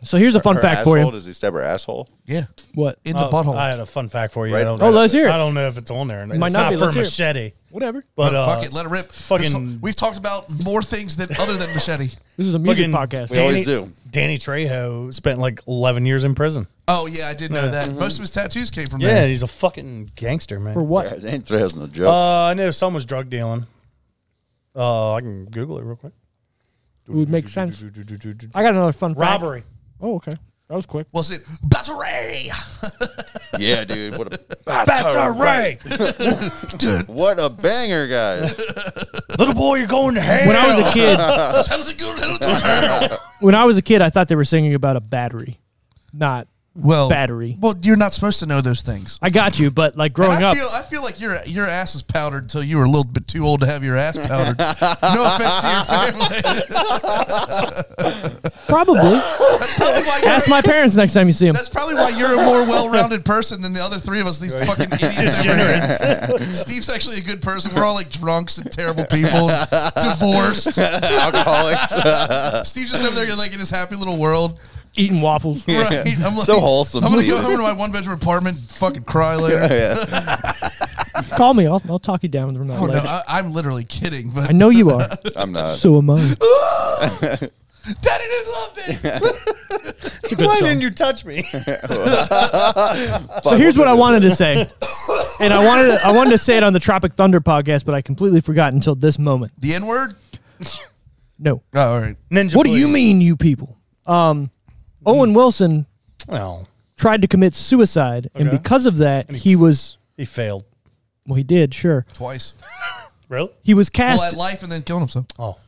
B: So here's a fun
A: Her
B: fact
A: asshole,
B: for you.
A: Does he stab her asshole?
C: Yeah,
B: What?
C: in
D: Oh,
C: the butthole.
D: I had a fun fact for you. I
A: Right.
D: don't
B: Oh,
D: know
B: let's
D: if-
B: hear it.
D: I don't know if it's on there. It
B: might
D: it's
B: not be.
D: for
B: Let's hear it.
D: machete.
B: Whatever.
C: But
D: But uh,
C: fuck it, let it rip. This
D: fucking-
C: whole- we've talked about more things than other than machete.
B: This is a music
D: fucking
B: podcast.
A: We always do.
D: Danny Trejo spent like 11 years in prison.
C: Oh yeah, I did know that. Most of his tattoos came from
D: Mm-hmm. Yeah,
C: there.
D: he's a fucking gangster, man.
B: For what?
A: Yeah, that has no joke.
D: Uh, I know someone was drug dealing. Uh, I can Google it real quick.
B: It would make sense. I got another fun fact.
D: Robbery.
B: Oh, okay. That was quick.
C: Was it battery?
A: yeah, dude. What a
D: Battery.
C: Dude,
A: What a banger, guys.
D: Little boy, you're going to hell.
B: When I was a kid,
C: that was a good. that was a good-
B: when I was a kid, I thought they were singing about a battery, not
C: well
B: battery.
C: Well, you're not supposed to know those things.
B: I got you, but like
C: And
B: growing
C: I
B: up,
C: feel I feel like your your ass was powdered until you were a little bit too old to have your ass powdered. no offense to your family.
B: probably
C: That's probably why you're,
B: ask my parents next time you see them.
C: that's probably why you're a more well-rounded person than the other three of us. These fucking idiots. over here. Steve's actually a good person. We're all like drunks and terrible people, divorced.
A: Alcoholics.
C: Steve's just over there like in his happy little world.
B: Eating waffles.
C: Right. I'm like,
A: So wholesome,
C: I'm gonna go
A: Steve.
C: home to my one bedroom apartment and fucking cry later.
B: Call me. I'll, I'll talk you down with them.
C: Oh, no, I, I'm literally kidding. But
B: I know you are.
A: I'm not.
B: So am I.
C: Daddy didn't love me.
D: Why
B: song.
D: didn't you touch me?
B: So here's what I wanted to say, and I wanted to, I wanted to say it on the Tropic Thunder podcast, but I completely forgot until this moment.
C: The N word.
B: No,
C: Oh, all right.
D: Ninja.
B: what do you
D: please.
B: mean, you people? Um, Owen Wilson
D: Well,
B: tried to commit suicide, and
D: Okay.
B: because of that, he was
D: he failed.
B: well, he did sure.
C: Twice.
D: Really?
B: He was
C: Well,
B: cast.
C: at life and then killing himself.
D: Oh,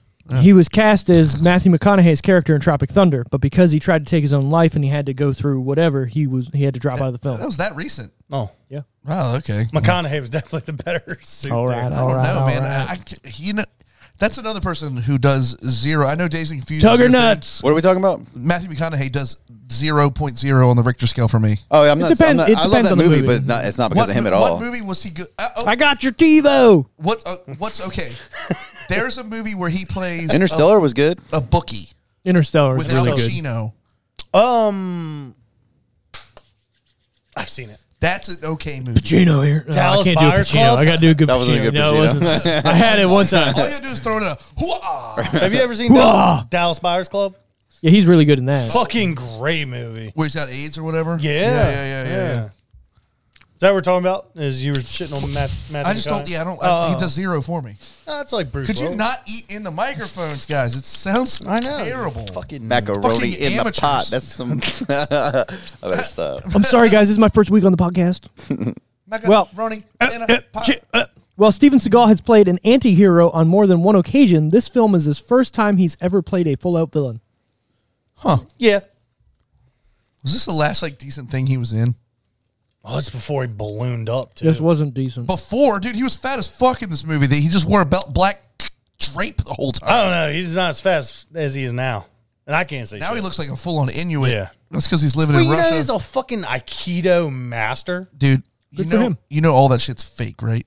B: he was cast as Matthew McConaughey's character in Tropic Thunder, but because he tried to take his own life and he had to go through whatever, he was he had to drop out of the
C: That
B: film.
C: was that recent.
D: oh.
B: Yeah.
C: Wow. Okay.
D: McConaughey was definitely the better suit.
B: All
D: there.
B: right.
C: I
B: All
C: don't
B: right.
C: know,
B: all
C: man. Uh,
B: right.
C: I, I c- you know, that's another person who does zero. I know Days and Confused. is your
B: Tugger
C: thing.
B: nuts.
A: What are we talking about?
C: Matthew McConaughey does 0.0 on the Richter scale for me.
A: Oh, yeah, I'm not.
B: depend-
A: I'm not
B: it
A: I love
B: depends
A: that
B: on the
A: movie,
B: movie.
A: but not, it's not because of him
C: mo-
A: at all.
C: What movie was he good? Uh, oh,
B: I got your TiVo.
C: what? Uh, what's okay? There's a movie where he plays
A: Interstellar was good.
C: a, a bookie
B: Interstellar
C: with
B: is really
C: Al
B: good.
C: Pacino.
D: Um, I've seen it.
C: That's an okay movie.
B: Pacino here. No,
D: Dallas
B: Uh, I can't do a
D: Buyers
B: Pacino.
D: Club?
B: I got to do a good
A: That
B: Pacino.
A: wasn't a good
B: no, it
A: Pacino.
B: wasn't. I had it one time.
C: All you gotta do is throw it in a hoo-ah,
D: Have you ever seen Dallas, Dallas Buyers Club?
B: Yeah, he's really good in that.
D: Fucking great movie.
C: where he's got AIDS or whatever.
D: Yeah.
C: yeah, yeah, yeah. yeah.
D: Is that what we're talking about? Is you were shitting on Matt? Matt
C: I just don't. Yeah, I don't. I, he does zero for me.
D: That's like Bruce.
C: Could you
D: Willis.
C: not eat in the microphones, guys? It sounds
D: I know.
C: terrible.
D: Fucking
A: Macaroni
C: Fucking
A: in
C: amateurs.
A: the pot. That's some other stuff.
B: I'm sorry, guys. This is my first week on the podcast. Well-
C: Macaroni in a pot.
B: While Steven Seagal has played an anti-hero on more than one occasion, this film is his first time he's ever played a full-out villain.
C: Huh?
D: yeah.
C: Was this the last like decent thing he was in?
D: Oh, it's before he ballooned up too.
B: This wasn't decent.
C: Before, dude, he was fat as fuck in this movie. That he just wore a belt black drape the whole time.
D: I don't know. He's not as fast as he is now, and I can't say.
C: Now
D: shit.
C: he looks like a full on Inuit.
D: Yeah.
C: that's because he's living
D: Well,
C: in
D: you know,
C: Russia,
D: he's a fucking aikido master.
C: dude. You
B: Good for
C: know,
B: him.
C: you know all that shit's fake, right?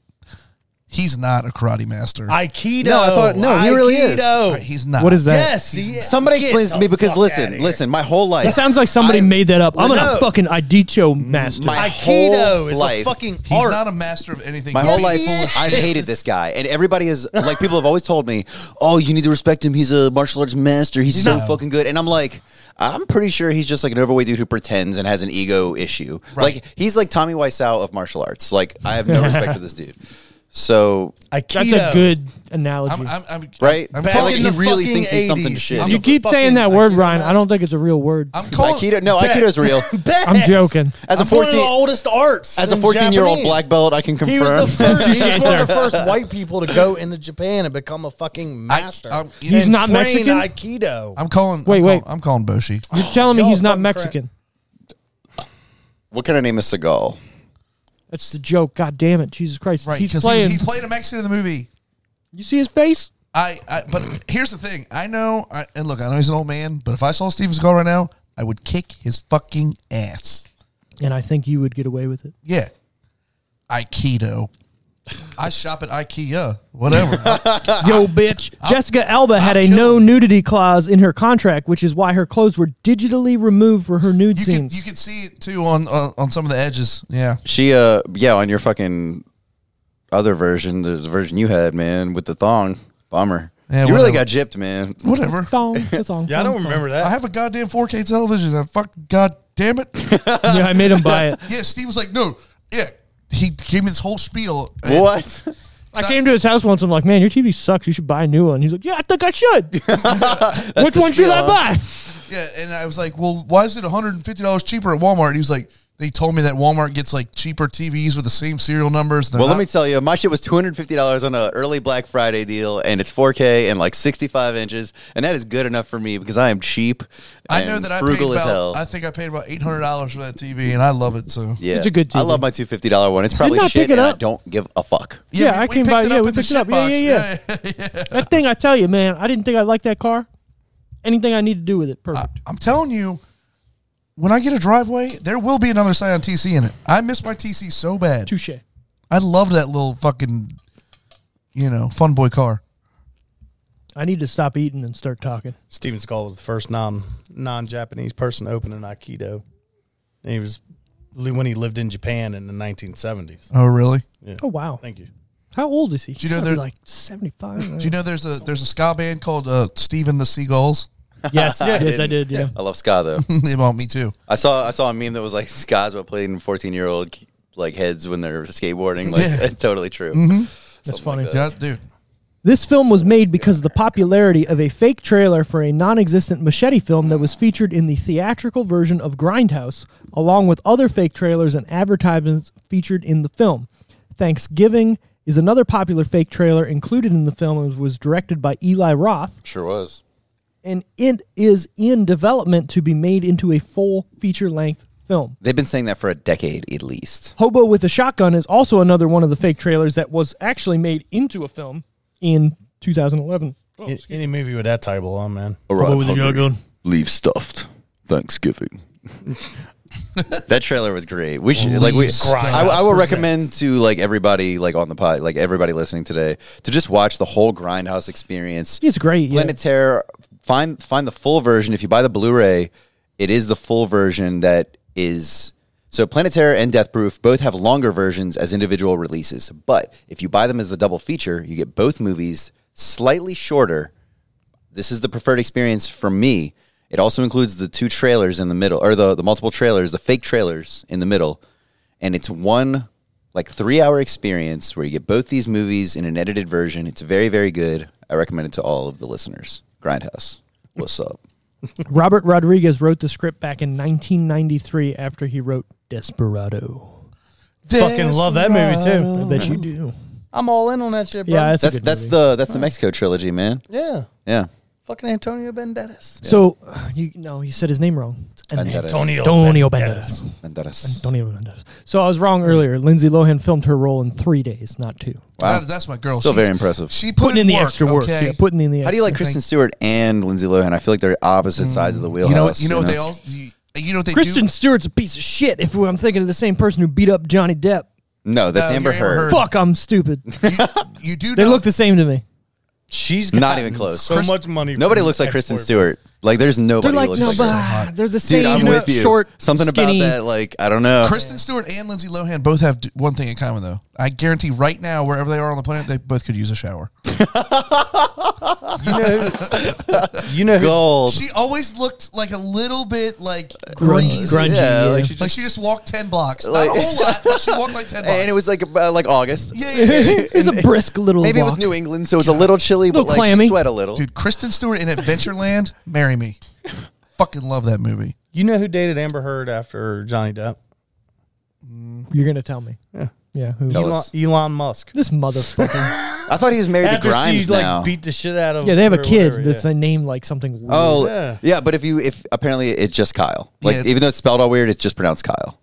C: He's not a karate master.
D: Aikido.
A: No, I thought- no, he really is.
D: Aikido.
C: Right, he's not.
B: What is that?
D: Yes. he-
A: Somebody
D: Get
A: explains to
D: the
A: me because
D: fuck outta
A: listen,
D: here.
A: listen. My whole
B: It
A: life.
B: sounds like somebody
A: I-
B: made that up. I'm
D: No.
B: a fucking Idicho master.
A: My- whole
D: Aikido is a
A: life,
D: fucking
C: He's
D: art.
C: not a master of anything.
A: My
C: He
A: whole
C: is-
A: life, I've hated this guy, and everybody is like, people have always told me, "Oh, you need to respect him. He's a martial arts master. He's so
C: No.
A: fucking good." And I'm like, I'm pretty sure he's just like an overweight dude who pretends and has an ego issue.
C: Right.
A: Like he's like Tommy Wiseau of martial arts. Like I have no respect for this dude. So
D: Aikido.
B: That's a good analogy.
C: I'm, I'm, I'm,
A: right,
C: I'm
D: Back
C: calling
A: like
D: in
A: he
D: the
A: really
D: fucking
A: thinks he's something
D: 80s.
A: shit.
D: I'm
B: you
D: a
B: keep saying
D: fucking
B: that word,
D: Aikido
B: Ryan. I don't think it's a real word.
C: I'm calling.
A: Aikido, no, Aikido's real.
B: I'm joking.
A: As a
D: It's one of
A: 14
D: the oldest arts.
A: as a
D: in
A: 14 year old
D: Japanese.
A: black belt, I can confirm.
D: He was the first. he
B: Touche,
D: was one of the
B: sir.
D: first white people to go into Japan and become a fucking master.
A: um,
C: I'm-
D: And
C: He's
B: not
D: train
B: Mexican?
D: Aikido.
C: I'm calling.
B: Wait,
C: I'm
B: wait.
C: Calling, I'm calling Boshi.
B: You're telling me
D: y'all
B: he's not
D: fucking crap.
B: Mexican.
A: what kind of name is Seagal?
B: That's the joke. God damn it, Jesus Christ!
C: Right,
B: he's
C: because
B: playing.
C: he, he played a Mexican in the movie.
B: you see his face?
C: I, I but here's the thing. I know, I, and look, I know he's an old man, but if I saw Steven Seagal right now, I would kick his fucking ass.
B: And I think you would get away with it.
C: Yeah, Aikido. I shop at IKEA. Whatever.
B: Yo, bitch. Jessica Alba had
C: I'll
B: a
C: kill
B: no nudity clause in her contract, which is why her clothes were digitally removed for her nude
C: you can
B: scenes.
C: you can see it too on on on some of the edges. Yeah.
A: She uh yeah, on your fucking other version, the, the version you had, man, with the thong. Bummer.
C: Yeah,
A: you really
C: whatever.
A: got gypped, man.
C: Whatever.
B: Thong, thong,
D: yeah, I
B: thong,
D: don't remember
C: I
D: that.
C: have a goddamn 4K television. I fuck. God damn it.
B: thong. Yeah, I made him buy it.
C: yeah. Steve was like, no. Yeah. He gave me this whole spiel. and-
A: What?
B: I came to his house once. I'm like, man, your TV sucks. You should buy a new one. He's like, yeah, I think I should. Which one should I buy?
C: Yeah, and I was like, "Well, why is it one hundred and fifty dollars cheaper at Walmart?" And he was like, They told me that Walmart gets like cheaper TVs with the same serial numbers. They're
A: Well,
C: not-
A: let me tell you, my shit was two hundred fifty dollars on a early Black Friday deal, and it's four K and like sixty five inches, and that is good enough for me because I am cheap.
C: I know
A: and
C: that I paid
A: frugal as hell.
C: about. I think I paid about eight hundred dollars for that TV, and I love it. So
A: yeah,
B: It's a good
A: I
B: TV.
A: love my two fifty dollar one. It's probably
B: not
A: shit,
B: pick it
A: and I
B: up?
A: don't give a fuck.
B: Yeah, I can
C: picked
B: buy-
C: it
B: yeah,
C: up
B: we
C: in the
B: picked it up.
C: shit
B: Yeah,
C: box.
B: yeah,
C: yeah.
B: That thing I tell you, man, I didn't think I'd like that car. Anything I need to do with it, perfect.
C: I'm telling you, when I get a driveway, there will be another Scion TC in it. I miss my TC so bad.
B: Touche.
C: I love that little fucking, you know, fun boy car.
B: I need to stop eating and start talking.
D: Steven Skull was the first non non Japanese person to open an aikido. And he was li- when he lived in Japan in the 1970s.
C: Oh, really?
B: Oh wow,
D: Thank you.
B: how old is he?
C: you
B: He's
C: know
B: gotta
C: there-
B: be like seventy five.
C: Do you know there's a there's a ska band called uh, Steven the Seagulls?
B: yes, yes, I did. Yeah.
A: I love ska though.
C: they want me too.
A: I saw I saw a meme that was like ska's what played in fourteen year old like heads when they're skateboarding. Like
C: Yeah.
A: totally true.
B: that's
A: like
B: funny.
A: that.
C: Yeah, dude.
B: This film was made because of the popularity of a fake trailer for a non existent machete film that was featured in the theatrical version of Grindhouse, along with other fake trailers and advertisements featured in the film. Thanksgiving is another popular fake trailer included in the film and was directed by Eli Roth,
A: Sure was.
B: and it is in development to be made into a full feature length film.
A: They've been saying that for a decade at least.
B: Hobo with a Shotgun is also another one of the fake trailers that was actually made into a film in 2011.
D: A- Any movie with that title on, man.
A: Arrive hungry.
E: shotgun.
A: leave stuffed Thanksgiving. that trailer was great. We should like we.
C: Leave stuffed.
A: I, I will recommend to like everybody like on the pod like everybody listening today to just watch the whole Grindhouse experience.
B: It's great. Yeah.
A: Planet Terror. Find find the full version. If you buy the Blu-ray, it is the full version that is. So Planet Terror and Death Proof both have longer versions as individual releases, but if you buy them as the double feature, you get both movies slightly shorter. This is the preferred experience from me. It also includes the two trailers in the middle, or the, the multiple trailers, the fake trailers in the middle, and it's one like three hour experience where you get both these movies in an edited version. It's very very good. I recommend it to all of the listeners. Grindhouse, what's up?
B: Robert Rodriguez wrote the script back in 1993 after he wrote Desperado.
D: Fucking love that movie too.
B: I bet you do.
D: I'm all in on that shit, bro.
B: Yeah, that's, a
A: That's
B: good
A: that's
B: movie.
A: the that's the Mexico trilogy, man.
D: yeah.
A: Yeah,
D: Fucking Antonio Banderas.
B: So, you no, you said his name wrong. It's
A: Banderas.
D: Antonio.
B: Antonio
D: Banderas.
B: Banderas.
A: Banderas.
B: Antonio Banderas. So I was wrong earlier. Lindsay Lohan filmed her role in three days, not two.
A: Wow.
C: That- that's my girl.
A: Still
C: She-
A: very impressive.
C: She put
B: Putting in the
C: work,
B: extra work.
C: Okay.
B: Yeah, putting in the.
A: How do you like Kristen Stewart and Lindsay Lohan? I feel like they're opposite sides of the wheelhouse.
C: you know what? You know what they all. You, you know what they
B: Kristen
C: do.
B: Stewart's a piece of shit. If I'm thinking of the same person who beat up Johnny Depp,
A: No, that's
C: No,
A: Amber
C: you're Amber
A: Heard.
C: Heard.
B: fuck, I'm stupid.
C: You do.
B: They
C: know,
B: look the same to me.
D: She's
A: Not
D: gotten
A: even close.
D: So
A: Chris-
D: much money.
A: Nobody
D: from
A: looks like Kristen
D: ex-boyfriends.
A: Stewart. Like there's nobody.
B: They're like,
A: who looks
B: no,
A: like her.
B: but ah, they're the same.
A: Dude, I'm
B: you know,
A: with you.
B: Short,
A: Something
B: skinny.
A: about that, like I don't know.
C: Kristen Stewart and Lindsay Lohan both have d- one thing in common, though. I guarantee right now, wherever they are on the planet, they both could use a shower.
D: You know who
A: Gold.
C: She always looked like a little bit like
B: Grungy,
C: greasy.
B: grungy.
A: yeah,
B: yeah.
A: like she Uh, just,
C: Like she just walked ten blocks,
A: Like-
C: not a whole lot, but she walked like ten blocks.
A: and it was like about, like August.
C: yeah, yeah, yeah.
B: it was a brisk little
A: Maybe it was
B: walk.
A: New England, so it's a little chilly, but
B: Little
A: like
B: clammy.
A: she sweat a little.
C: dude. Kristen Stewart in Adventureland, marry me. Fucking love that movie.
D: you know who dated Amber Heard after Johnny Depp?
B: You're gonna tell me. Yeah. Yeah. Who?
A: Tell
D: Elon,
A: us.
D: Elon Musk.
B: This motherfucker.
A: I thought he was married
D: After
A: to Grimes
D: she like
A: now.
D: beat the shit out of
B: yeah, they have a
D: her or
B: kid
D: whatever,
B: that's
D: yeah.
B: named like something. Weird.
A: oh,
D: Yeah.
A: yeah. but if you if apparently it's just Kyle. Like
C: Yeah.
A: even though it's spelled all weird, it's just pronounced Kyle.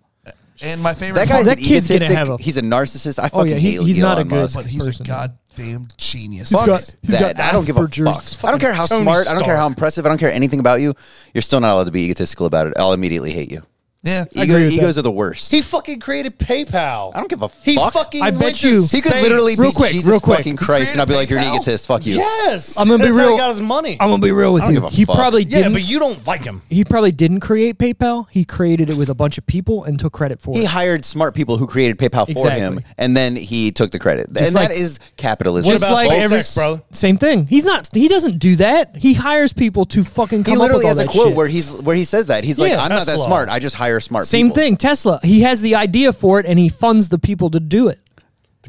C: And my favorite
A: That guy's
C: part-
B: that
A: an
B: kid's gonna
A: egotistic.
B: have a-
A: he's a narcissist. I fucking
B: Oh, yeah, he-
A: hate
B: he's
A: Elon
B: not a good-
A: Musk.
C: but he's
B: person.
C: a goddamn genius.
B: He's
A: Fuck
B: got- he's
A: that.
B: got
A: I don't give a fuck.
B: Asperger's.
A: I don't care how
D: Tony
A: smart. I don't care
D: Stark.
A: how impressive. I don't care anything about you. You're still not allowed to be egotistical about it. I'll immediately hate you.
C: yeah,
A: Ego,
B: agree with
A: egos
B: that.
A: are the worst.
D: He fucking created PayPal.
A: I don't give a
D: He
A: fuck.
D: fucking.
B: I
D: went
B: bet
D: to
B: you-
A: He could
D: space.
A: literally
B: Real
A: be
B: quick,
A: Jesus
B: real quick.
A: fucking Christ, and I'd be like, "You're an
C: PayPal?
A: egotist. Fuck you."
D: Yes,
B: I'm gonna be
D: That's how he
B: real-
D: got his money.
B: I'm gonna be real with
A: don't
B: you.
A: give a
B: He
A: fuck.
B: probably
D: yeah,
B: didn't.
D: but you don't like him.
B: he probably didn't create PayPal. He created it with a bunch of people and took credit for
A: He
B: it.
A: hired smart people who created PayPal for
B: Exactly.
A: him, and then he took the credit. and
B: like-
A: that is capitalism.
D: What about
B: like
D: SpaceX,
B: every-
D: bro?
B: Same thing. He's not. He doesn't do that. He hires people to fucking come
A: he literally
B: up with
A: has
B: all
A: a
B: that
A: quote
B: shit.
A: where he's where he says that he's like,
B: Yeah,
A: "I'm not that
D: Tesla.
A: smart. I just hire smart."
B: Same
A: people."
B: thing. Tesla. He has the idea for it and he funds the people to do it.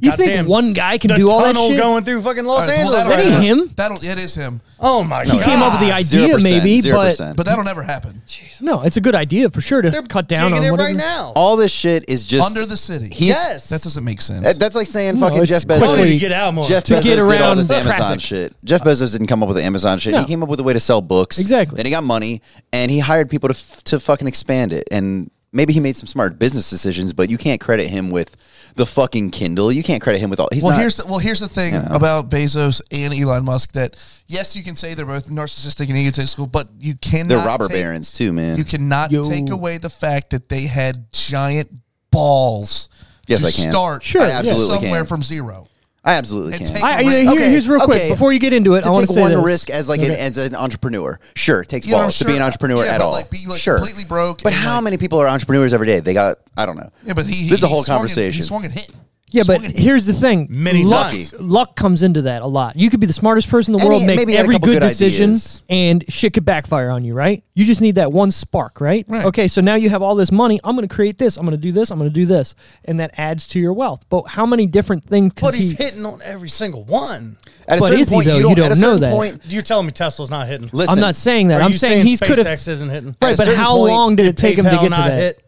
B: You think
D: Goddamn-
B: one guy can
D: the
B: do all that
D: tunnel
B: shit?
D: going through fucking Los
C: All right, well,
D: Angeles.
C: that'll
D: right
B: ain't
D: now.
C: never-
B: him.
C: That'll it is him,
D: Oh my god.
B: He came up with the idea,
A: 0%,
B: maybe,
A: 0%.
C: but that'll never happen.
B: but no, it's a good idea for sure to
D: They're
B: cut down on
D: digging it
B: whatever.
D: right now.
A: all this shit is just
C: Under the city.
A: He's,
D: Yes.
C: That doesn't make sense.
A: That- That's like saying fucking
B: it's
A: Jeff
D: Probably
B: quickly-
A: Bezos.
D: to get out more.
A: Jeff
B: To
A: Bezos
B: get
A: did all
B: around
A: this
B: traffic.
A: Amazon shit. Jeff Bezos didn't come up with the Amazon shit.
B: No.
A: He came up with a way to sell books.
B: Exactly.
A: Then he got money and he hired people to f- to fucking expand it. And maybe he made some smart business decisions, but you can't credit him with the fucking Kindle. You can't credit him with all. He's
C: well,
A: not-
C: here's the, well, here's the thing about Bezos and Elon Musk that yes, you can say they're both narcissistic and egotistical, but you cannot
A: they're robber
C: take-
A: barons too, man.
C: You cannot
B: Yo.
C: take away the fact that they had giant balls
A: Yes,
C: to
A: I can.
C: start
B: Sure, I
A: absolutely
C: somewhere
A: can.
C: from zero.
A: I absolutely
C: And
A: can.
C: take-
B: I, I- here-
A: Okay,
B: here's real quick
A: okay.
B: before you get into it.
A: to
B: I want
A: take
B: to say
A: one
B: this.
A: risk as like an
B: Okay.
A: as an entrepreneur. Sure, it takes
C: You know, I'm
A: balls to be
C: sure-
A: an entrepreneur
C: yeah,
A: at
C: but,
A: all.
C: like, be, like,
A: sure,
C: completely broke
A: But
C: and,
A: how
C: like-
A: many people are entrepreneurs every day? They got I don't know.
C: Yeah, but he
A: this is a
C: he
A: whole
C: swung and-
A: conversation.
C: he swung and hit.
B: Yeah,
C: Swung
B: but
C: and hit.
B: here's the thing.
D: Many
B: luck,
D: times.
B: luck comes into that a lot. You could be the smartest person in the
A: And
B: world,
A: he-
B: make
A: maybe he had a
B: every
A: couple
B: good,
A: good
B: decision,
A: ideas.
B: and shit could backfire on you, right? You just need that one spark, right?
C: Right.
B: Okay, so now you have all this money. I'm going to create this. I'm going to do this. I'm going to do this, and that adds to your wealth. But how many different things? 'cause
D: But he's
B: he-
D: hitting on every single one.
A: At a
B: But
A: certain
B: is he,
A: point,
B: though?
A: you
B: You
A: don't, at
B: don't
A: a
B: know
A: certain
B: that.
A: Point,
D: You're telling me Tesla's not hitting?
A: listen,
B: I'm not saying that.
D: Are
B: I'm
D: you
B: saying, he's could have.
D: SpaceX isn't hitting.
B: Right,
A: a
B: but
A: certain
B: how
A: point,
B: long did it take him to
D: PayPal
B: get to
D: not
B: that?
D: hit?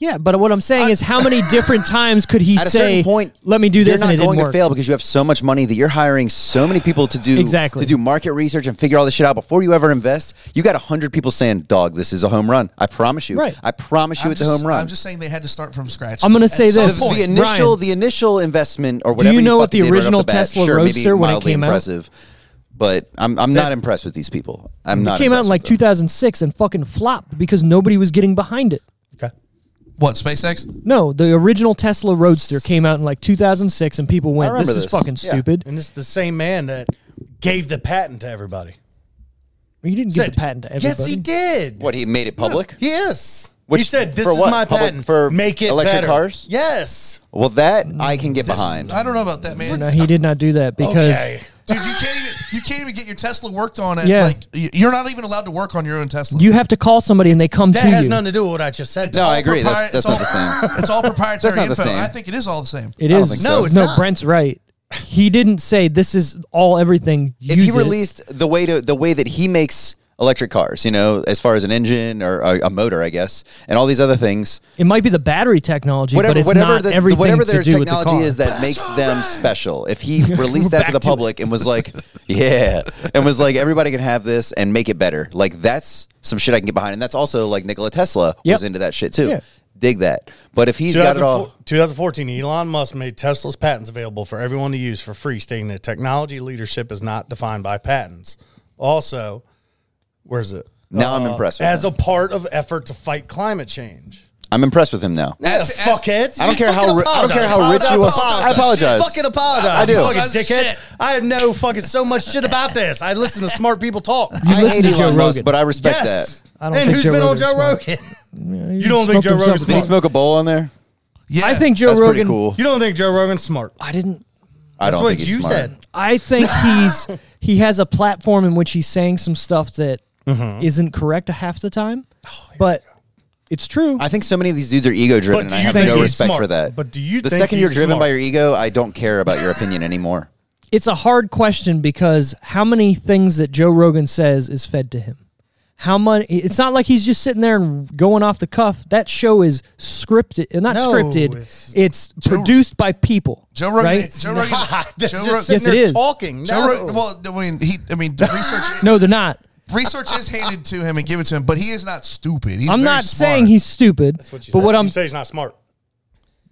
B: Yeah, but what I'm saying is, how many different times could he
A: At a
B: say,
A: certain point,
B: "Let me do this,"
A: You're not
B: and it
A: going
B: didn't work?
A: to fail because you have so much money that you're hiring so many people to do
B: Exactly.
A: to do market research and figure all this shit out before you ever invest. You got hundred people saying, "Dog, this is a home run." I promise you.
B: Right.
A: I promise you,
C: I'm
A: it's
C: just-
A: a home run.
C: I'm just saying they had to start from scratch.
B: I'm gonna
C: At
B: say
C: some
B: this.
A: the,
C: point.
A: the initial
B: Ryan.
A: the initial investment or whatever.
B: you know what
A: fucking
B: the
A: did right off
B: original
A: the bat,
B: Tesla
A: sure, maybe
B: Roadster when it
A: mildly
B: came out?
A: impressive, But I'm I'm not impressed with these people. I'm
B: It
A: not.
B: came out in
A: impressed
B: like
A: with them.
B: 2006 and fucking flopped because nobody was getting behind it.
D: Okay.
C: What SpaceX?
B: No, the original Tesla Roadster came out in like 2006 and people went, this
A: remember
B: is
A: this.
B: fucking
A: Yeah.
B: stupid.
D: And it's the same man that gave the patent to everybody.
B: You didn't
D: Said,
B: get the patent to everybody.
D: Yes, he did.
A: What he made it public.
D: Yes.
A: Which-
D: he said, "This
A: for
D: is
A: what?
D: my
A: Public-
D: patent
A: for
D: make it
A: electric
D: better."
A: cars?
D: Yes.
A: Well, that I can get behind.
C: I don't know about that, man.
B: No, Uh, he did not do that because
D: Okay.
C: Dude, you can't even you can't even get your Tesla worked on. At,
B: Yeah.
C: like y- you're not even allowed to work on your own Tesla.
B: you have to call somebody and they come
D: That
B: to
D: has
B: you.
D: nothing to do with what I just said.
A: No,
D: though.
A: I agree.
C: Propri-
A: That's that's
C: it's
A: not the
C: all-
A: same.
C: It's all proprietary
A: That's not the
C: info.
A: same.
C: I think it is all the same.
B: It
A: I don't
B: is.
A: think
D: so. No, it's
B: no
D: not.
B: Brent's right. He didn't say this is all everything.
A: if
B: Use
A: he
B: it."
A: released the way to the way that he makes electric cars, you know, as far as an engine or a, a motor, I guess, and all these other things,
B: it might be the battery technology,
A: whatever
B: but it's
A: whatever
B: not
A: the,
B: everything
A: whatever
B: to
A: their
B: do with the
A: technology
B: car.
A: is that makes them special. If he released
B: We're
A: that to the
B: back to
A: public and was like, yeah, and was like everybody can have this and make it better, like that's some shit I can get behind, and that's also like Nikola Tesla
B: Yep.
A: was into that shit too.
B: Yeah.
A: Dig that, but if he's got it
D: 2004
A: all.
D: 2014, Elon Musk made Tesla's patents available for everyone to use for free, stating that technology leadership is not defined by patents. Also, where's it?
A: Now I'm impressed with
D: As
A: him.
D: a part of effort to fight climate change.
A: I'm impressed with him now.
D: Yeah,
C: As- as-
D: fuckheads.
A: I don't care how
D: Fucking
A: ri- I don't care how
D: apologize.
A: rich you are. I apologize.
D: Fucking apologize.
A: I do.
D: Fucking
C: Apologize for
D: dickhead.
C: shit.
D: I have no fucking so much shit about this. I listen to smart people talk.
B: You
A: I
B: listen
A: hate
B: to
A: Elon
B: Joe
A: Musk,
B: Rogan.
A: but I respect that.
B: I don't
D: and
B: think
D: who's
B: Joe
D: been on
B: Rogan's
D: Joe
B: smart.
D: Rogan? You don't
B: smoked
D: think Joe
B: himself
D: Rogan's
B: with
A: Did he
D: smart?
A: smoke a bowl on there?
C: Yeah,
B: I think Joe
A: That's pretty
B: Rogan.
A: cool.
D: You don't think Joe Rogan's smart?
B: I didn't.
A: I
D: That's
A: don't
D: what
A: think he's
D: you
A: smart.
D: said.
B: I think he's he has a platform in which he's saying some stuff that not correct half the time, but it's true.
A: I think so many of these dudes are ego driven,
D: But
A: and
D: do
A: I
D: you
A: have
D: think
A: no
D: he's
A: respect
D: smart?
A: for that.
D: But do you
A: the
D: think
A: second you're
D: he's
A: driven by
D: smart?
A: your ego, I don't care about your opinion anymore.
B: it's a hard question because how many things that Joe Rogan says is fed to him? How much? It's not like he's just sitting there and going off the cuff. That show is scripted, uh, not
D: No,
B: scripted.
D: it's-
B: It's, produced by people.
C: Joe Rogan.
B: right?
C: Joe Rogan.
D: They're
C: Joe
D: just
C: Rogan.
D: sitting
B: Yes, it
D: there
B: is.
D: Talking.
C: Joe
D: No.
C: Rogan. Well, I mean, he. I mean, the research.
B: No, they're not.
C: Research is handed to him and given to him, but he is not stupid. He's
B: I'm
C: very
B: not
C: smart.
B: saying he's stupid,
D: That's what you
B: but
D: said.
B: what
D: You
B: I'm
D: say he's not smart.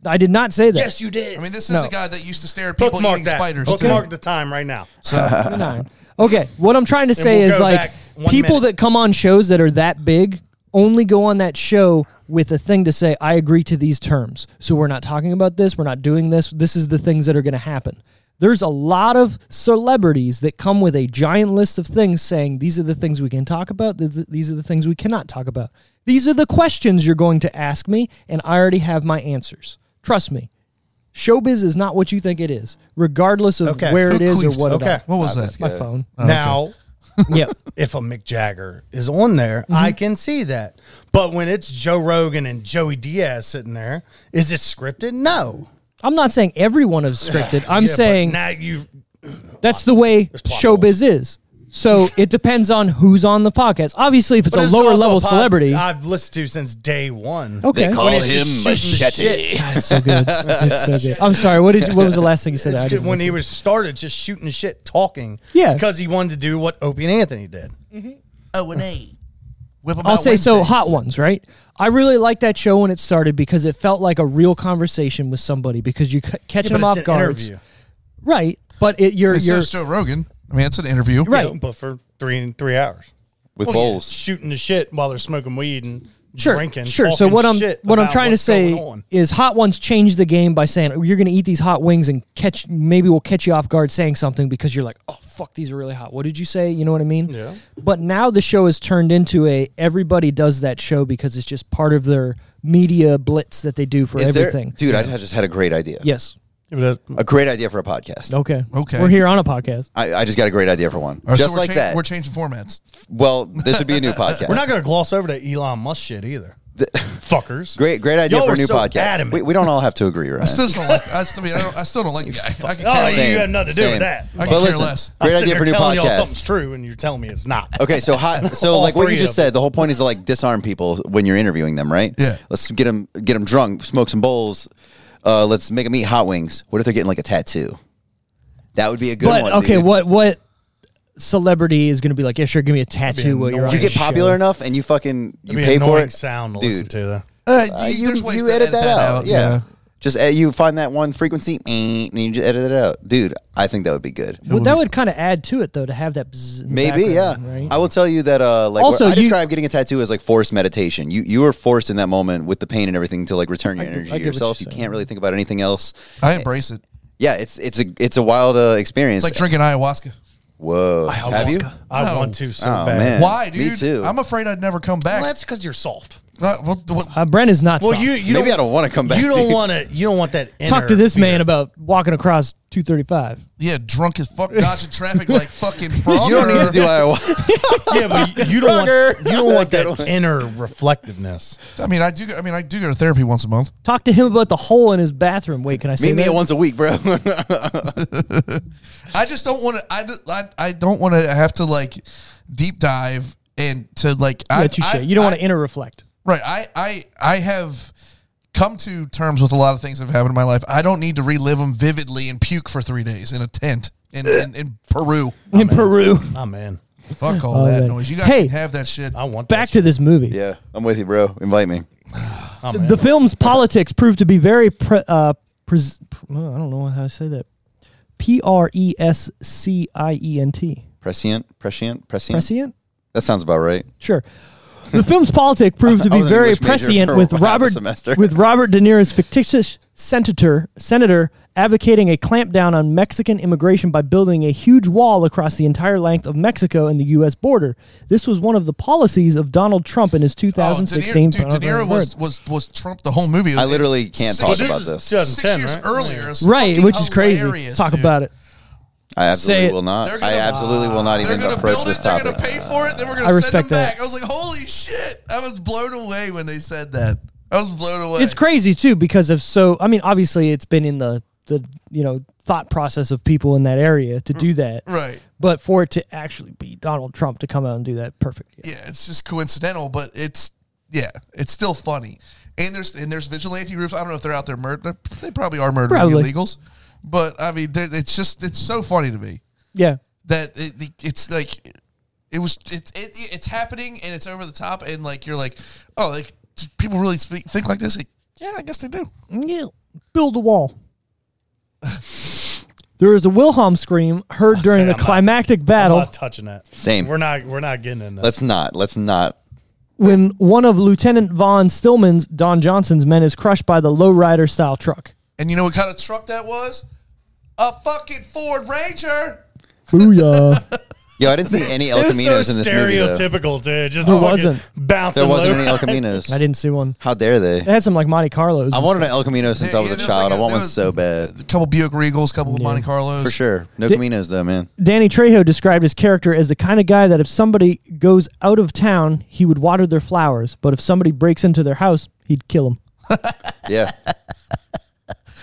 B: I did not say that.
D: you did.
C: I mean, this is
B: No.
C: a guy that used to stare at people
D: bookmark
C: eating
D: that.
C: spiders. too.
D: Bookmark the time right now.
B: Number nine. Okay, what I'm trying to say
D: we'll
B: is
D: go
B: like
D: back one
B: people that
D: minute.
B: come on shows that are that big only go on that show with a thing to say I agree to these terms. So we're not talking about this, we're not doing this. This is the things that are going to happen. There's a lot of celebrities that come with a giant list of things saying these are the things we can talk about, th- th- these are the things we cannot talk about. These are the questions you're going to ask me and I already have my answers. Trust me. Showbiz is not what you think it is, regardless of
D: Okay.
B: where
C: Who
B: it is or
C: queefs?
B: what it
D: Okay.
B: is.
C: What was that?
B: My phone.
D: Now,
B: Yeah.
D: if a Mick Jagger is on there, I
B: Mm-hmm.
D: can see that. But when it's Joe Rogan and Joey Diaz sitting there, is it scripted? No.
B: I'm not saying every one is scripted. I'm
D: Yeah, but
B: saying
D: now you've
B: that's the way
D: plot
B: showbiz is. So it depends on who's on the podcast. Obviously, if it's a
D: But this is
B: lower
D: also
B: level
D: a Uh, pod
B: celebrity,
D: I've listened to since day one.
B: okay.
E: They call
D: it's
E: him
D: just shooting the
E: Machete.
B: It's so good. It's so good. I'm sorry. What did you, what was the last thing you said? I
D: It's
B: didn't
D: just when he
B: listen.
D: was started just shooting shit, talking.
B: Yeah.
D: Because he wanted to do what Opie and Anthony did.
C: O and Oh, A. Whip 'em
B: I'll
C: out
B: say so.
C: Wednesdays.
B: Hot ones, right? I really liked that show when it started because it felt like a real conversation with somebody because you c- catch them off guard, right? But it, you're
C: Hey, so
B: you're
C: is Joe Rogan. I mean, it's an interview.
B: Right.
D: You know, but for three three hours.
A: with
C: Well, Oh, yeah.
A: bowls.
D: Shooting the shit while they're smoking weed and
B: sure,
D: drinking.
B: sure. So
D: talking
B: what I'm
D: shit
B: what I'm
D: about
B: trying to
D: what's
B: say
D: going on.
B: is, hot ones change the game by saying you're going to eat these hot wings and catch. Maybe we'll catch you off guard saying something because you're like, oh fuck, these are really hot. What did you say? You know what I mean?
D: Yeah.
B: But now the show is turned into a everybody does that show because it's just part of their media blitz that they do for
A: Is there,
B: everything.
A: dude, I I just had a great idea.
B: yes.
D: Yeah, but that's-
A: A great idea for a podcast.
B: Okay.
C: Okay.
B: We're here on a podcast.
A: I, I just got a great idea for one.
C: Or so
A: just
C: we're
A: like
C: cha-
A: that.
C: We're changing formats.
A: well, this would be a new podcast.
D: We're not going to gloss over that Elon Musk shit either. Fuckers.
A: Great, great idea
D: Y'all
A: for
D: are
A: a new
D: so
A: podcast.
D: adamant.
A: We, we don't all have to agree, right?
C: Still don't like. I still, I don't, I still don't like the guy. I can
D: Oh,
C: care
D: you
C: less.
D: had nothing to do with that. I
C: could care less.
D: I'm
A: Great
D: sitting
A: idea
D: here
A: for a new
D: telling Y'all
A: podcast. Oh,
D: something's true, and you're telling me it's not.
A: Okay, so hot. So
D: All
A: like what
D: three
A: you just
D: of them.
A: said, the whole point is to like disarm people when you're interviewing them, right?
C: Yeah.
A: Let's get them get them drunk, smoke some bowls. Uh, let's make them eat hot wings. What if they're getting like a tattoo? That would be a good
B: but
A: one.
B: okay,
A: dude.
B: what what celebrity is going to be like? Yeah, sure, give me a tattoo while you're on
A: you
B: the
A: get popular
B: show."
A: enough and you fucking you
D: It'd be
A: pay
D: an
A: for
D: annoying
A: it.
D: sound to
A: dude.
D: listen to, though.
C: Uh, do
A: Uh,
C: you,
A: you
C: there's ways
A: you
C: to
A: edit, that, out. Yeah.
C: yeah.
A: Just uh, you find that one frequency eh, and you just edit it out, dude. I think that would be good.
B: Well, that would kind of add to it though to have that. bzzz in the
A: Maybe, yeah.
B: background, Right?
A: I will tell you that. Uh, like,
B: Also,
A: also, I
B: you-
A: describe getting a tattoo as like forced meditation. You you are forced in that moment with the pain and everything to like return your
B: get-
A: energy
B: I
A: to
B: get what
A: yourself. You
B: you're saying.
A: can't really think about anything else.
C: I embrace it.
A: Yeah, it's it's a it's a wild uh, experience.
C: It's like drinking ayahuasca.
A: Whoa, have you?
D: I
C: No.
D: want to so
A: Oh,
D: bad.
A: man.
C: Why,
A: me
C: dude?
A: too.
C: I'm afraid I'd never come
D: Well,
C: back.
D: that's because you're soft.
C: Uh, what- what-
B: Uh, Brennan's not.
D: Well,
B: soft.
D: you, you
A: Maybe
D: don't,
A: I don't wanna come back,
D: You don't
A: dude.
D: want to. You don't want that.
B: talk
D: inner
B: to this
D: fear.
B: man about walking across 235.
C: yeah, drunk as fuck, dodging traffic like fucking frog.
A: you don't need to do ayahuasca.
D: yeah, but you don't
A: Roger.
D: want you don't want
A: Good
D: that
A: one.
D: inner reflectiveness.
C: I mean, I do. go- I mean, I do go to therapy once a month.
B: Talk to him about the hole in his bathroom. Wait, can I say
A: Meet me
B: that?
A: at once a week, bro.
C: I just don't want to. I, d- I, I don't want to have to like deep dive and to like.
B: Yeah,
C: I,
B: touche.
C: I,
B: you don't want
C: I-
B: to inter reflect.
C: Right. I, I I have come to terms with a lot of things that have happened in my life. I don't need to relive them vividly and puke for three days in a tent in, in, in Peru.
B: in Peru.
D: Oh man,
C: Fuck all
B: Oh,
C: that
B: man.
C: noise. You guys
B: Hey.
C: can have that shit.
D: I want
B: Back
D: that
B: to this movie.
A: yeah, I'm with you, bro. Invite me.
D: shit. Oh, man.
B: The film's politics proved to be very pre- uh, pres- pr- oh, I don't know how to say that. P R E S C I E N T.
A: Prescient, prescient, prescient.
B: Prescient?
A: That sounds about right.
B: Sure. The film's politic proved to
A: I
B: be
A: was an
B: very
A: English major
B: prescient
A: for
B: with
A: half a
B: Robert
A: semester.
B: with Robert De Niro's fictitious senator senator advocating a clampdown on Mexican immigration by building a huge wall across the entire length of Mexico and the U.S. border. This was one of the policies of Donald Trump in his
C: Oh, De Niro-
B: 2016.
C: dude, De Niro was, was, was Trump the whole movie.
A: I literally can't
C: Six
A: talk
C: years-
A: about
D: is
A: this.
D: just-
C: Six
D: 2010,
C: years
D: right?
C: earlier. It's
B: right,
C: fucking
B: which is crazy.
C: hilarious,
B: Talk
C: dude.
B: about it.
A: I absolutely
B: Say it.
A: will not.
C: They're
A: I
C: gonna-
A: absolutely will not
C: They're
A: even
C: gonna
A: approach
C: build it.
A: this
C: They're gonna
A: topic.
C: pay for it. Then we're
B: I
C: gonna send them
B: respect that.
C: back. I was like, holy shit! I was blown away when they said that. I was blown away.
B: It's crazy too because of so. I mean, obviously, it's been in the the you know thought process of people in that area to do that.
C: Right.
B: But for it to actually be Donald Trump to come out and do that, perfect. Yeah.
C: yeah, it's just coincidental, but it's yeah, it's still funny. And there's and there's vigilante groups. I don't know if they're out there murder. They probably are murdering
B: Probably.
C: illegals, but I mean, they're- it's just it's so funny to me
B: yeah.
C: that it, it's like it was it's it, it's happening and it's over the top and like you're like oh like do people really speak think like this like, yeah I guess they do
B: Yeah, build a wall. there is a Wilhelm scream heard during
D: say
B: the
D: I'm not-
B: climactic
D: I'm
B: battle
D: not touching that.
A: Same.
D: We're not. We're not getting in that.
A: Let's not. Let's not.
B: when one of Lieutenant Von Stillman's Don Johnson's men is crushed by the lowrider style truck.
C: and you know what kind of truck that was a fucking Ford Ranger.
B: Booyah.
A: Yo, I didn't see any El
D: it was
A: Caminos
D: so
A: in this movie. Though.
D: stereotypical, dude. Just
B: There
D: fucking
B: wasn't.
D: bouncing.
A: There wasn't
D: low.
A: any El Caminos.
B: I didn't see one.
A: How dare
B: It
A: they?
B: had some like Monte Carlos.
A: I
B: and
A: wanted
B: stuff.
A: an El Camino since
C: Yeah,
A: I was
C: yeah,
A: a
C: there was
A: child.
C: like a-
A: I want
C: there
A: one
C: was-
A: so bad.
C: A couple Buick Regals, a couple Monte Carlos
A: For sure. No
B: Did-
A: Caminos though, man.
B: Danny Trejo described his character as the kind of guy that if somebody goes out of town, he would water their flowers, but if somebody breaks into their house, he'd kill them.
A: Yeah.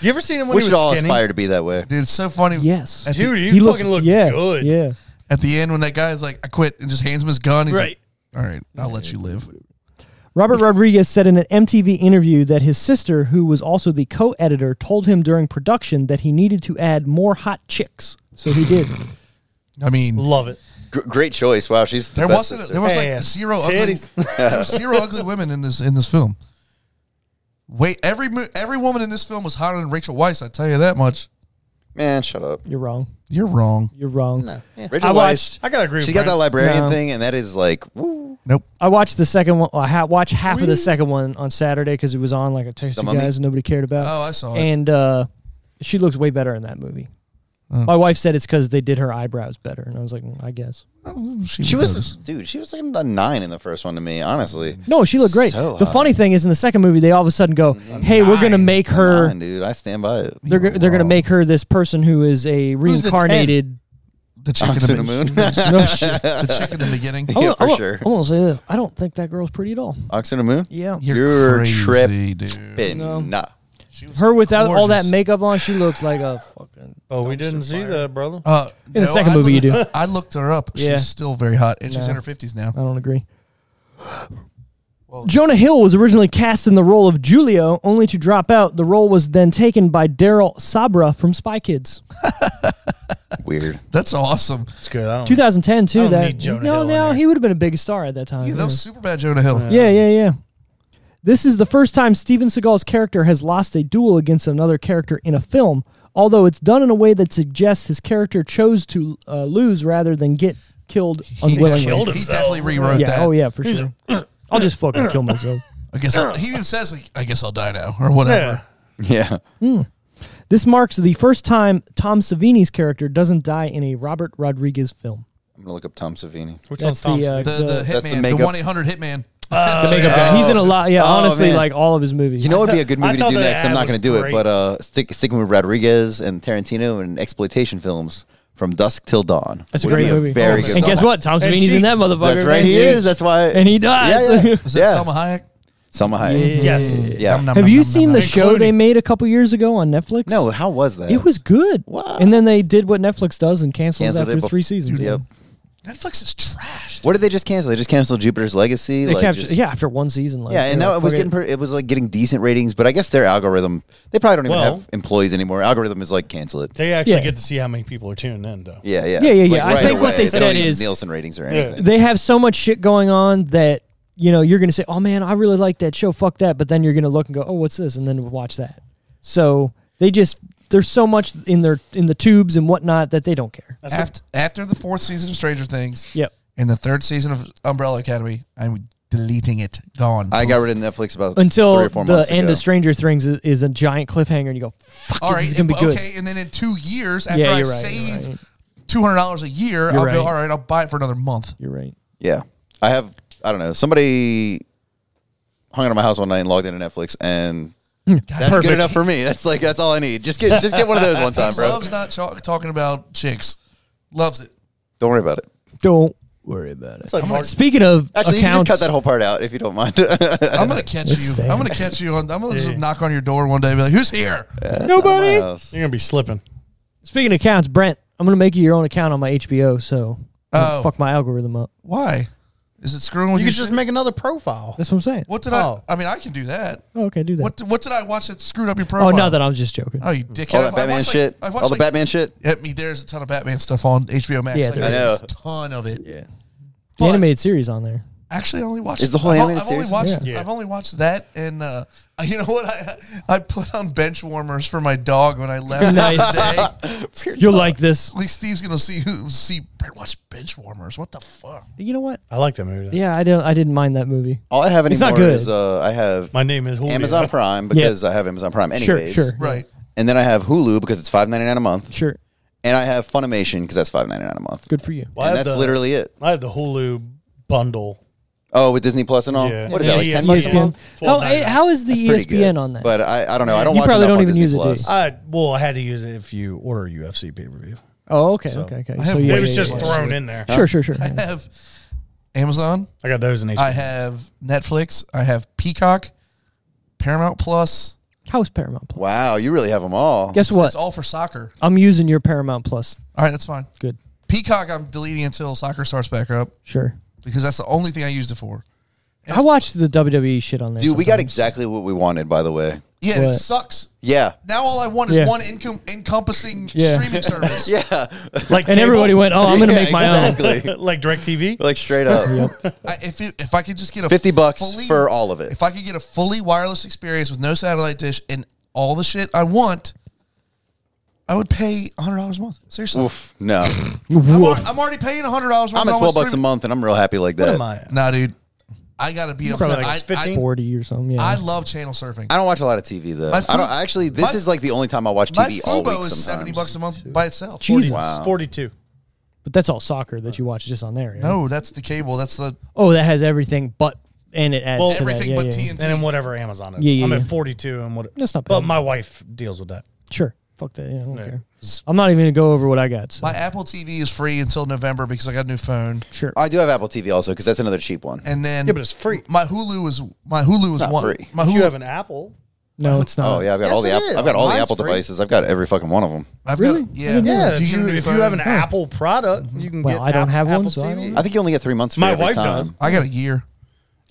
D: You ever seen him when
A: We
D: he
A: should
D: was
A: all
D: skinny?
A: aspire to be that way.
C: Dude, it's so funny.
B: Yes.
C: At
D: Dude,
C: the,
D: you
B: He
D: fucking
B: looks
D: look
B: yeah,
D: good.
B: Yeah.
C: at the end when that guy's like, I quit and just hands him his gun. He's
D: Right.
C: Like, All right, I'll let you live.
B: Robert Rodriguez said in an MTV interview that his sister, who was also the co editor, told him during production that he needed to add more hot chicks. So he did.
C: I mean,
D: Love it.
A: Gr- great choice. Wow, she's the
C: there
A: best
C: wasn't
A: sister.
C: there was
D: Hey,
C: like zero ugly,
D: titties.
C: there was zero ugly women in this in this film. Wait, every mo- every woman in this film was hotter than Rachel Weisz. I tell you that much.
A: Man, shut up.
B: You're wrong.
C: You're wrong.
B: You're wrong.
A: Rachel
B: I
A: Weisz,
B: watched-
D: I gotta agree.
A: She
D: with
A: got that
D: Brent.
A: librarian
B: No.
A: thing, and that is like, woo,
C: Nope.
B: I watched the second one. I ha- watched half of the second one on Saturday because it was on like a text
A: The
B: you
A: Mummy?
B: guys and nobody cared about.
C: Oh, I saw it.
B: and uh, she looks way better in that movie. My wife said it's because they did her eyebrows better, and I was like, "Mm, I guess.
C: Oh, She,
A: she
C: was.
A: was, dude, she was like a nine in the first one to me, honestly.
B: No, she looked great.
A: So
B: the funny thing is, in the second movie, they all of a sudden go, "Hey, we we're gonna make her.
A: Nine, dude, I stand by it.
B: They're go- they're gonna make her this person who is a reincarnated."
C: The chick, in
A: Ox
C: the,
A: in the moon.
B: no shit. Oh,
C: the chick in the beginning.
B: I
A: Yeah,
B: wanna- I
A: for
B: wanna-
A: sure.
B: I want to say this. I don't think that girl's pretty at all.
A: Ox in the moon?
B: Yeah.
C: You're,
A: You're tripping.
C: crazy, dude.
A: Been nah.
B: Her without all that
C: gorgeous.
B: makeup on, she looks like a fucking.
D: Oh, we didn't see that, brother.
C: Uh,
B: the second movie you do.
C: I looked her up.
B: Yeah. Uh.
C: She's still very hot, and she's
B: No.
C: in her fifties now.
B: I don't agree. Jonah Hill was originally cast in the role of Julio, only to drop out. The role was then taken by Daryl Sabra from Spy Kids.
A: Weird.
C: That's awesome.
D: That's good. I don't.
B: 2010 too.
D: I don't
B: that
D: need Jonah
B: no,
D: Hill in
B: no,
D: there.
B: he would have been a big star at that time.
C: Yeah,
B: yeah.
C: that was super bad, Jonah Hill.
B: Mm-hmm. yeah, yeah, yeah. This is the first time Steven Seagal's character has lost a duel against another character in a film, although it's done in a way that suggests his character chose to uh, lose rather than get Oh, killed
C: He,
B: unwillingly.
C: definitely, he
D: himself.
C: definitely rewrote
B: yeah,
C: that.
B: oh yeah, for sure. I'll just fucking kill myself.
C: I guess I'll, he even says, like, "I guess I'll die now" or whatever.
A: Yeah.
B: This marks the first time Tom Savini's character doesn't die in a Robert Rodriguez film.
A: I'm gonna look up Tom Savini.
D: Which
B: That's
D: one's Tom's?
B: the, uh,
C: The the
A: That's the
C: hitman, the
A: makeup.
C: one eight hundred hitman.
B: the makeup guy. He's in a lot. Yeah,
A: Oh,
B: honestly,
A: man.
B: like all of his movies.
A: You know what would be a good
D: I
A: movie to
D: thought
A: do
D: that
A: next? I'm
D: ad
A: not going
D: was
A: to do
D: great.
A: it, but uh, stick, sticking with Rodriguez and Tarantino and exploitation films from dusk till dawn.
B: That's a
A: Would
B: great
A: be
B: movie.
A: very
C: Oh,
A: good.
B: and guess
A: film.
B: what? Tom
D: And
B: Savini's in
D: Cheech.
B: that motherfucker.
A: That's right.
B: man.
A: He is. That's why.
B: And he died.
A: Yeah, yeah.
C: Is that
A: yeah.
C: Selma Hayek?
A: Selma Hayek.
D: Yes.
A: Yeah.
C: Nom, nom, nom,
B: Mm-hmm. Have you
C: nom,
B: seen
C: nom,
B: the
C: nom.
B: show they made a couple years ago on Netflix?
A: No, how was that?
B: it was good.
A: What?
B: And then they did what Netflix does and canceled,
A: Canceled
B: it after
A: bef-
B: three seasons.
A: Dude, Yep.
C: Netflix is trashed.
A: What did they just cancel? They just canceled Jupiter's Legacy.
B: They
A: like,
B: kept-
A: just-
B: yeah, after one season. Like,
A: Yeah, and
B: they're
A: that
B: like,
A: was
B: fuck
A: getting
B: it.
A: pretty, it was like getting decent ratings, but I guess their algorithm they probably don't even
D: Well-
A: have employees anymore. Algorithm is like cancel it.
D: They actually
B: Yeah.
D: get to see how many people are tuning in, though.
A: Yeah, yeah,
B: Yeah, yeah, yeah.
A: Like,
B: I think what they
A: don't
B: said
A: use
B: is-
A: Nielsen ratings or anything.
B: They have so much shit going on that you know you're gonna say, "Oh man, I really like that show. Fuck that," but then you're gonna look and go, "Oh, what's this?" and then watch that. So they just there's so much in their in the tubes and whatnot that they don't care.
C: After, after the fourth season of Stranger Things,
B: Yep.
C: and the third season of Umbrella Academy, I'm deleting it. Gone.
A: I got rid of Netflix about
B: Until
A: three or four
B: the
A: months
B: end
A: ago.
B: of Stranger Things is, is a giant cliffhanger, and you go, "Fuck,
C: all right,
B: this is gonna be
C: but
B: good."
C: okay, and then in two years, after
B: Yeah,
C: I
B: you're right,
C: save
B: you're right.
C: two hundred dollars a year,
B: You're
C: I'll go.
B: right.
C: All right, I'll buy it for another month.
B: You're right.
A: Yeah, I have. I don't know. Somebody hung out at my house one night and logged into Netflix, and
B: Hmm.
A: that's
C: Perfect.
A: good enough for me. That's like that's all I need. Just get just get one of those one time, bro.
C: Loves not talk, talking about chicks. Loves it.
A: Don't worry about it.
B: Don't worry about it.
D: It's like Mark,
B: Speaking of
A: Actually, you can
B: accounts,
A: just cut that whole part out if you don't mind.
C: I'm gonna catch
B: Let's
C: you.
B: stay.
C: I'm gonna catch you. On, I'm gonna just knock on your door one day. and Be like, who's here?
B: nobody.
D: you're gonna be slipping.
B: Speaking of accounts, Brent, I'm gonna make you your own account on my HBO, so
C: Oh.
B: fuck my algorithm up.
C: Why? Is it screwing with
D: You
C: you?
D: could just make another profile.
B: That's what I'm saying.
C: what did
D: Oh.
C: I? I mean, I can do that.
B: Oh, okay, do that.
C: What? What did I watch that screwed up your profile?
B: oh, no, that I was just joking.
A: Uh,
C: Oh, you dickhead!
A: all
C: I've-
A: that
C: I've
A: Batman
C: watched, like-
A: shit.
C: I've watched,
A: All the
C: like-
A: Batman shit.
C: Hit me. There's a ton of Batman stuff on HBO Max.
B: Yeah,
C: like,
B: there
A: is.
C: there's
A: I know.
C: a ton of it. Yeah.
B: the
C: But
B: animated series on there.
C: actually, I only watched.
A: Is the whole
C: I've,
A: animated
C: I've
A: series?
C: only watched.
D: Yeah. Yeah.
C: I've only watched that, and uh, you know what? I I put on bench warmers for my dog when I left.
B: Nice.
C: Nice.
B: You'll like this.
C: Like Steve's gonna see who see Brent watch bench warmers. What the fuck?
B: You know what?
D: I like that movie. though.
B: Yeah, I don't. I didn't mind that movie.
A: All I have
B: It's not
A: anymore
B: good.
A: is uh, I have
D: My name is Julio.
A: Amazon Prime because I have Amazon Prime anyways.
B: Sure, sure,
C: Right.
A: And then I have Hulu because it's five ninety nine a month,
B: sure.
A: and I have Funimation because that's five ninety nine a month.
B: Good for you.
D: Well, I
A: and
D: have
A: that's
D: the-
A: literally it.
D: I have the Hulu bundle.
A: Oh, with Disney Plus and all.
D: Yeah.
A: What is that? Like
D: Yeah,
A: ten
D: yeah,
A: bucks a
D: yeah.
A: month?
B: ESPN. How, eh,
D: $12.99.
B: how is the E
A: Pretty good.
B: ESPN on that?
A: But I, I don't know. I don't
B: You
A: watch
B: probably
A: enough
B: don't
A: on
B: even
A: Disney
B: use it, do
A: Plus.
B: you?
D: I well, I had to use it if you order a UFC pay per view.
B: oh, okay, okay, okay. So
C: have
B: yeah,
C: one
D: It
B: yeah,
D: was just
B: yeah.
D: thrown in there.
B: Sure, sure, sure.
C: I have Amazon.
D: I got those in HBO.
C: I have Netflix. I have Peacock, Paramount Plus,
B: How's Paramount Plus?
A: Wow, you really have them all.
B: Guess what?
C: It's all for soccer.
B: I'm using your Paramount Plus.
C: All right, that's fine.
B: Good.
C: Peacock, I'm deleting until soccer starts back up
B: Sure.
C: because that's the only thing I used it for.
B: I watched the WWE shit on there.
A: Dude, we got
B: sometimes.
A: exactly what we wanted, by the way.
C: Yeah, and it
B: What?
C: sucks.
A: Yeah.
C: Now all I want is
B: Yeah.
C: one incom- encompassing
B: Yeah.
C: streaming service.
A: Yeah.
D: Like
B: And
D: cable-
B: everybody went, "Oh, I'm going to
A: Yeah,
B: make my own."
A: exactly.
D: like DirecTV.
A: like straight up.
C: I, if it, if I could just get a
A: 50 bucks
C: fully-
A: for all of it.
C: If I could get a fully wireless experience with no satellite dish and all the shit I want, I would pay hundred dollars a month. Seriously,
A: Oof. No.
C: I'm, al- I'm already paying hundred dollars.
A: I'm at 12 bucks a month and I'm real happy like that.
D: What am I? at?
C: Nah, dude, I gotta be up.
D: Probably like
C: I,
D: it's
C: I,
D: 15.
B: Forty or something. Yeah.
C: I love channel surfing.
A: I don't watch a lot of TV though.
C: My fu-
A: I don't actually. This
C: my-
A: is like the only time I watch
C: My
A: TV all week.
C: Fubo is
A: sometimes.
C: seventy bucks a month by itself.
B: Jesus.
A: Wow.
D: Forty-two.
B: But that's all soccer that you watch just on there. yeah?
C: No, that's the cable. That's the
B: Oh, that has everything but and it adds
D: Well,
B: to that.
C: everything
B: Yeah,
C: but
B: yeah, yeah.
C: TNT.
D: and then whatever Amazon is.
B: Yeah, yeah,
D: I'm
B: yeah.
D: at 42 and what?
B: That's not
D: But
B: bad.
D: my wife deals with that.
B: Sure. Fuck that. Yeah, I don't care. I'm not even gonna go over what I got. So.
C: my Apple TV is free until November because I got a new phone.
B: sure.
A: I do have Apple TV also because that's another cheap one.
C: And then
D: Yeah, but it's free.
C: My Hulu is my Hulu is
A: not
C: one.
A: free.
C: My
D: You
C: Hulu.
D: have an Apple.
B: no, it's not.
A: Oh yeah, I've got
D: Yes,
A: all the
D: it
A: Apple,
D: is.
A: I've got all the
D: Mine's
A: Apple
D: free.
A: devices. I've got every fucking one of them.
C: I've
B: Really?
C: got
B: I
C: yeah.
B: didn't know
D: Yeah,
B: that.
D: if you,
C: get a new
D: if you have
C: phone-
D: an Apple product, you can
B: Well,
D: get
B: I don't
D: Apple-
B: have one,
D: Apple
B: so I don't
D: TV.
A: I think you only get three months. For
D: My
A: every
D: wife
A: time.
D: does.
C: I got a year,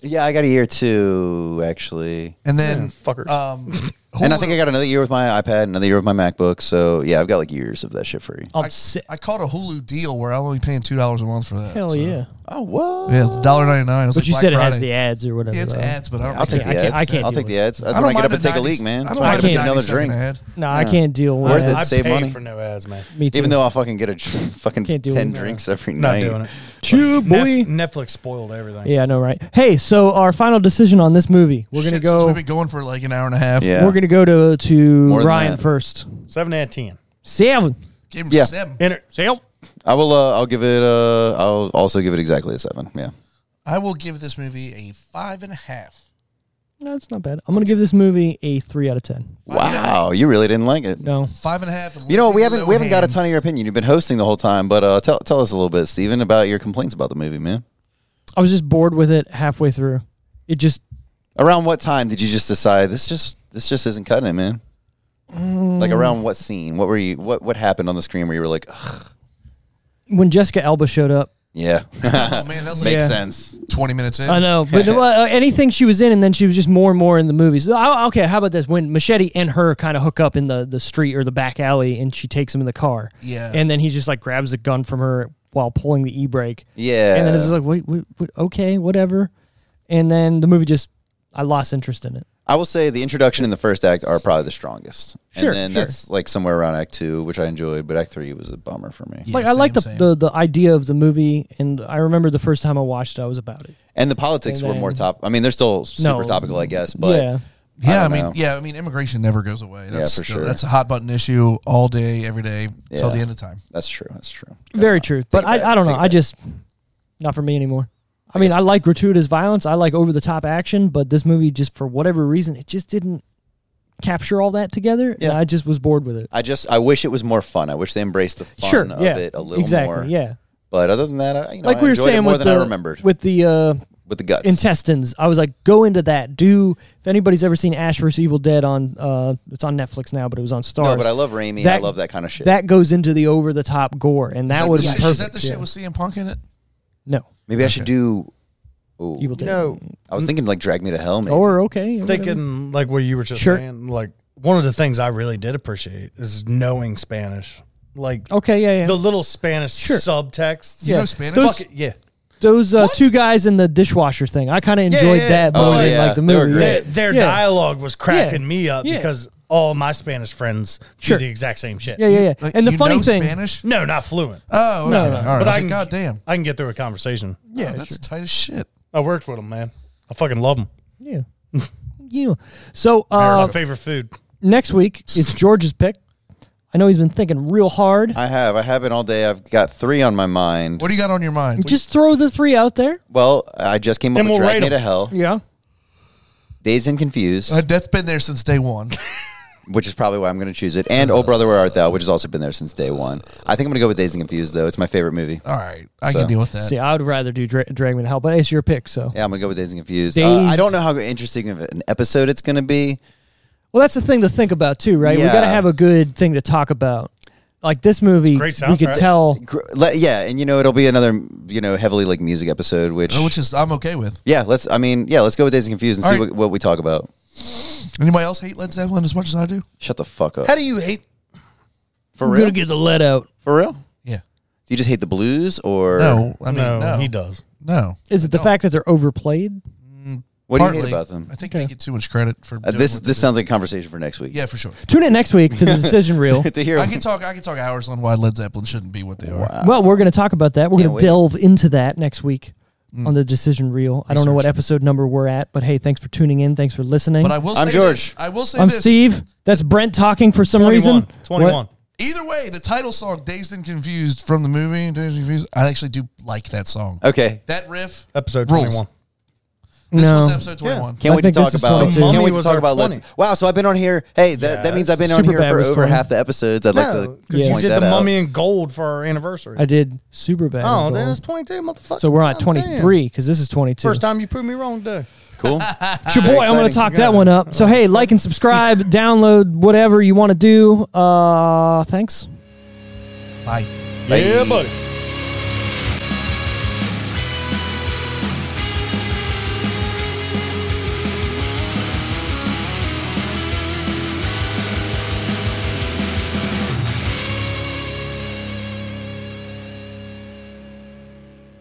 A: Yeah, I got a year too actually,
C: and then
D: Fuckers.
C: um, Hulu,
A: and I think I got another year with my iPad, another year with my MacBook. So yeah, I've got like years of that shit free.
B: I'm sick.
C: I caught a Hulu deal where I'm only paying two dollars a month for that.
B: Hell
C: so-
B: yeah.
A: Oh what?
C: Yeah, it's dollar ninety nine. But
B: But
C: like
B: you
C: uh, Black
B: said it
C: Friday.
B: has the ads or whatever.
C: Yeah, it's
B: though.
C: ads, but I don't.
A: I'll take
B: I
A: the
B: can't-
A: ads.
B: I can't
A: I'll
B: deal
A: take
B: with
A: the ads. That's when
C: I don't
A: I get up
C: mind
A: and take
C: a
A: a leak,
C: 90
A: man.
C: I
A: That's
C: don't
A: when I
C: mind
A: get
C: a
A: up and another
C: 90 second
A: drink.
C: ad.
B: Nah, I can't deal with
A: Worth it,
D: I
B: that.
A: save
D: pay
A: money.
D: for no ads, man.
B: Me too.
A: Even though I fucking get a dr- fucking
B: Can't do it.
A: ten drinks every
D: Not
A: night.
D: doing it.
B: Chew, boy.
D: Nef- Netflix spoiled everything.
B: Yeah, I know, right? Hey, so our final decision on this movie. We're gonna
C: Shit, since
B: go.
C: We've been going for like an hour and a half.
A: Yeah.
B: We're gonna go to to
A: than
B: Ryan
A: that.
B: first.
D: Seven out of ten.
B: Seven.
C: Gave him
A: Yeah.
C: seven.
D: Enter. Sale.
A: I will. Uh, I'll give it. Uh, I'll also give it exactly a seven. Yeah.
C: I will give this movie a five and a half.
B: No, it's not bad. I'm gonna give this movie a three out of ten.
A: Wow, you really didn't like it.
B: No,
C: Five and a half. And
A: You know, we
C: Lindsay
A: haven't we haven't got a
C: Lohan's-
A: ton of your opinion. You've been hosting the whole time, but uh, tell tell us a little bit, Steven, about your complaints about the movie, man.
B: I was just bored with it halfway through. It just
A: Around what time did you just decide this just this just isn't cutting it, man?
B: Mm.
A: Like around what scene? What were you? What what happened on the screen where you were like, "Ugh,
B: when Jessica Alba showed up,
A: yeah,
C: Oh man, that was like
A: makes
B: Yeah.
A: sense.
C: twenty minutes in.
B: I know, but well, uh, anything she was in, and then she was just more and more in the movies. So, I- okay, how about this? When Machete and her kind of hook up in the, the street or the back alley, and she takes him in the car.
C: Yeah.
B: And then he just like grabs a gun from her while pulling the e brake.
A: Yeah,
B: And then it's just like, wait, wait, wait, okay, whatever. And then the movie just, I lost interest in it.
A: I will say the introduction and the first act are probably the strongest,
B: Sure,
A: and then
B: sure.
A: that's like somewhere around Act Two, which I enjoyed, but Act Three was a bummer for me.
C: Yeah,
B: Like, I like the,
C: same, same.
B: the, the idea of the movie, and I remember the first time I watched it, I was about it.
A: And the politics
B: And
A: were
B: then-
A: more top. I mean, they're still super
B: No.
A: topical, I guess, but uh,
B: yeah.
C: Yeah, I,
A: don't
C: mean,
A: know.
C: yeah, I mean, immigration never goes away. That's
A: for
C: still-
A: sure.
C: That's a hot button issue all day, every day, till
A: Yeah.
C: the end of time.
A: that's true. That's true.
B: Very true. But
A: it
B: I,
A: back.
B: I don't know.
A: Take it
B: I
A: back.
B: just not for me anymore. I mean, I like gratuitous violence. I like over the top action, but this movie just for whatever reason, it just didn't capture all that together.
A: Yeah.
B: And I just was bored with it.
A: I just I wish it was more fun. I wish they embraced the fun
B: sure.
A: of
B: yeah.
A: it a little
B: exactly.
A: more.
B: Yeah.
A: But other than that, I, you know,
B: like
A: I
B: we were
A: enjoyed it
B: saying
A: more
B: with
A: than
B: the
A: I remembered with,
B: with the uh,
A: the guts.
B: intestines. I was like, go into that. Do if anybody's ever seen Ash vs Evil Dead on uh, it's on Netflix now, but it was on Stars.
A: no, but I love Raimi. I
B: That-
A: love that kind of shit.
B: that goes into the over the top gore, and that
C: Like
B: was
C: the shit-
B: perfect.
C: Is that the
B: yeah.
C: shit with CM Punk in it?
B: no
A: Maybe I should do. Ooh,
B: Evil Dead.
D: No,
A: I was thinking like Drag Me to Hell. Maybe.
B: Or okay, yeah, whatever.
D: thinking like what you were just
B: Sure.
D: saying. Like one of the things I really did appreciate is knowing Spanish. Like
B: okay, Oh, yeah, yeah.
D: the little Spanish subtexts.
C: You
B: Yeah.
C: know Spanish?
B: Those-
D: Fuck it, yeah.
B: those uh, two guys in the dishwasher thing. I kind of enjoyed
D: yeah,
B: that
D: yeah.
B: more
A: Oh,
B: than
A: yeah.
B: like the
A: They were
B: movie.
A: great.
D: Their, their
B: yeah.
D: dialogue was cracking
B: Yeah.
D: me up
B: Yeah.
D: because all my Spanish friends
B: Sure.
D: do the exact same shit.
B: Yeah, yeah, yeah.
C: Like,
B: and the
C: you
B: funny
C: know
B: thing,
C: Spanish?
D: No, not fluent.
C: Oh, okay.
B: No,
C: All
B: no,
C: right.
B: no.
C: I was
D: But I
C: like,
D: can-
C: God damn.
D: I can get through a conversation.
C: Yeah, that's tight as shit.
D: I worked with them, man. I fucking love them.
B: yeah, yeah. So
D: They're
B: uh,
D: my favorite food.
B: next week it's George's pick. I know he's been thinking real hard.
A: I have. I have it all day. I've got three on my mind.
C: What do you got on your mind?
B: Just throw the three out there.
A: Well, I just came up
D: And
A: with
D: we'll
A: Drag
D: rate
A: Me
D: 'em.
A: to Hell,
B: Yeah,
A: Days and Confused,
C: Uh, that's been there since day one.
A: which is probably why I'm going to choose it, and Oh Brother Where Art Thou, which has also been there since day one. I think I'm going to go with Days and Confused though. It's my favorite movie.
C: All right, I
A: So.
C: can deal with that.
B: see, I would rather do dra- Drag Me to Hell, but it's your pick, so
A: Yeah, I'm gonna go with Days and Confused. Uh, I
B: Dazed.
A: don't know how interesting of an episode it's gonna be.
B: Well, that's the thing to think about too, right? We got to
A: Yeah.
B: have a good thing to talk about. Like this movie,
D: great
B: we could
D: soundtrack.
B: tell.
A: Gr- le- yeah, and you know it'll be another you know heavily like music episode, which,
C: which is I'm okay with.
A: yeah, let's I mean yeah, let's go with Days and Confused and
C: Oh, All
A: see
C: right.
A: what, what we talk about.
C: Anybody else hate Led Zeppelin as much as I do?
A: Shut the fuck up.
D: How do you hate?
A: For
B: We're
A: real?
B: gonna get the let out.
A: For real? Do
C: Yeah.
A: you just hate the blues or
C: No, I mean
D: No,
C: no,
D: he does.
C: No.
B: Is it the fact that they're overplayed?
A: What do you
C: Partly.
A: hate about them?
C: I think they get too much credit for
A: Uh,
C: doing
A: this
C: what
A: this
C: they
A: sounds like a conversation for next week.
C: do. Yeah, for sure.
B: Tune in next week to the decision reel.
A: to hear.
C: I can talk. I can talk hours on why Led Zeppelin shouldn't be what they are.
B: Well, we're going to talk about that. We're
A: Can't
B: going
A: wait.
B: to delve into that next week on the decision reel. I don't know what episode number we're at, but hey, thanks for tuning in. Thanks for listening.
C: But I will.
A: I'm
C: say
A: George.
C: This, I will say
B: am
C: this.
B: Steve. That's Brent talking for some
D: 21.
B: reason.
D: 21.
B: What?
C: Either way, the title song "Dazed and Confused" from the movie "Dazed and Confused," I actually do like that song.
A: Okay.
C: That riff.
D: Episode
C: Rules.
D: 21.
C: This
B: No.
C: was episode twenty-one.
A: Can't
B: I
A: wait to
B: think
A: talk
B: this is
A: about.
B: 22.
A: Can't
D: Mummy
A: wait to
D: was
A: talk
D: our
A: about.
D: 20.
A: Let's, wow, so I've been on here. Hey, that, that means I've been on here
B: Superbad
A: for
B: was
A: over
B: 20.
A: half the episodes. I'd like to.
D: because you
A: point
D: did
A: that
D: the
A: out.
D: mummy in gold for our anniversary.
B: I did super bad.
D: oh, then it's 22, motherfucker.
B: so we're on
D: God
B: at
D: damn.
B: 23 because this is 22.
D: First time you proved me wrong, dude.
A: Cool.
B: It's your boy. I'm
A: exciting.
B: going to talk that one up. So hey, like and subscribe, download whatever you want to do. Uh, thanks.
C: Bye.
D: Yeah, buddy.